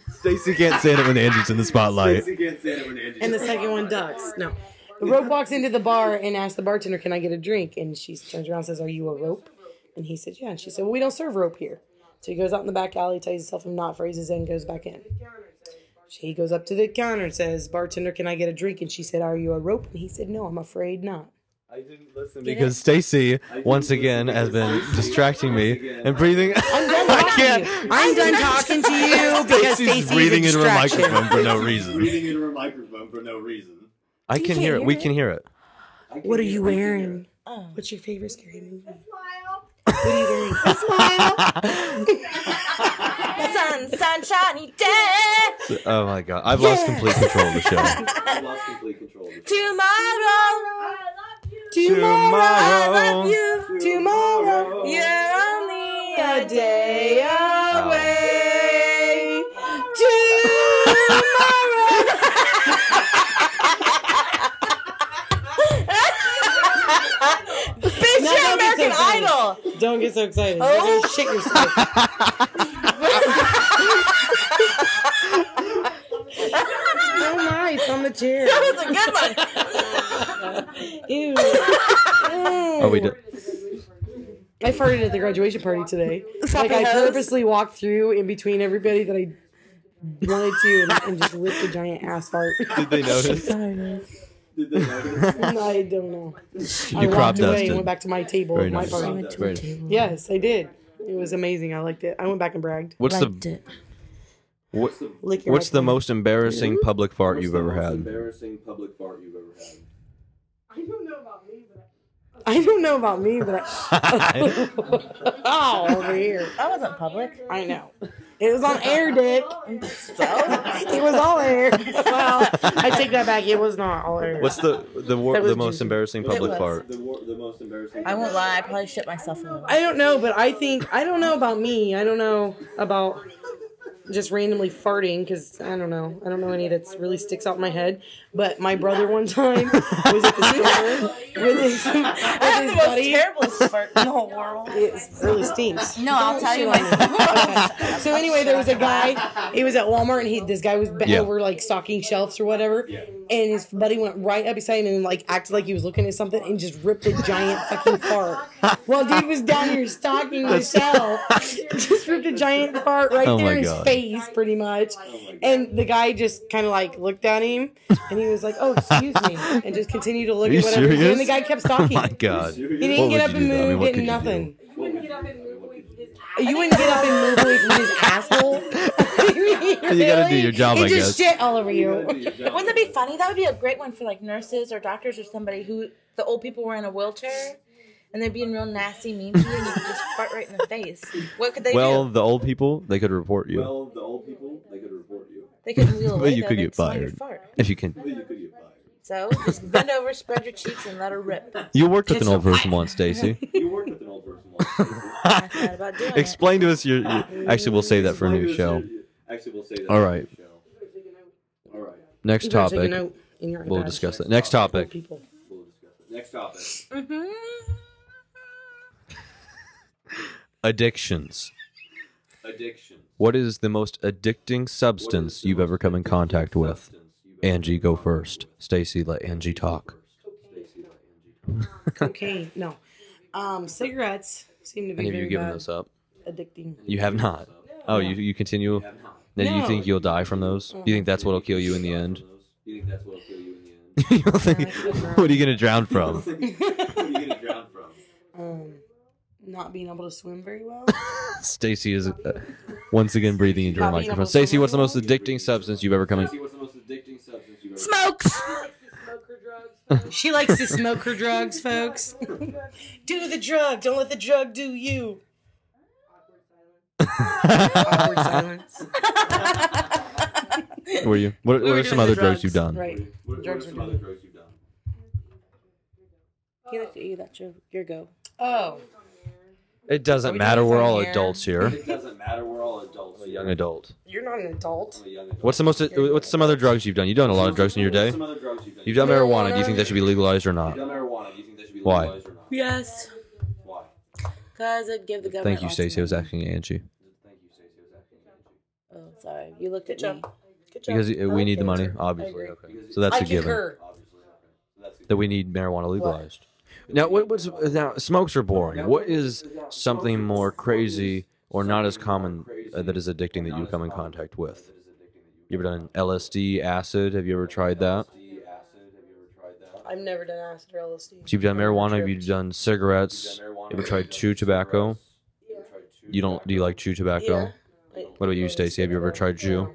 Speaker 4: Stacy can't say it when Andrew's in the spotlight.
Speaker 6: Stacy can't say it when Angie.
Speaker 5: and the second one ducks. No. The rope walks into the bar and asks the bartender, Can I get a drink? And she turns around and says, Are you a rope? And he said, Yeah. And she said, Well, we don't serve rope here. So he goes out in the back alley, tells himself I'm not, phrases in, goes back in. She goes up to the counter and says, Bartender, can I get a drink? And she said, Are you a rope? And he said, No, I'm afraid not.
Speaker 6: I didn't listen
Speaker 4: Because Stacy, once again, has been distracting me and breathing. <laughs> I can't.
Speaker 5: I'm done talking to you because
Speaker 4: Stacy's
Speaker 5: Stacy's
Speaker 4: breathing
Speaker 5: a
Speaker 4: into her
Speaker 5: distraction.
Speaker 4: microphone for no reason.
Speaker 6: Breathing into her microphone for no reason.
Speaker 4: I can hear it. We can hear it.
Speaker 6: I can
Speaker 5: What are
Speaker 6: hear-
Speaker 5: you
Speaker 6: I can hear
Speaker 5: wearing?
Speaker 6: it.
Speaker 5: What's your favorite scary movie?
Speaker 1: Sun, sunshiny day.
Speaker 4: Oh my god. I've lost complete control of the show.
Speaker 6: I lost complete control. of this.
Speaker 1: Tomorrow, I love
Speaker 4: Tomorrow.
Speaker 1: you.
Speaker 5: Tomorrow.
Speaker 1: You're only a
Speaker 5: A day
Speaker 1: day away. Tomorrow. <laughs> Bitch,
Speaker 5: No, don't
Speaker 1: you're
Speaker 5: get so
Speaker 1: American
Speaker 5: excited.
Speaker 1: Idol.
Speaker 5: Don't get so excited. You're gonna shit <laughs> yourself. oh my, it's on the chair.
Speaker 1: <laughs> That was a good one.
Speaker 5: Ew.
Speaker 4: Oh, we did.
Speaker 5: I farted at the graduation party today. Like I
Speaker 1: hose.
Speaker 5: purposely walked through in between everybody that I wanted to and, and just ripped a giant ass fart.
Speaker 4: Did <laughs> they notice?
Speaker 6: Did they
Speaker 5: <laughs>
Speaker 6: notice?
Speaker 5: I don't know. I
Speaker 4: You crop
Speaker 5: walked away and
Speaker 4: dusted.
Speaker 5: went back to my table,
Speaker 4: Very
Speaker 5: my
Speaker 4: nice.
Speaker 5: party.
Speaker 4: Very nice.
Speaker 5: Yes, I did. It was amazing. I liked it. I went back and bragged.
Speaker 4: <laughs> What's the what,
Speaker 5: Lick your
Speaker 4: What's the
Speaker 5: microphone.
Speaker 4: most embarrassing public fart you've
Speaker 6: the
Speaker 4: ever
Speaker 6: most
Speaker 4: had?
Speaker 6: Embarrassing public fart you've ever had.
Speaker 5: <laughs> I don't know about me, but I... oh, over here.
Speaker 1: That wasn't public.
Speaker 5: I know. It was on air, Dick. <laughs> it was all air. Well, I take that back. It was not all air.
Speaker 4: <laughs>
Speaker 5: <laughs>
Speaker 4: What's the the war,
Speaker 5: That was
Speaker 4: the most
Speaker 5: juicy.
Speaker 4: embarrassing public
Speaker 5: <laughs>
Speaker 1: was.
Speaker 4: fart?
Speaker 6: The, wor- the most embarrassing.
Speaker 1: I won't lie. I probably shit myself a little.
Speaker 5: I don't know, but I think I don't know about me. I don't know about just randomly farting because I don't know. I don't know any that really sticks out in my head. But my brother one time was at <laughs> the store with his,
Speaker 1: I
Speaker 5: with
Speaker 1: have the
Speaker 5: his
Speaker 1: most
Speaker 5: buddy.
Speaker 1: terrible fart in the whole world.
Speaker 5: It really stinks.
Speaker 1: No, I'll tell you my <laughs>
Speaker 5: Okay. <laughs> So anyway, there was a guy. He was at Walmart, and he this guy was bent
Speaker 4: Yeah.
Speaker 5: over like stocking shelves or whatever. And his buddy went right up beside him and like acted like he was looking at something and just ripped a giant fucking fart.
Speaker 4: <laughs>
Speaker 5: While dude was down here stocking the shelf, just ripped a giant fart right
Speaker 4: Oh my
Speaker 5: there in his
Speaker 4: God.
Speaker 5: face, pretty much. And the guy just kind of like looked at him, and he was like, "Oh, excuse me," and just continued to look
Speaker 4: Are you
Speaker 5: at whatever. he was doing.
Speaker 4: serious?
Speaker 5: And the guy kept
Speaker 4: <laughs> Oh
Speaker 5: stocking.
Speaker 4: my god!
Speaker 5: He didn't
Speaker 4: What
Speaker 5: get
Speaker 4: would
Speaker 5: up
Speaker 4: you
Speaker 5: and
Speaker 4: do?
Speaker 5: move,
Speaker 4: I mean, what
Speaker 5: didn't
Speaker 4: could you do?
Speaker 5: nothing. You wouldn't get up and move away from his asshole.
Speaker 6: <laughs>
Speaker 5: <laughs> you
Speaker 4: gotta do your job,
Speaker 5: It
Speaker 4: I
Speaker 5: just
Speaker 4: guess.
Speaker 5: shit all over you.
Speaker 1: <laughs> Wouldn't that be funny? That would be a great one for like nurses or doctors or somebody who the old people were in a wheelchair and they're being real nasty, mean to you, and you could just fart right in the face. What could they
Speaker 4: Well,
Speaker 1: do?
Speaker 4: the old people they could report you
Speaker 6: Well, the old people they could report you.
Speaker 1: They could wheel away.
Speaker 4: you
Speaker 1: though,
Speaker 4: could
Speaker 1: they'd
Speaker 4: get
Speaker 1: smell your
Speaker 4: fired.
Speaker 1: fart.
Speaker 4: if you can.
Speaker 6: You could get fired.
Speaker 1: So just bend over, spread your cheeks, and let her rip.
Speaker 4: You worked with an old person once, Stacy. <laughs>
Speaker 6: You worked with an old person. Once.
Speaker 1: I thought about doing it.
Speaker 4: Explain to us
Speaker 5: <laughs>
Speaker 4: your, your. Actually, we'll save that <laughs> for a new show.
Speaker 6: Actually, we'll say that.
Speaker 4: All
Speaker 6: for a
Speaker 4: right.
Speaker 6: new show. All right.
Speaker 4: Next
Speaker 5: You better take a
Speaker 4: topic.
Speaker 5: note in your
Speaker 4: We'll
Speaker 5: iPad.
Speaker 4: discuss that. Next topic.
Speaker 5: People.
Speaker 4: <laughs>
Speaker 6: We'll discuss it. Next topic.
Speaker 1: Mhm.
Speaker 4: Addictions.
Speaker 6: Addiction.
Speaker 4: What is the most addicting substance you've ever come in contact with? Angie, go first. Stacy, let Angie talk.
Speaker 5: Cocaine. No. Um, cigarettes seem to be
Speaker 4: Any of
Speaker 5: very
Speaker 4: you given
Speaker 5: bad,
Speaker 4: those up?
Speaker 5: addicting.
Speaker 4: You have not. Oh, you you continue. Then you
Speaker 5: No.
Speaker 4: think you'll die from those? You think that's what'll kill you in the end?
Speaker 6: You think that's what'll kill you in the end?
Speaker 4: You <laughs> don't think- what are you gonna drown from?
Speaker 6: <laughs> What are you gonna
Speaker 5: <laughs>
Speaker 6: drown from?
Speaker 5: Um, not being able to swim very
Speaker 4: <laughs>
Speaker 5: well.
Speaker 4: Stacy is uh, once again breathing into her
Speaker 5: Not being able
Speaker 4: microphone.
Speaker 5: to
Speaker 4: Stacy,
Speaker 5: swim
Speaker 4: what's the most
Speaker 5: anymore?
Speaker 4: addicting substance you've ever come in? <laughs>
Speaker 6: See what's the most addicting substance you've ever
Speaker 1: Smokes.
Speaker 4: <laughs>
Speaker 5: she likes to smoke her drugs,
Speaker 6: <laughs>
Speaker 5: folks. <laughs> do the drug. Don't let the drug do you. Awkward silence.
Speaker 4: Were you? What, what
Speaker 5: were
Speaker 4: are some
Speaker 5: doing the
Speaker 4: other drugs,
Speaker 5: drugs,
Speaker 4: you've done?
Speaker 5: Right.
Speaker 6: What, what are
Speaker 5: Drugs are
Speaker 6: some
Speaker 5: done.
Speaker 6: other drugs you've done?
Speaker 1: He looked at you. That's your your go.
Speaker 5: <laughs> Oh.
Speaker 4: It
Speaker 5: Are
Speaker 4: doesn't
Speaker 5: we
Speaker 4: matter.
Speaker 5: doing
Speaker 4: We're
Speaker 5: this on
Speaker 4: all
Speaker 5: the air?
Speaker 4: adults here.
Speaker 6: It doesn't matter. We're all adults.
Speaker 4: A young adult.
Speaker 5: You're not an adult.
Speaker 6: I'm a young adult.
Speaker 4: What's the most? What's some other drugs you've done? You've done a lot of drugs in your
Speaker 6: What's
Speaker 4: day.
Speaker 6: Some other drugs you've done.
Speaker 4: You've done marijuana. Do you think that should be legalized or
Speaker 6: You've
Speaker 4: not?
Speaker 6: done marijuana. Do you think that should be
Speaker 4: Why?
Speaker 6: legalized or not?
Speaker 1: Yes.
Speaker 6: Why?
Speaker 1: Cause I'd give the government.
Speaker 4: Thank you, Stacy. I was asking Angie
Speaker 6: Thank you, Stacey. I was asking you.
Speaker 1: Oh, sorry. You looked at
Speaker 5: Good
Speaker 1: me.
Speaker 5: job. Good job.
Speaker 4: because uh, we need the money, obviously. Okay. So that's a given.
Speaker 6: Obviously. Okay. So that's
Speaker 4: That we need marijuana legalized. Now, what, what's now? Smokes are boring. What is something more crazy or not as common uh, that is addicting that you come in contact with? You ever done LSD, acid? Have you ever tried that?
Speaker 6: the acid. Have you ever tried that?
Speaker 5: I've never done acid or LSD.
Speaker 4: So you've done marijuana. Have you done cigarettes? You ever tried chew tobacco?
Speaker 6: You ever tried chew
Speaker 4: You don't? Do you like chew tobacco?
Speaker 5: Yeah.
Speaker 4: What about you, Stacy? Have you ever tried chew?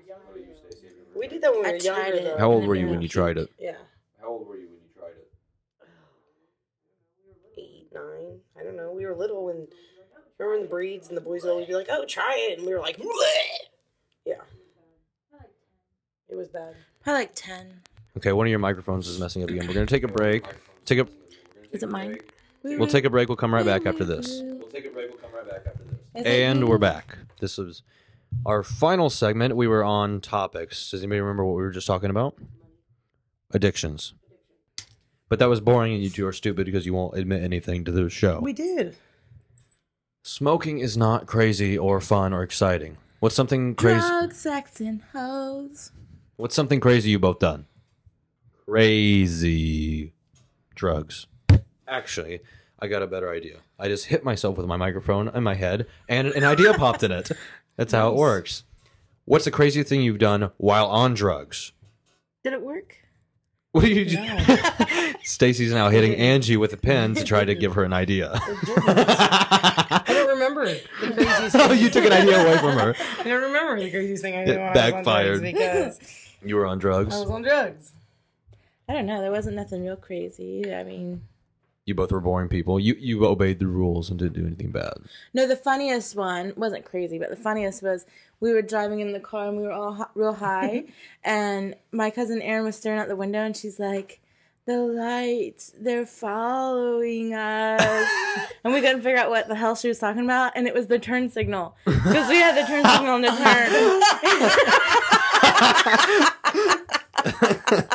Speaker 5: We did that when we
Speaker 1: I
Speaker 5: were
Speaker 1: tried
Speaker 5: younger,
Speaker 1: it.
Speaker 5: though.
Speaker 4: How old were you when you tried it?
Speaker 5: Yeah.
Speaker 6: How old were you when you tried it?
Speaker 5: Eight, nine. I don't know. We were little when. Remember when the breeds and the boys would always be like, oh, try it. And we were like, Bleh! yeah. It was bad.
Speaker 1: Probably like ten.
Speaker 4: Okay, one of your microphones is messing up again. We're gonna take a break. Take a.
Speaker 1: Is it mine?
Speaker 4: We'll take a break. We'll come right back after this.
Speaker 6: We'll take a break. We'll come right back after this.
Speaker 4: And we're back. This was our final segment. We were on topics. Does anybody remember what we were just talking about? Addictions. But that was boring, and you two are stupid because you won't admit anything to the show.
Speaker 5: did.
Speaker 4: Smoking is not crazy or fun or exciting. What's something crazy?
Speaker 1: Drug, sex, and hoes.
Speaker 4: What's something crazy you both done? Crazy drugs. Actually, I got a better idea. I just hit myself with my microphone in my head, and an idea popped in <laughs> it. That's how it works. What's the craziest thing you've done while on drugs? <laughs>
Speaker 1: Did it work?
Speaker 4: What do you do? <laughs> Stacy's now hitting Angie with a pen to try to give her an idea.
Speaker 5: I don't remember the craziest
Speaker 4: <laughs> oh,
Speaker 5: thing.
Speaker 4: you took an idea away from her.
Speaker 5: I don't remember the craziest thing I
Speaker 4: It
Speaker 5: did when I was on drugs
Speaker 4: backfired.
Speaker 5: because
Speaker 4: You were on drugs.
Speaker 5: I was on drugs.
Speaker 1: I don't know. There wasn't nothing real crazy. I mean,
Speaker 4: You both were boring people. You you obeyed the rules and didn't do anything bad. <laughs>
Speaker 1: no. The funniest one wasn't crazy, but the funniest was we were driving in the car and we were all hi- real high, and my cousin Erin was staring out the window and she's like. The lights, they're following us. and we couldn't figure out what the hell she was talking about. And it was the turn signal. Because we had the turn signal to turn. <laughs>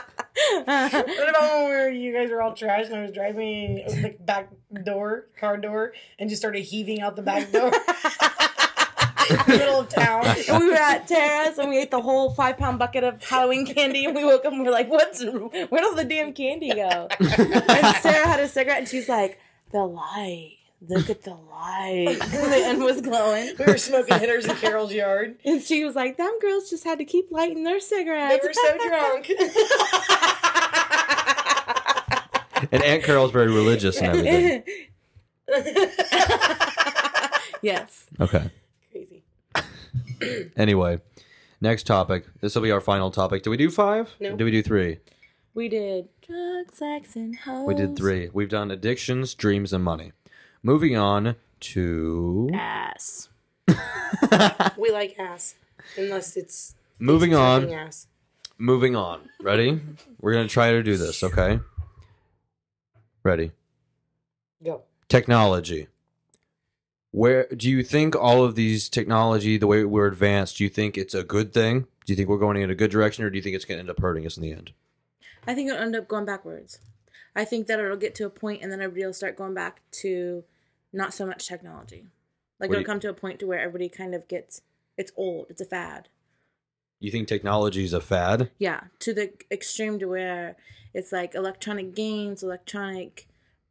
Speaker 5: What about when we were, you guys were all trashed and I was driving the back door, car door, and just started heaving out the back <laughs> door? middle of town.
Speaker 1: and we were at Terrace and we ate the whole five pound bucket of Halloween candy and we woke up and we were like, What's where'd all the damn candy go? and Sarah had a cigarette and she's like, The light. Look at the
Speaker 5: <laughs>
Speaker 1: light. the end was glowing.
Speaker 5: We were smoking hitters in Carol's yard.
Speaker 1: And she was like, Them girls just had to keep lighting their
Speaker 5: They
Speaker 1: cigarettes.
Speaker 5: were so drunk.
Speaker 4: And Aunt Carol's very religious and
Speaker 5: <laughs>
Speaker 4: everything.
Speaker 1: yes.
Speaker 4: Okay.
Speaker 5: Crazy.
Speaker 4: Anyway, next topic. This will be our final topic. Did we do five?
Speaker 5: No.
Speaker 4: Did we do three?
Speaker 1: We did drugs, sex, and hoes.
Speaker 4: We did three. We've done addictions, dreams, and money. Moving on to
Speaker 1: Ass.
Speaker 5: <laughs> We like ass. Unless it's
Speaker 4: moving
Speaker 5: fucking
Speaker 4: on.
Speaker 5: ass.
Speaker 4: Moving on. Ready? We're gonna try to do this. Okay. Ready.
Speaker 5: Go.
Speaker 4: Technology. Where do you think all of these technology, the way we're advanced, do you think it's a good thing? Do you think we're going in a good direction, or do you think it's going to end up hurting us in the end?
Speaker 1: I think it'll end up going backwards. I think that it'll get to a point and then everybody will start going back to not so much technology. Like
Speaker 4: What
Speaker 1: it'll
Speaker 4: do you-
Speaker 1: come to a point to where everybody kind of gets it's old, it's a fad.
Speaker 4: You think technology is a fad?
Speaker 1: Yeah, to the extreme to where it's like electronic games, electronic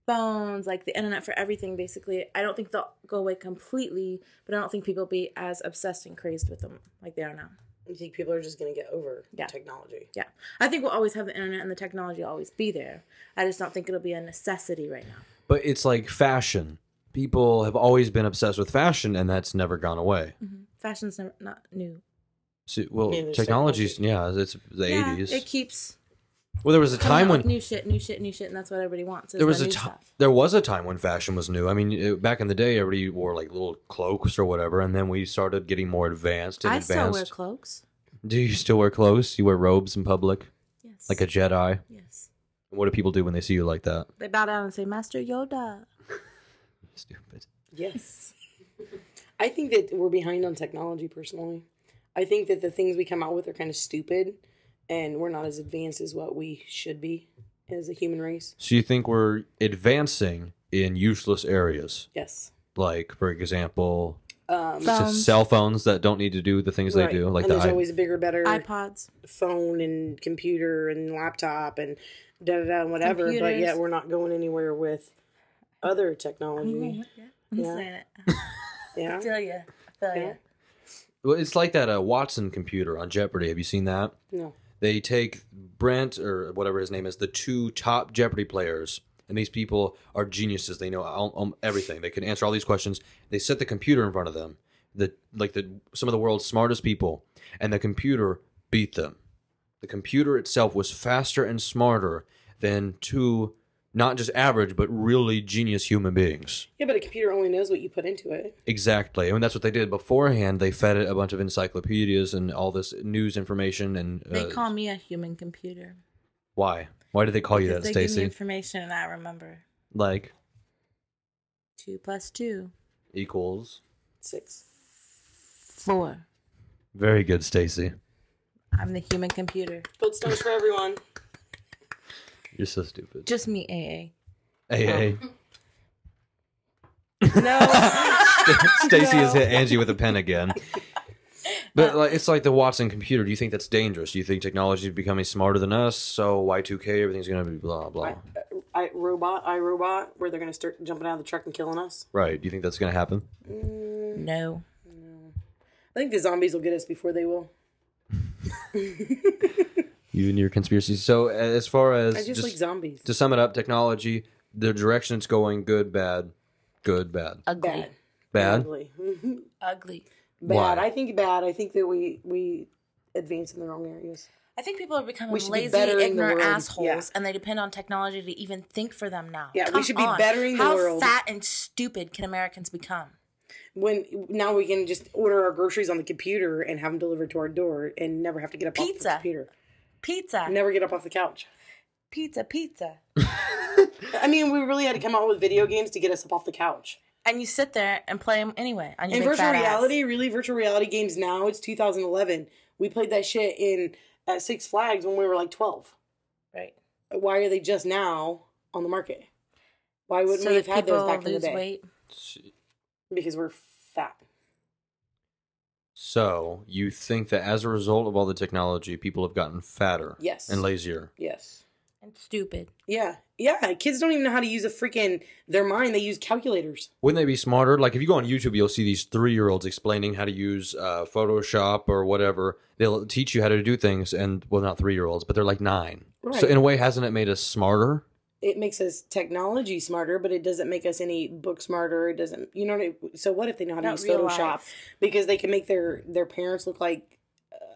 Speaker 1: phones, like the internet for everything. Basically, I don't think they'll go away completely, but I don't think people be as obsessed and crazed with them like they are now.
Speaker 5: I think people are just going to get over
Speaker 1: Yeah.
Speaker 5: technology.
Speaker 1: Yeah, I think we'll always have the internet and the technology will always be there. I just don't think it'll be a necessity right now.
Speaker 4: But it's like fashion. People have always been obsessed with fashion, and that's never gone away.
Speaker 1: Mm-hmm. Fashion's never, not new.
Speaker 4: So, well,
Speaker 5: Yeah, there's
Speaker 4: technology's yeah, it's the
Speaker 1: yeah,
Speaker 4: eighties.
Speaker 1: it keeps
Speaker 4: well, there was a time
Speaker 1: coming out with
Speaker 4: when
Speaker 1: new shit, new shit, new shit, and that's what everybody wants. is
Speaker 4: there was
Speaker 1: the
Speaker 4: a
Speaker 1: new
Speaker 4: time
Speaker 1: stuff.
Speaker 4: there was a time when fashion was new. I mean, it, back in the day, everybody wore like little cloaks or whatever, and then we started getting more advanced and
Speaker 1: I
Speaker 4: advanced.
Speaker 1: still wear cloaks.
Speaker 4: Do you still wear clothes? You wear robes in public,
Speaker 1: Yes,
Speaker 4: like a Jedi.
Speaker 1: yes.
Speaker 4: What do people do when they see you like that?
Speaker 1: They bow down and say, "Master Yoda."
Speaker 4: Stupid.
Speaker 5: Yes. I think that we're behind on technology personally. I think that the things we come out with are kind of stupid and we're not as advanced as what we should be as a human race.
Speaker 4: So you think we're advancing in useless areas,
Speaker 5: Yes.
Speaker 4: like for example,
Speaker 5: Um,
Speaker 4: to
Speaker 1: Phones.
Speaker 4: cell phones that don't need to do the things
Speaker 5: right.
Speaker 4: they do, like
Speaker 5: and
Speaker 4: the
Speaker 5: there's
Speaker 4: i-
Speaker 5: always a bigger, better
Speaker 1: iPods.
Speaker 5: phone and computer and laptop and da da da and whatever. But
Speaker 1: Computers.
Speaker 5: yet we're not going anywhere with other
Speaker 1: Mm-hmm.
Speaker 5: technology.
Speaker 1: I'm
Speaker 5: Mm-hmm. Yeah.
Speaker 1: saying it.
Speaker 5: Yeah.
Speaker 1: I feel you. I feel
Speaker 5: Yeah.
Speaker 1: you.
Speaker 4: Well, it's like that uh, Watson computer on Jeopardy. Have you seen that?
Speaker 5: No.
Speaker 4: They take Brent or whatever his name is, the two top Jeopardy players, and these people are geniuses. They know all, um, everything. They can answer all these questions. They set the computer in front of them, the like the some of the world's smartest people, and the computer beat them. The computer itself was faster and smarter than two, not just average but really genius human beings.
Speaker 5: Yeah, but a computer only knows what you put into it.
Speaker 4: Exactly. I mean, that's what they did beforehand. They fed it a bunch of encyclopedias and all this news information. And
Speaker 1: They
Speaker 4: uh,
Speaker 1: call me a human computer.
Speaker 4: why? Why did they call you
Speaker 1: Because
Speaker 4: that,
Speaker 1: they give me
Speaker 4: Stacy?
Speaker 1: information and I remember.
Speaker 4: like
Speaker 1: Two plus two.
Speaker 4: equals.
Speaker 5: Six.
Speaker 1: Four.
Speaker 4: Very good, Stacy.
Speaker 1: I'm the human computer.
Speaker 5: Gold stars for everyone.
Speaker 4: You're so stupid.
Speaker 1: Just me, AA. <laughs>
Speaker 4: Hey, hey. <laughs>
Speaker 1: No.
Speaker 4: Stacy has hit Angie with a pen again. But like, it's like the Watson computer. Do you think that's dangerous? Do you think technology is becoming smarter than us? So Y2K, everything's going to be blah blah.
Speaker 5: I, I robot, I robot, where they're gonna start jumping out of the truck and killing us.
Speaker 4: right? Do you think that's going to happen?
Speaker 1: <laughs> no.
Speaker 5: I think the zombies will get us before they will.
Speaker 4: You and your conspiracies. So as far as
Speaker 5: I just, like zombies.
Speaker 4: to sum it up, technology, the direction it's going, good, bad, good, bad,
Speaker 1: Ugly.
Speaker 5: Bad.
Speaker 4: bad.
Speaker 5: <laughs> Ugly.
Speaker 1: Ugly.
Speaker 5: bad.
Speaker 4: Why?
Speaker 5: I think bad. I think that we we advance in the wrong areas.
Speaker 1: I think people are becoming
Speaker 5: We should be
Speaker 1: lazy,
Speaker 5: bettering the
Speaker 1: ignorant
Speaker 5: world.
Speaker 1: assholes,
Speaker 5: Yeah.
Speaker 1: and they depend on technology to even think for them now.
Speaker 5: Yeah, we
Speaker 1: Come
Speaker 5: should be
Speaker 1: on.
Speaker 5: bettering the
Speaker 1: How
Speaker 5: world.
Speaker 1: fat and stupid can Americans become?
Speaker 5: When now we can just order our groceries on the computer and have them delivered to our door and never have to get up off the
Speaker 1: Pizza.
Speaker 5: computer.
Speaker 1: Pizza,
Speaker 5: Never get up off the couch.
Speaker 1: pizza, pizza.
Speaker 5: I mean, we really had to come out with video games to get us up off the couch.
Speaker 1: And you sit there and play them anyway. On your
Speaker 5: And
Speaker 1: big
Speaker 5: virtual
Speaker 1: fat ass.
Speaker 5: reality, really virtual reality games now, it's 2011. We played that shit in at Six Flags when we were like 12.
Speaker 1: right?
Speaker 5: Why are they just now on the market? Why wouldn't
Speaker 1: so
Speaker 5: we
Speaker 1: that
Speaker 5: have had those
Speaker 1: people
Speaker 5: back in the
Speaker 1: lose
Speaker 5: day?
Speaker 1: weight.
Speaker 5: Because we're fat.
Speaker 4: So you think that as a result of all the technology, people have gotten fatter,
Speaker 5: Yes.
Speaker 4: and lazier.
Speaker 5: Yes.
Speaker 1: and stupid.
Speaker 5: Yeah. Yeah. Kids don't even know how to use a freaking their mind. They use calculators.
Speaker 4: Wouldn't they be smarter? Like if you go on YouTube, you'll see these three-year-olds explaining how to use uh, Photoshop or whatever. They'll teach you how to do things, and well, not three-year-olds, but they're like nine.
Speaker 5: Right.
Speaker 4: So in a way, hasn't it made us smarter?
Speaker 5: It makes us technology smarter, but it doesn't make us any book smarter. It doesn't, you know. What I, so what if they know how to
Speaker 1: Not
Speaker 5: use
Speaker 1: real
Speaker 5: Photoshop
Speaker 1: life.
Speaker 5: because they can make their their parents look like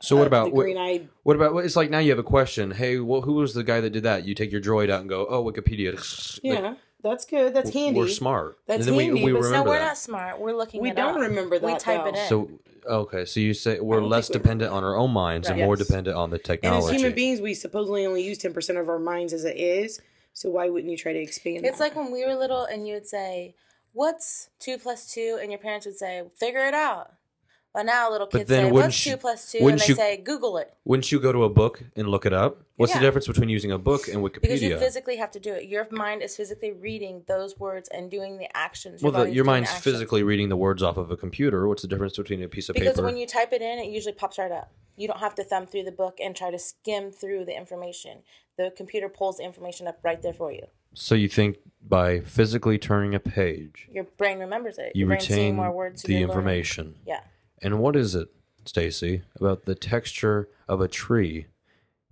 Speaker 4: So what
Speaker 5: uh,
Speaker 4: about
Speaker 5: the
Speaker 4: what-
Speaker 5: green-eyed-
Speaker 4: What about it's like now you have a question? Hey, well, who was the guy that did that? You take your droid out and go, oh, Wikipedia. <laughs>
Speaker 5: Yeah, that's good. That's handy.
Speaker 4: We're smart.
Speaker 5: That's
Speaker 4: and then
Speaker 5: handy,
Speaker 4: we, we
Speaker 5: but
Speaker 1: So
Speaker 4: remember
Speaker 1: we're
Speaker 4: that.
Speaker 1: not smart. We're looking.
Speaker 5: We
Speaker 1: it
Speaker 5: don't
Speaker 1: up.
Speaker 5: remember
Speaker 1: We
Speaker 5: that,
Speaker 1: type
Speaker 5: though.
Speaker 1: it in.
Speaker 4: So okay, so you say
Speaker 5: I
Speaker 4: we're
Speaker 5: don't
Speaker 4: less
Speaker 5: think we-
Speaker 4: dependent on our own minds and
Speaker 5: Right.
Speaker 4: more
Speaker 5: Yes.
Speaker 4: dependent on the
Speaker 5: And
Speaker 4: technology.
Speaker 5: as human beings, we supposedly only use ten percent of our minds as it is. So why wouldn't you try to expand?
Speaker 1: it's
Speaker 5: that?
Speaker 1: like when we were little, and you would say, "What's two plus two? and your parents would say, "Figure it out." But now little
Speaker 4: But
Speaker 1: kids
Speaker 4: then
Speaker 1: say,
Speaker 4: wouldn't
Speaker 1: "What's
Speaker 4: you-
Speaker 1: two plus two? And
Speaker 4: wouldn't
Speaker 1: they
Speaker 4: you-
Speaker 1: say, "Google it,"
Speaker 4: Wouldn't you go to a book and look it up? What's
Speaker 1: Yeah.
Speaker 4: the difference between using a book and Wikipedia?
Speaker 1: because you physically have to do it. Your mind is physically reading those words and doing the actions.
Speaker 4: well, the,
Speaker 1: body's
Speaker 4: your
Speaker 1: doing
Speaker 4: mind's
Speaker 1: actions.
Speaker 4: physically reading the words off of a computer. What's the difference between a piece of
Speaker 1: Because
Speaker 4: paper?
Speaker 1: when you type it in, it usually pops right up. You don't have to thumb through the book and try to skim through the information. The computer pulls the information up right there for you.
Speaker 4: so you think by physically turning a page,
Speaker 1: Your brain remembers it.
Speaker 4: you
Speaker 1: Your brain's seeing
Speaker 4: retain the
Speaker 1: you're learning.
Speaker 4: information.
Speaker 1: Yeah.
Speaker 4: And what is it, Stacy, about the texture of a tree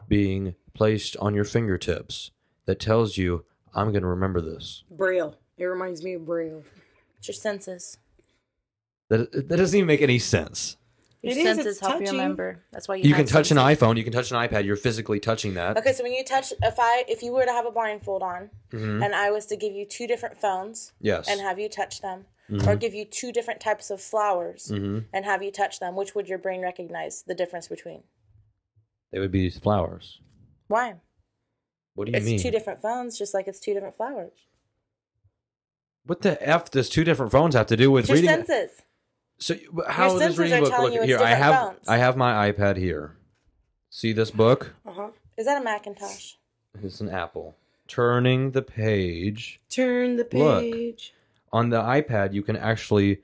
Speaker 4: being placed on your fingertips that tells you, I'm going to remember this?
Speaker 5: Braille. It reminds me of Braille.
Speaker 1: It's your senses.
Speaker 4: That, that doesn't even make any sense.
Speaker 1: Your
Speaker 7: It is,
Speaker 1: senses
Speaker 7: it's
Speaker 1: help
Speaker 7: touching.
Speaker 1: you remember. That's why you,
Speaker 4: You,
Speaker 1: have
Speaker 4: can touch an
Speaker 1: senses.
Speaker 4: iPhone, you can touch an iPad, you're physically touching that.
Speaker 1: Okay, so when you touch, if I, if you were to have a blindfold on, and I was to give you two different phones,
Speaker 4: Mm-hmm. Yes. Mm-hmm.
Speaker 1: and have you touch them, or give you two different types of flowers, and have you touch them, which would your brain recognize the difference between?
Speaker 4: They would be these flowers.
Speaker 1: Why?
Speaker 4: What do you
Speaker 1: It's
Speaker 4: mean?
Speaker 1: two different phones, just like it's two different flowers.
Speaker 4: what the F does two different phones have to do with
Speaker 1: It's your
Speaker 4: reading?
Speaker 1: senses.
Speaker 4: So you- but how
Speaker 1: senses
Speaker 4: this reading
Speaker 1: are
Speaker 4: book
Speaker 1: telling
Speaker 4: look
Speaker 1: you it's
Speaker 4: here? I
Speaker 1: different
Speaker 4: have
Speaker 1: phones.
Speaker 4: I have my iPad here. See this book?
Speaker 1: Is that a Macintosh?
Speaker 4: It's an apple. Turning the page
Speaker 5: Turn the
Speaker 4: Look.
Speaker 5: page.
Speaker 4: on the iPad, you can actually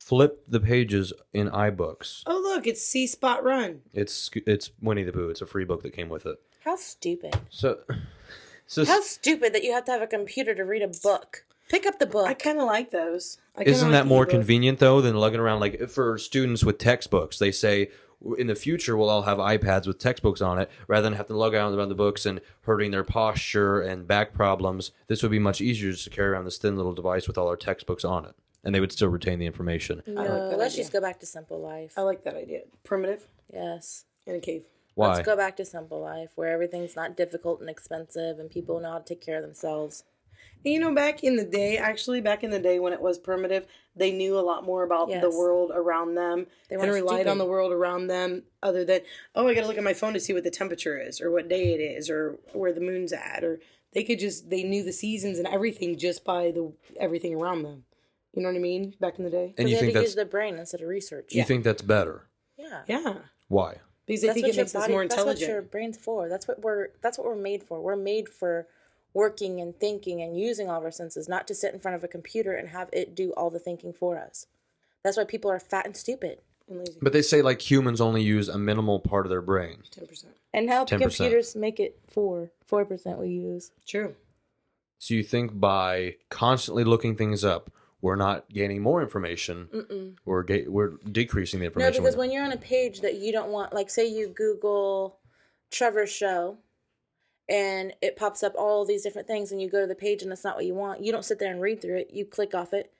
Speaker 4: flip the pages in iBooks.
Speaker 5: Oh look, it's C Spot Run.
Speaker 4: It's it's Winnie the Pooh. It's a free book that came with it.
Speaker 1: How stupid!
Speaker 4: So, <laughs> so
Speaker 1: How stupid that you have to have a computer to read a book. Pick up the book.
Speaker 7: I kind of like those. I kinda
Speaker 4: isn't
Speaker 7: like
Speaker 4: that more
Speaker 7: ebooks.
Speaker 4: convenient though than lugging around like for students with textbooks? They say "W- in the future we'll all have iPads with textbooks on it rather than have to lug around around the books and hurting their posture and back problems. This would be much easier just to carry around this thin little device with all our textbooks on it, and they would still retain the information.
Speaker 1: no,
Speaker 7: that
Speaker 1: Uh, let's
Speaker 7: idea. Oh.
Speaker 1: just go back to simple life.
Speaker 7: I like that idea. Primitive
Speaker 1: Yes.
Speaker 7: in a cave.
Speaker 4: Why?
Speaker 1: Let's go back to simple life where everything's not difficult and expensive and people know how to take care of themselves.
Speaker 7: You know, back in the day, actually, back in the day when it was primitive, they knew a lot more about the
Speaker 1: Yes.
Speaker 7: world around them
Speaker 1: They
Speaker 7: and
Speaker 1: weren't
Speaker 7: relied
Speaker 1: stupid.
Speaker 7: on the world around them. Other than, oh, I got to look at my phone to see what the temperature is, or what day it is, or where the moon's at, or
Speaker 5: They could just they knew the seasons and everything just by the everything around them. You know what I mean? Back in the day.
Speaker 4: and
Speaker 1: they
Speaker 4: you
Speaker 1: had
Speaker 4: think
Speaker 1: to
Speaker 4: that's
Speaker 1: use their brain instead of research.
Speaker 4: you think that's better?
Speaker 1: Yeah.
Speaker 5: Yeah.
Speaker 4: Why?
Speaker 5: Because they
Speaker 1: That's
Speaker 5: think
Speaker 1: what
Speaker 5: it
Speaker 1: your
Speaker 5: makes us
Speaker 1: body,
Speaker 5: more
Speaker 1: That's what your
Speaker 5: intelligent.
Speaker 1: brain's for. That's what we're that's what we're made for. We're made for working and thinking and using all of our senses, not to sit in front of a computer and have it do all the thinking for us. That's why people are fat and stupid.
Speaker 4: But they say like humans only use a minimal part of their brain.
Speaker 5: Ten percent.
Speaker 1: And now
Speaker 4: 10%.
Speaker 1: computers make it four. Four percent we use.
Speaker 5: True.
Speaker 4: So you think by constantly looking things up, we're not gaining more information. Mm-mm. We're ga- we're decreasing the
Speaker 1: No,
Speaker 4: information.
Speaker 1: because when you're on a page that you don't want, like say you Google Trevor Show and it pops up all these different things and you go to the page and it's not what you want, you don't sit there and read through it. You click off it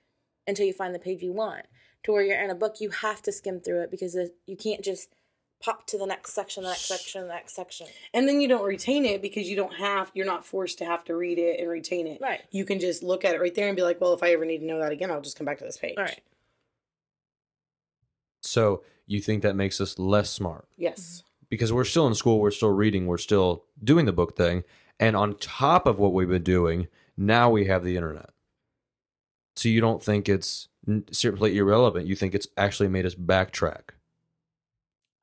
Speaker 1: until you find the page you want. To where you're in a book, you have to skim through it because it- you can't just pop to the next section, the next section, the next section.
Speaker 5: And then you don't retain it because you don't have you're not forced to have to read it and retain it.
Speaker 1: Right.
Speaker 5: You can just look at it right there and be like, well, if I ever need to know that again, I'll just come back to this page.
Speaker 1: All right.
Speaker 4: so you think that makes us less smart
Speaker 5: Yes.
Speaker 4: because we're still in school, we're still reading, we're still doing the book thing, and on top of what we've been doing, now we have the internet. So you don't think it's n- simply irrelevant. You think it's actually made us backtrack.
Speaker 1: Mm-hmm.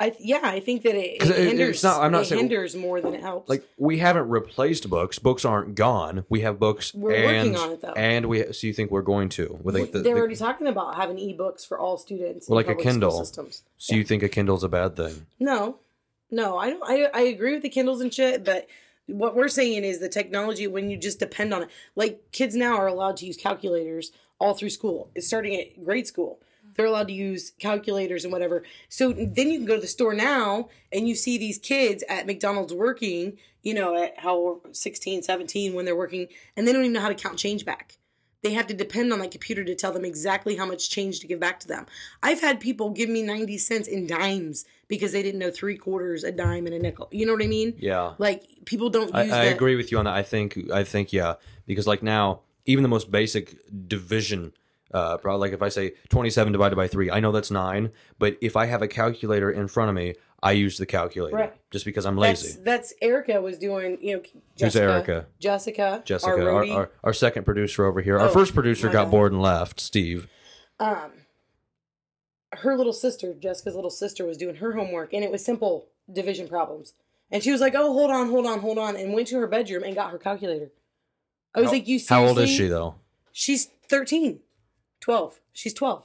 Speaker 5: I th- yeah, I think that it,
Speaker 4: 'Cause
Speaker 5: it,
Speaker 4: it-
Speaker 5: hinders.
Speaker 4: it's not- I'm not
Speaker 5: it
Speaker 4: saying-
Speaker 5: hinders more than it helps.
Speaker 4: like we haven't replaced books. Books aren't gone. We have books.
Speaker 5: We're
Speaker 4: and,
Speaker 5: working on it, though.
Speaker 4: And we. So you think we're going to? With like the,
Speaker 5: they're
Speaker 4: the-
Speaker 5: already talking about having ebooks for all students,
Speaker 4: Well,
Speaker 5: in
Speaker 4: like a
Speaker 5: public school
Speaker 4: Kindle.
Speaker 5: systems.
Speaker 4: so you think a Kindle's a bad thing?
Speaker 5: No, no, I don't. I I agree with the Kindles and shit, but what we're saying is the technology when you just depend on it. Like kids now are allowed to use calculators all through school, starting at grade school. They're allowed to use calculators and whatever. So then you can go to the store now and you see these kids at McDonald's working, you know, at how 16, 17 when they're working, and they don't even know how to count change back they have to depend on that computer to tell them exactly how much change to give back to them. I've had people give me 90 cents in dimes because they didn't know three quarters, a dime, and a nickel. You know what I mean?
Speaker 4: Yeah.
Speaker 5: Like people don't use
Speaker 4: I, I
Speaker 5: that.
Speaker 4: agree with you on that. I think. I think yeah. Because like now, even the most basic division. Uh, probably like if I say 27 divided by 3, I know that's 9, but if I have a calculator in front of me, I use the calculator
Speaker 5: Right.
Speaker 4: just because I'm
Speaker 5: That's,
Speaker 4: lazy.
Speaker 5: that's Erica was doing, you know, Jessica.
Speaker 4: Erica?
Speaker 5: Jessica.
Speaker 4: Jessica,
Speaker 5: our
Speaker 4: our,
Speaker 5: roadie.
Speaker 4: our, our second producer over here. our
Speaker 5: Oh,
Speaker 4: first producer
Speaker 5: my
Speaker 4: got
Speaker 5: bad.
Speaker 4: bored and left, Steve.
Speaker 5: um, her little sister, Jessica's little sister, was doing her homework, and it was simple division problems. And she was like, "Oh, hold on, hold on, hold on," and went to her bedroom and got her calculator. I was
Speaker 4: How-
Speaker 5: like, "You
Speaker 4: How old is
Speaker 5: seriously-
Speaker 4: she though?
Speaker 5: She's 13. 12. She's 12.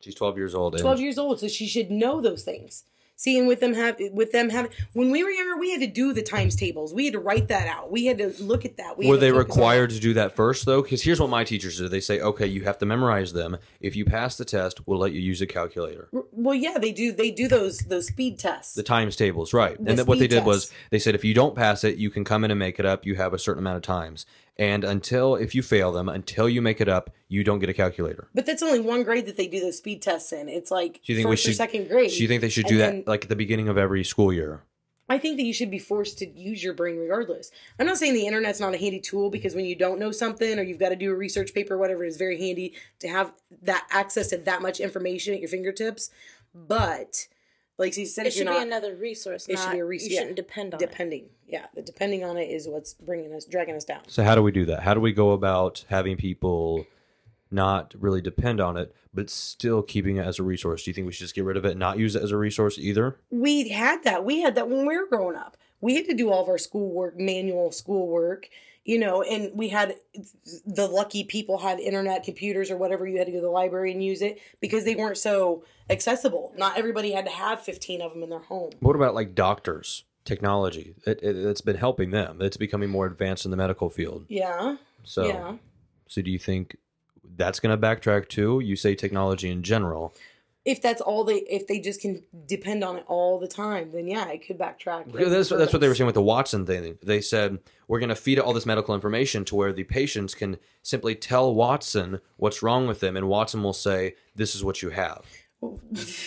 Speaker 4: She's twelve years old. and-
Speaker 5: 12 years old, so she should know those things. See, and with them have with them having when we were younger, we had to do the times tables. We had to write that out. We had to look at that. We
Speaker 4: Were
Speaker 5: had to
Speaker 4: they
Speaker 5: focus on
Speaker 4: required to do that first though? Because here's what my teachers do: they say, "Okay, you have to memorize them. If you pass the test, we'll let you use a calculator."
Speaker 5: that. Well, yeah, they do. They do those those speed tests.
Speaker 4: The times tables, right?
Speaker 5: The
Speaker 4: and then what they
Speaker 5: speed
Speaker 4: did was
Speaker 5: test.
Speaker 4: they said, if you don't pass it, you can come in and make it up. You have a certain amount of times, and until if you fail them, until you make it up, you don't get a calculator.
Speaker 5: but that's only one grade that they do those speed tests in. It's like
Speaker 4: Do you think
Speaker 5: first
Speaker 4: we
Speaker 5: or
Speaker 4: should
Speaker 5: second grade.
Speaker 4: Do you think they should do
Speaker 5: And
Speaker 4: that
Speaker 5: then-
Speaker 4: like at the beginning of every school year?
Speaker 5: I think that you should be forced to use your brain regardless. I'm not saying the internet's not a handy tool because when you don't know something or you've got to do a research paper or whatever, it's very handy to have that access to that much information at your fingertips. But like she said,
Speaker 1: It
Speaker 5: if you're
Speaker 1: should be
Speaker 5: not
Speaker 1: another resource.
Speaker 5: it should
Speaker 1: not-
Speaker 5: be a resource.
Speaker 1: You shouldn't depend on it.
Speaker 5: depending. Yeah, the depending on it is what's bringing us, dragging us down.
Speaker 4: So how do we do that? How do we go about having people not really depend on it, but still keeping it as a resource? Do you think we should just get rid of it and not use it as a resource either?
Speaker 5: we had that. We had that when we were growing up. We had to do all of our schoolwork, manual schoolwork, you know, and we had the lucky people had internet computers or whatever. You had to go to the library and use it because they weren't so accessible. Not everybody had to have 15 of them in their home.
Speaker 4: What about like doctors, technology? It, it, it's been helping them. It's becoming more advanced in the medical field.
Speaker 5: Yeah.
Speaker 4: So,
Speaker 5: Yeah.
Speaker 4: so do you think that's going to backtrack too? You say technology in general.
Speaker 5: If that's all they, if they just can depend on it all the time, then yeah, it could backtrack.
Speaker 4: Yeah, That's, that's what they were saying with the Watson thing. They said we're going to feed it all this medical information to where the patients can simply tell Watson what's wrong with them, and Watson will say, "This is what you have."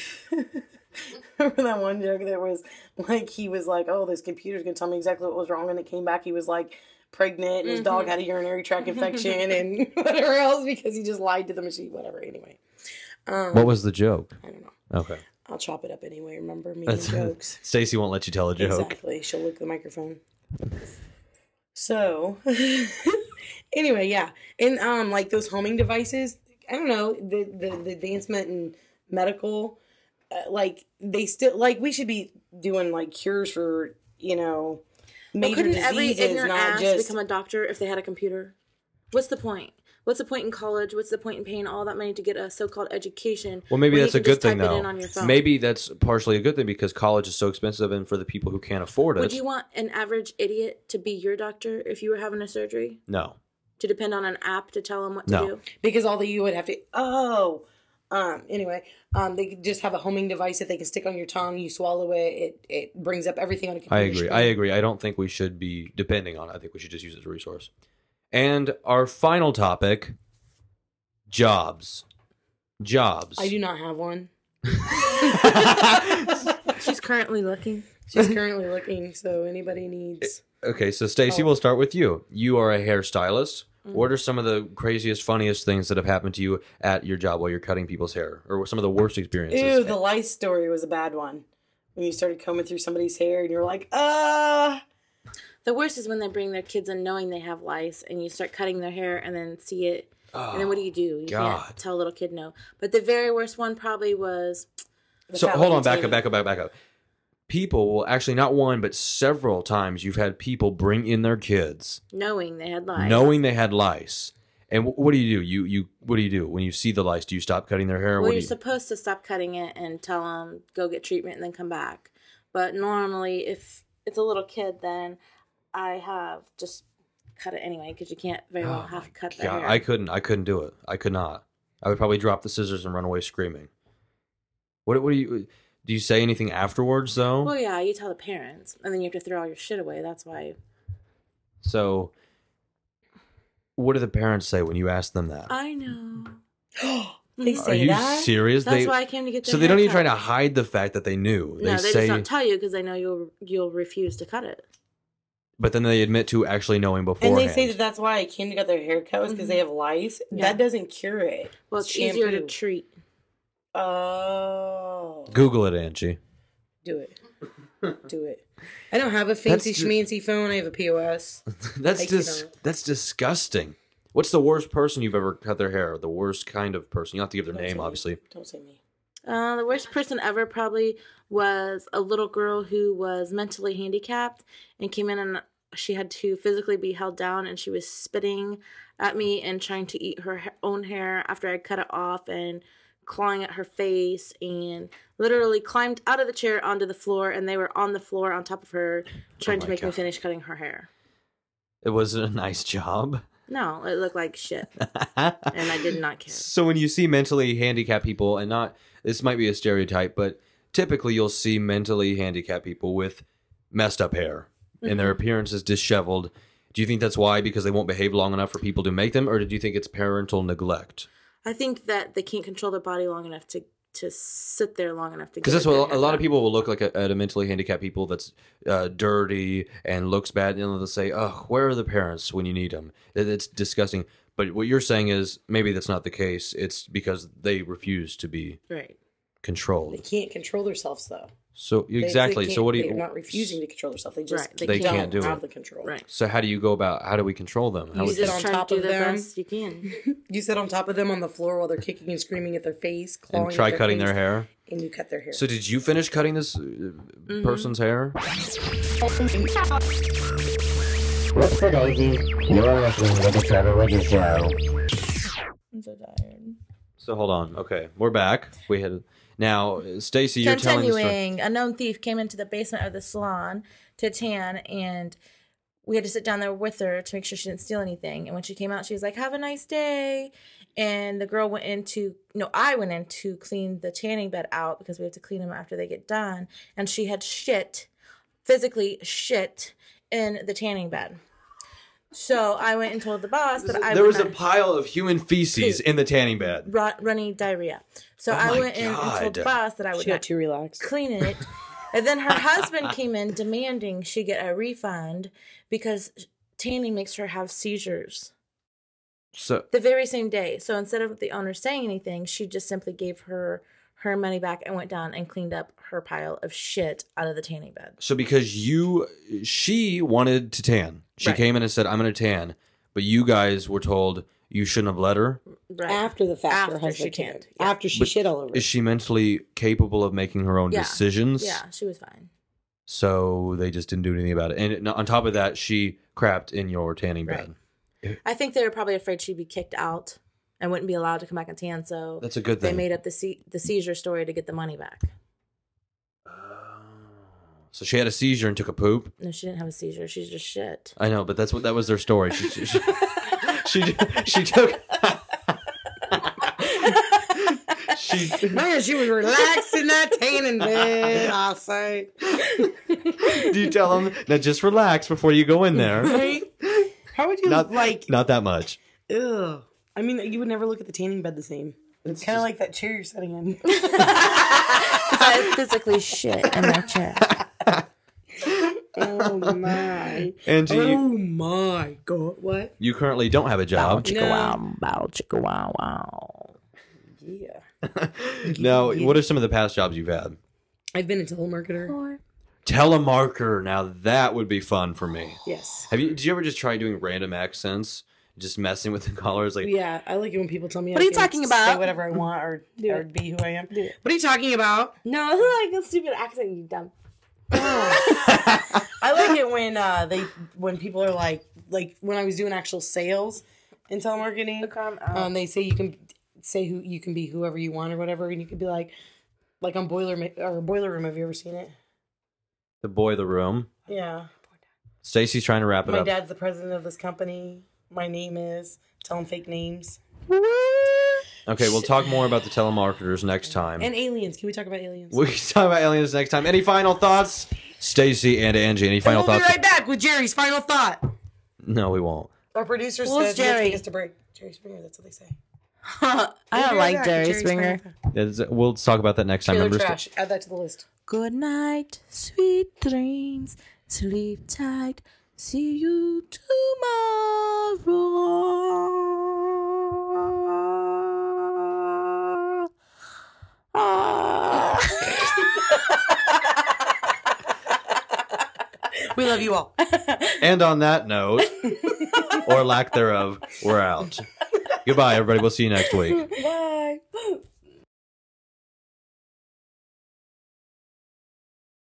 Speaker 5: <laughs> Remember that one joke that was like he was like, "Oh, this computer's gonna tell me exactly what was wrong," and it came back he was like pregnant and his dog had a urinary tract infection and <laughs> whatever else because he just lied to the machine. Whatever. Anyway,
Speaker 4: What was the joke?
Speaker 5: I don't know.
Speaker 4: Okay,
Speaker 5: I'll chop it up anyway. Remember me and jokes.
Speaker 4: Stacy won't let you tell a joke.
Speaker 5: Exactly. She'll lick the microphone. So, <laughs> anyway, yeah, and um, like those homing devices. I don't know the the, the advancement in medical, uh, like they still like we should be doing like cures for you know major
Speaker 1: Couldn't every
Speaker 5: diseases,
Speaker 1: ignorant
Speaker 5: not
Speaker 1: ass
Speaker 5: just
Speaker 1: become a doctor if they had a computer? What's the point? What's the point in college? What's the point in paying all that money to get a so-called education?
Speaker 4: Well, maybe
Speaker 1: when you
Speaker 4: that's a
Speaker 1: can just
Speaker 4: good thing
Speaker 1: type it in on
Speaker 4: though.
Speaker 1: your phone?
Speaker 4: Maybe that's partially a good thing because college is so expensive, and for the people who can't afford it,
Speaker 1: Would you want an average idiot to be your doctor if you were having a surgery?
Speaker 4: no.
Speaker 1: To depend on an app to tell them what
Speaker 4: No.
Speaker 1: to do?
Speaker 5: because all that you would have to oh um anyway um they could just have a homing device that they can stick on your tongue you swallow it it it brings up everything on a computer
Speaker 4: I agree.
Speaker 5: screen.
Speaker 4: I agree. I don't think we should be depending on it. I think we should just use it as a resource. And our final topic jobs. Jobs.
Speaker 5: I do not have
Speaker 4: <laughs>
Speaker 5: one <laughs>
Speaker 1: <laughs> She's currently looking.
Speaker 5: <laughs> She's currently looking, so anybody needs.
Speaker 4: Okay, so Stacy,
Speaker 1: Oh.
Speaker 4: we'll start with you. You are a hairstylist.
Speaker 1: Mm-hmm.
Speaker 4: What are some of the craziest, funniest things that have happened to you at your job while you're cutting people's hair? Or some of the worst experiences?
Speaker 5: Ew, the lice story was a bad one. When you started combing through somebody's hair and you're like, ah.
Speaker 1: The worst is when they bring their kids in knowing they have lice and you start cutting their hair and then see it.
Speaker 4: Ah.
Speaker 1: and then what do you do? You
Speaker 4: God.
Speaker 1: can't tell a little kid no. But the very worst one probably was
Speaker 5: The
Speaker 4: so
Speaker 5: fat
Speaker 4: hold
Speaker 5: lady
Speaker 4: on, back
Speaker 5: team.
Speaker 4: up, back up, back up, back up. People will actually not one, but several times you've had people bring in their kids
Speaker 1: knowing they had lice.
Speaker 4: knowing they had lice. And wh- what do you do? You you what do you do when you see the lice? Do you stop cutting their hair?
Speaker 1: Well,
Speaker 4: what do
Speaker 1: you're
Speaker 4: you,
Speaker 1: supposed to stop cutting it and tell them go get treatment and then come back. But normally, if it's a little kid, then I have just cut it anyway because you can't very well half cut the
Speaker 4: Oh God,
Speaker 1: hair.
Speaker 4: I couldn't. I couldn't do it. I could not. I would probably drop the scissors and run away screaming. What what do you do? You say anything afterwards though?
Speaker 1: well, yeah, you tell the parents, and then you have to throw all your shit away. That's why
Speaker 4: so what do the parents say when you ask them that?
Speaker 1: I know. <gasps>
Speaker 5: They
Speaker 4: Are
Speaker 5: say
Speaker 4: you
Speaker 5: that.
Speaker 4: serious?
Speaker 1: That's
Speaker 4: they,
Speaker 1: why I came to get. Their
Speaker 4: so they don't
Speaker 1: hair
Speaker 4: even try
Speaker 1: cut.
Speaker 4: to hide the fact that they knew.
Speaker 1: No, they
Speaker 4: say,
Speaker 1: just don't tell you because they know you'll you'll refuse to cut it.
Speaker 4: but then they admit to actually knowing
Speaker 5: and
Speaker 4: beforehand.
Speaker 5: they say that that's why I came to get their hair cut was because they have lice.
Speaker 1: Mm-hmm. Yeah.
Speaker 5: That doesn't cure it.
Speaker 1: Well, it's easier to
Speaker 5: shampoo.
Speaker 1: treat.
Speaker 5: Oh.
Speaker 4: Google it, Angie.
Speaker 5: Do it.
Speaker 4: <laughs>
Speaker 5: Do it. I don't have a fancy
Speaker 4: ju-
Speaker 5: schmancy phone. I have a POS.
Speaker 4: That's
Speaker 5: Like, you
Speaker 4: dis-
Speaker 5: know.
Speaker 4: that's disgusting. What's the worst person you've ever cut their hair? The worst kind of person. You don't have to give their name, obviously.
Speaker 5: Don't say me.
Speaker 1: Uh, the worst person ever probably was a little girl who was mentally handicapped and came in and she had to physically be held down and she was spitting at me and trying to eat her ha- own hair after I cut it off and clawing at her face and literally climbed out of the chair onto the floor and they were on the floor on top of her trying to
Speaker 4: Oh my
Speaker 1: make me
Speaker 4: God.
Speaker 1: finish cutting her hair.
Speaker 4: It was a <laughs> nice job.
Speaker 1: No, it looked like shit
Speaker 4: <laughs>
Speaker 1: and I did not care.
Speaker 4: So when you see mentally handicapped people, and not this might be a stereotype, but typically you'll see mentally handicapped people with messed up hair and
Speaker 5: Mm-hmm.
Speaker 4: their appearance is disheveled. Do you think that's why? Because they won't behave long enough for people to make them, or did you think it's parental neglect?
Speaker 1: I think that they can't control their body long enough to to sit there long enough to
Speaker 4: Because
Speaker 1: get
Speaker 4: that's
Speaker 1: their
Speaker 4: what
Speaker 1: hair
Speaker 4: a lot
Speaker 1: done.
Speaker 4: of people will look like uh, at at a mentally handicapped people that's uh, dirty and looks bad, and they'll say, "Oh, where are the parents when you need them?" It's disgusting. But what you're saying is maybe that's not the case. It's because they refuse to be
Speaker 1: right.
Speaker 4: controlled.
Speaker 5: They can't control themselves though.
Speaker 4: So
Speaker 5: They- they
Speaker 4: exactly. So
Speaker 5: can't-
Speaker 4: what do you?
Speaker 5: They're not refusing to control themselves. They just
Speaker 1: Right, they
Speaker 4: They
Speaker 5: don't
Speaker 4: can't do
Speaker 5: have
Speaker 4: it.
Speaker 5: the control.
Speaker 1: Right.
Speaker 4: So how do you go about? How do we control them? How
Speaker 5: You
Speaker 4: would
Speaker 5: sit on
Speaker 1: Just trying
Speaker 5: top
Speaker 1: to do
Speaker 5: of
Speaker 1: the
Speaker 5: them.
Speaker 1: best you can.
Speaker 5: You sit on top of them on the floor while they're kicking and screaming at their face, clawing
Speaker 4: and try
Speaker 5: at their
Speaker 4: cutting
Speaker 5: face,
Speaker 4: their hair.
Speaker 5: and you cut their hair.
Speaker 4: So did you finish cutting this uh,
Speaker 5: Mm-hmm.
Speaker 4: person's hair?
Speaker 2: What's the noisy? You're listening to the Trevor Wiggins Show.
Speaker 1: I'm so tired.
Speaker 4: So hold on. Okay, we're back. We had now, uh, Stacy. You're telling the story.
Speaker 1: Continuing, a known thief came into the basement of the salon to tan, and we had to sit down there with her to make sure she didn't steal anything. And when she came out, she was like, "Have a nice day." And the girl went in to no, I went in to clean the tanning bed out because we have to clean them after they get done. And she had shit, physically shit, in the tanning bed. So I went and told the boss that I
Speaker 4: There
Speaker 1: would
Speaker 4: was a
Speaker 1: not-
Speaker 4: pile of human feces in the tanning bed.
Speaker 1: ru- runny diarrhea. So
Speaker 4: Oh my
Speaker 1: I went in and told
Speaker 4: God.
Speaker 1: the boss that I would
Speaker 5: she got
Speaker 1: not
Speaker 5: too relaxed.
Speaker 1: clean it. and
Speaker 4: <laughs>
Speaker 1: then her husband came in demanding she get a refund because tanning makes her have seizures
Speaker 4: So
Speaker 1: the very same day. So instead of the owner saying anything, she just simply gave her her money back and went down and cleaned up her pile of shit out of the tanning bed.
Speaker 4: so because you, she wanted to tan. She
Speaker 1: Right.
Speaker 4: came in and said, "I'm going to tan," but you guys were told you shouldn't have let her.
Speaker 1: Right.
Speaker 5: After the fact, her
Speaker 1: After she
Speaker 5: husband came in.
Speaker 1: tanned, yeah.
Speaker 5: After she
Speaker 4: But
Speaker 5: shit all over.
Speaker 4: Is she mentally capable of making her own
Speaker 1: Yeah.
Speaker 4: decisions?
Speaker 1: yeah, she was fine.
Speaker 4: So they just didn't do anything about it. And it- on top of that, she crapped in your tanning
Speaker 1: Right.
Speaker 4: bed.
Speaker 1: I think they were probably afraid she'd be kicked out and wouldn't be allowed to come back and tan. So
Speaker 4: That's a good
Speaker 1: they
Speaker 4: thing.
Speaker 1: made up the se- the seizure story to get the money back.
Speaker 4: so she had a seizure and took a poop.
Speaker 1: No, she didn't have a seizure. She's just shit. <laughs>
Speaker 4: I know, but that's what that was their story. She she she, she, she took <laughs> she
Speaker 5: Man, she was relaxed in that tanning <laughs> bed. I'll say.
Speaker 4: <laughs> do you tell them now just relax before you go
Speaker 5: <laughs>
Speaker 4: in there.
Speaker 5: Right? How would you
Speaker 4: Not
Speaker 5: like?
Speaker 4: not that much.
Speaker 5: Ugh. I mean, you would never look at the tanning bed the same. It's kind of like that chair you're sitting in.
Speaker 1: I physically shit in my chair.
Speaker 5: <laughs> oh my!
Speaker 4: Angie,
Speaker 5: Oh
Speaker 4: you,
Speaker 5: my God! What?
Speaker 4: you currently don't have a job.
Speaker 5: No.
Speaker 4: um,
Speaker 1: Bow chicka wow wow.
Speaker 5: Yeah.
Speaker 4: <laughs> Now, what are some of the past jobs you've had?
Speaker 5: I've been a telemarketer.
Speaker 4: Telemarketer. Now that would be fun for me.
Speaker 5: Yes.
Speaker 4: Have you? Did you ever just try doing random accents, just messing with the callers? Like,
Speaker 5: Yeah, I like it when people tell me.
Speaker 1: What
Speaker 5: I
Speaker 1: are you
Speaker 5: can
Speaker 1: talking
Speaker 5: Say
Speaker 1: about?
Speaker 5: whatever I want, <laughs> or, or be who I am.
Speaker 1: it.
Speaker 5: What are you talking about? <laughs>
Speaker 1: No, it's like a stupid accent you dumb.
Speaker 5: I like it when uh, they when people are like like when I was doing actual sales in telemarketing. um, they say you can say who you can be whoever you want or whatever, and you could be like, like on boiler Ma- or boiler room. Have you ever seen it?
Speaker 4: <laughs> the boy of the room.
Speaker 5: Yeah,
Speaker 4: Stacy's trying to wrap it
Speaker 5: my
Speaker 4: up.
Speaker 5: dad's the president of this company. My name is. Tell them fake names
Speaker 4: okay, we'll talk more about the telemarketers next time.
Speaker 5: and aliens. Can we talk about aliens?
Speaker 4: we can talk about aliens next time. Any final thoughts, Stacy and Angie? Any final
Speaker 5: we'll be
Speaker 4: thoughts?
Speaker 5: right back with Jerry's final thought.
Speaker 4: No, we won't.
Speaker 5: Our producer
Speaker 1: Who's
Speaker 5: said let's
Speaker 1: Jerry?
Speaker 5: take us to break. Jerry Springer. That's what they say.
Speaker 1: <laughs> I don't like Jerry Springer.
Speaker 4: That's- We'll talk about that next time.
Speaker 5: Trailer
Speaker 4: Remember, sta-
Speaker 5: trash. Add that to the list.
Speaker 1: Good night, sweet dreams. Sleep tight. See you <laughs> tomorrow.
Speaker 5: We love you all.
Speaker 4: and on that note, or lack thereof, we're out. Goodbye, everybody. We'll see you next week.
Speaker 1: Bye.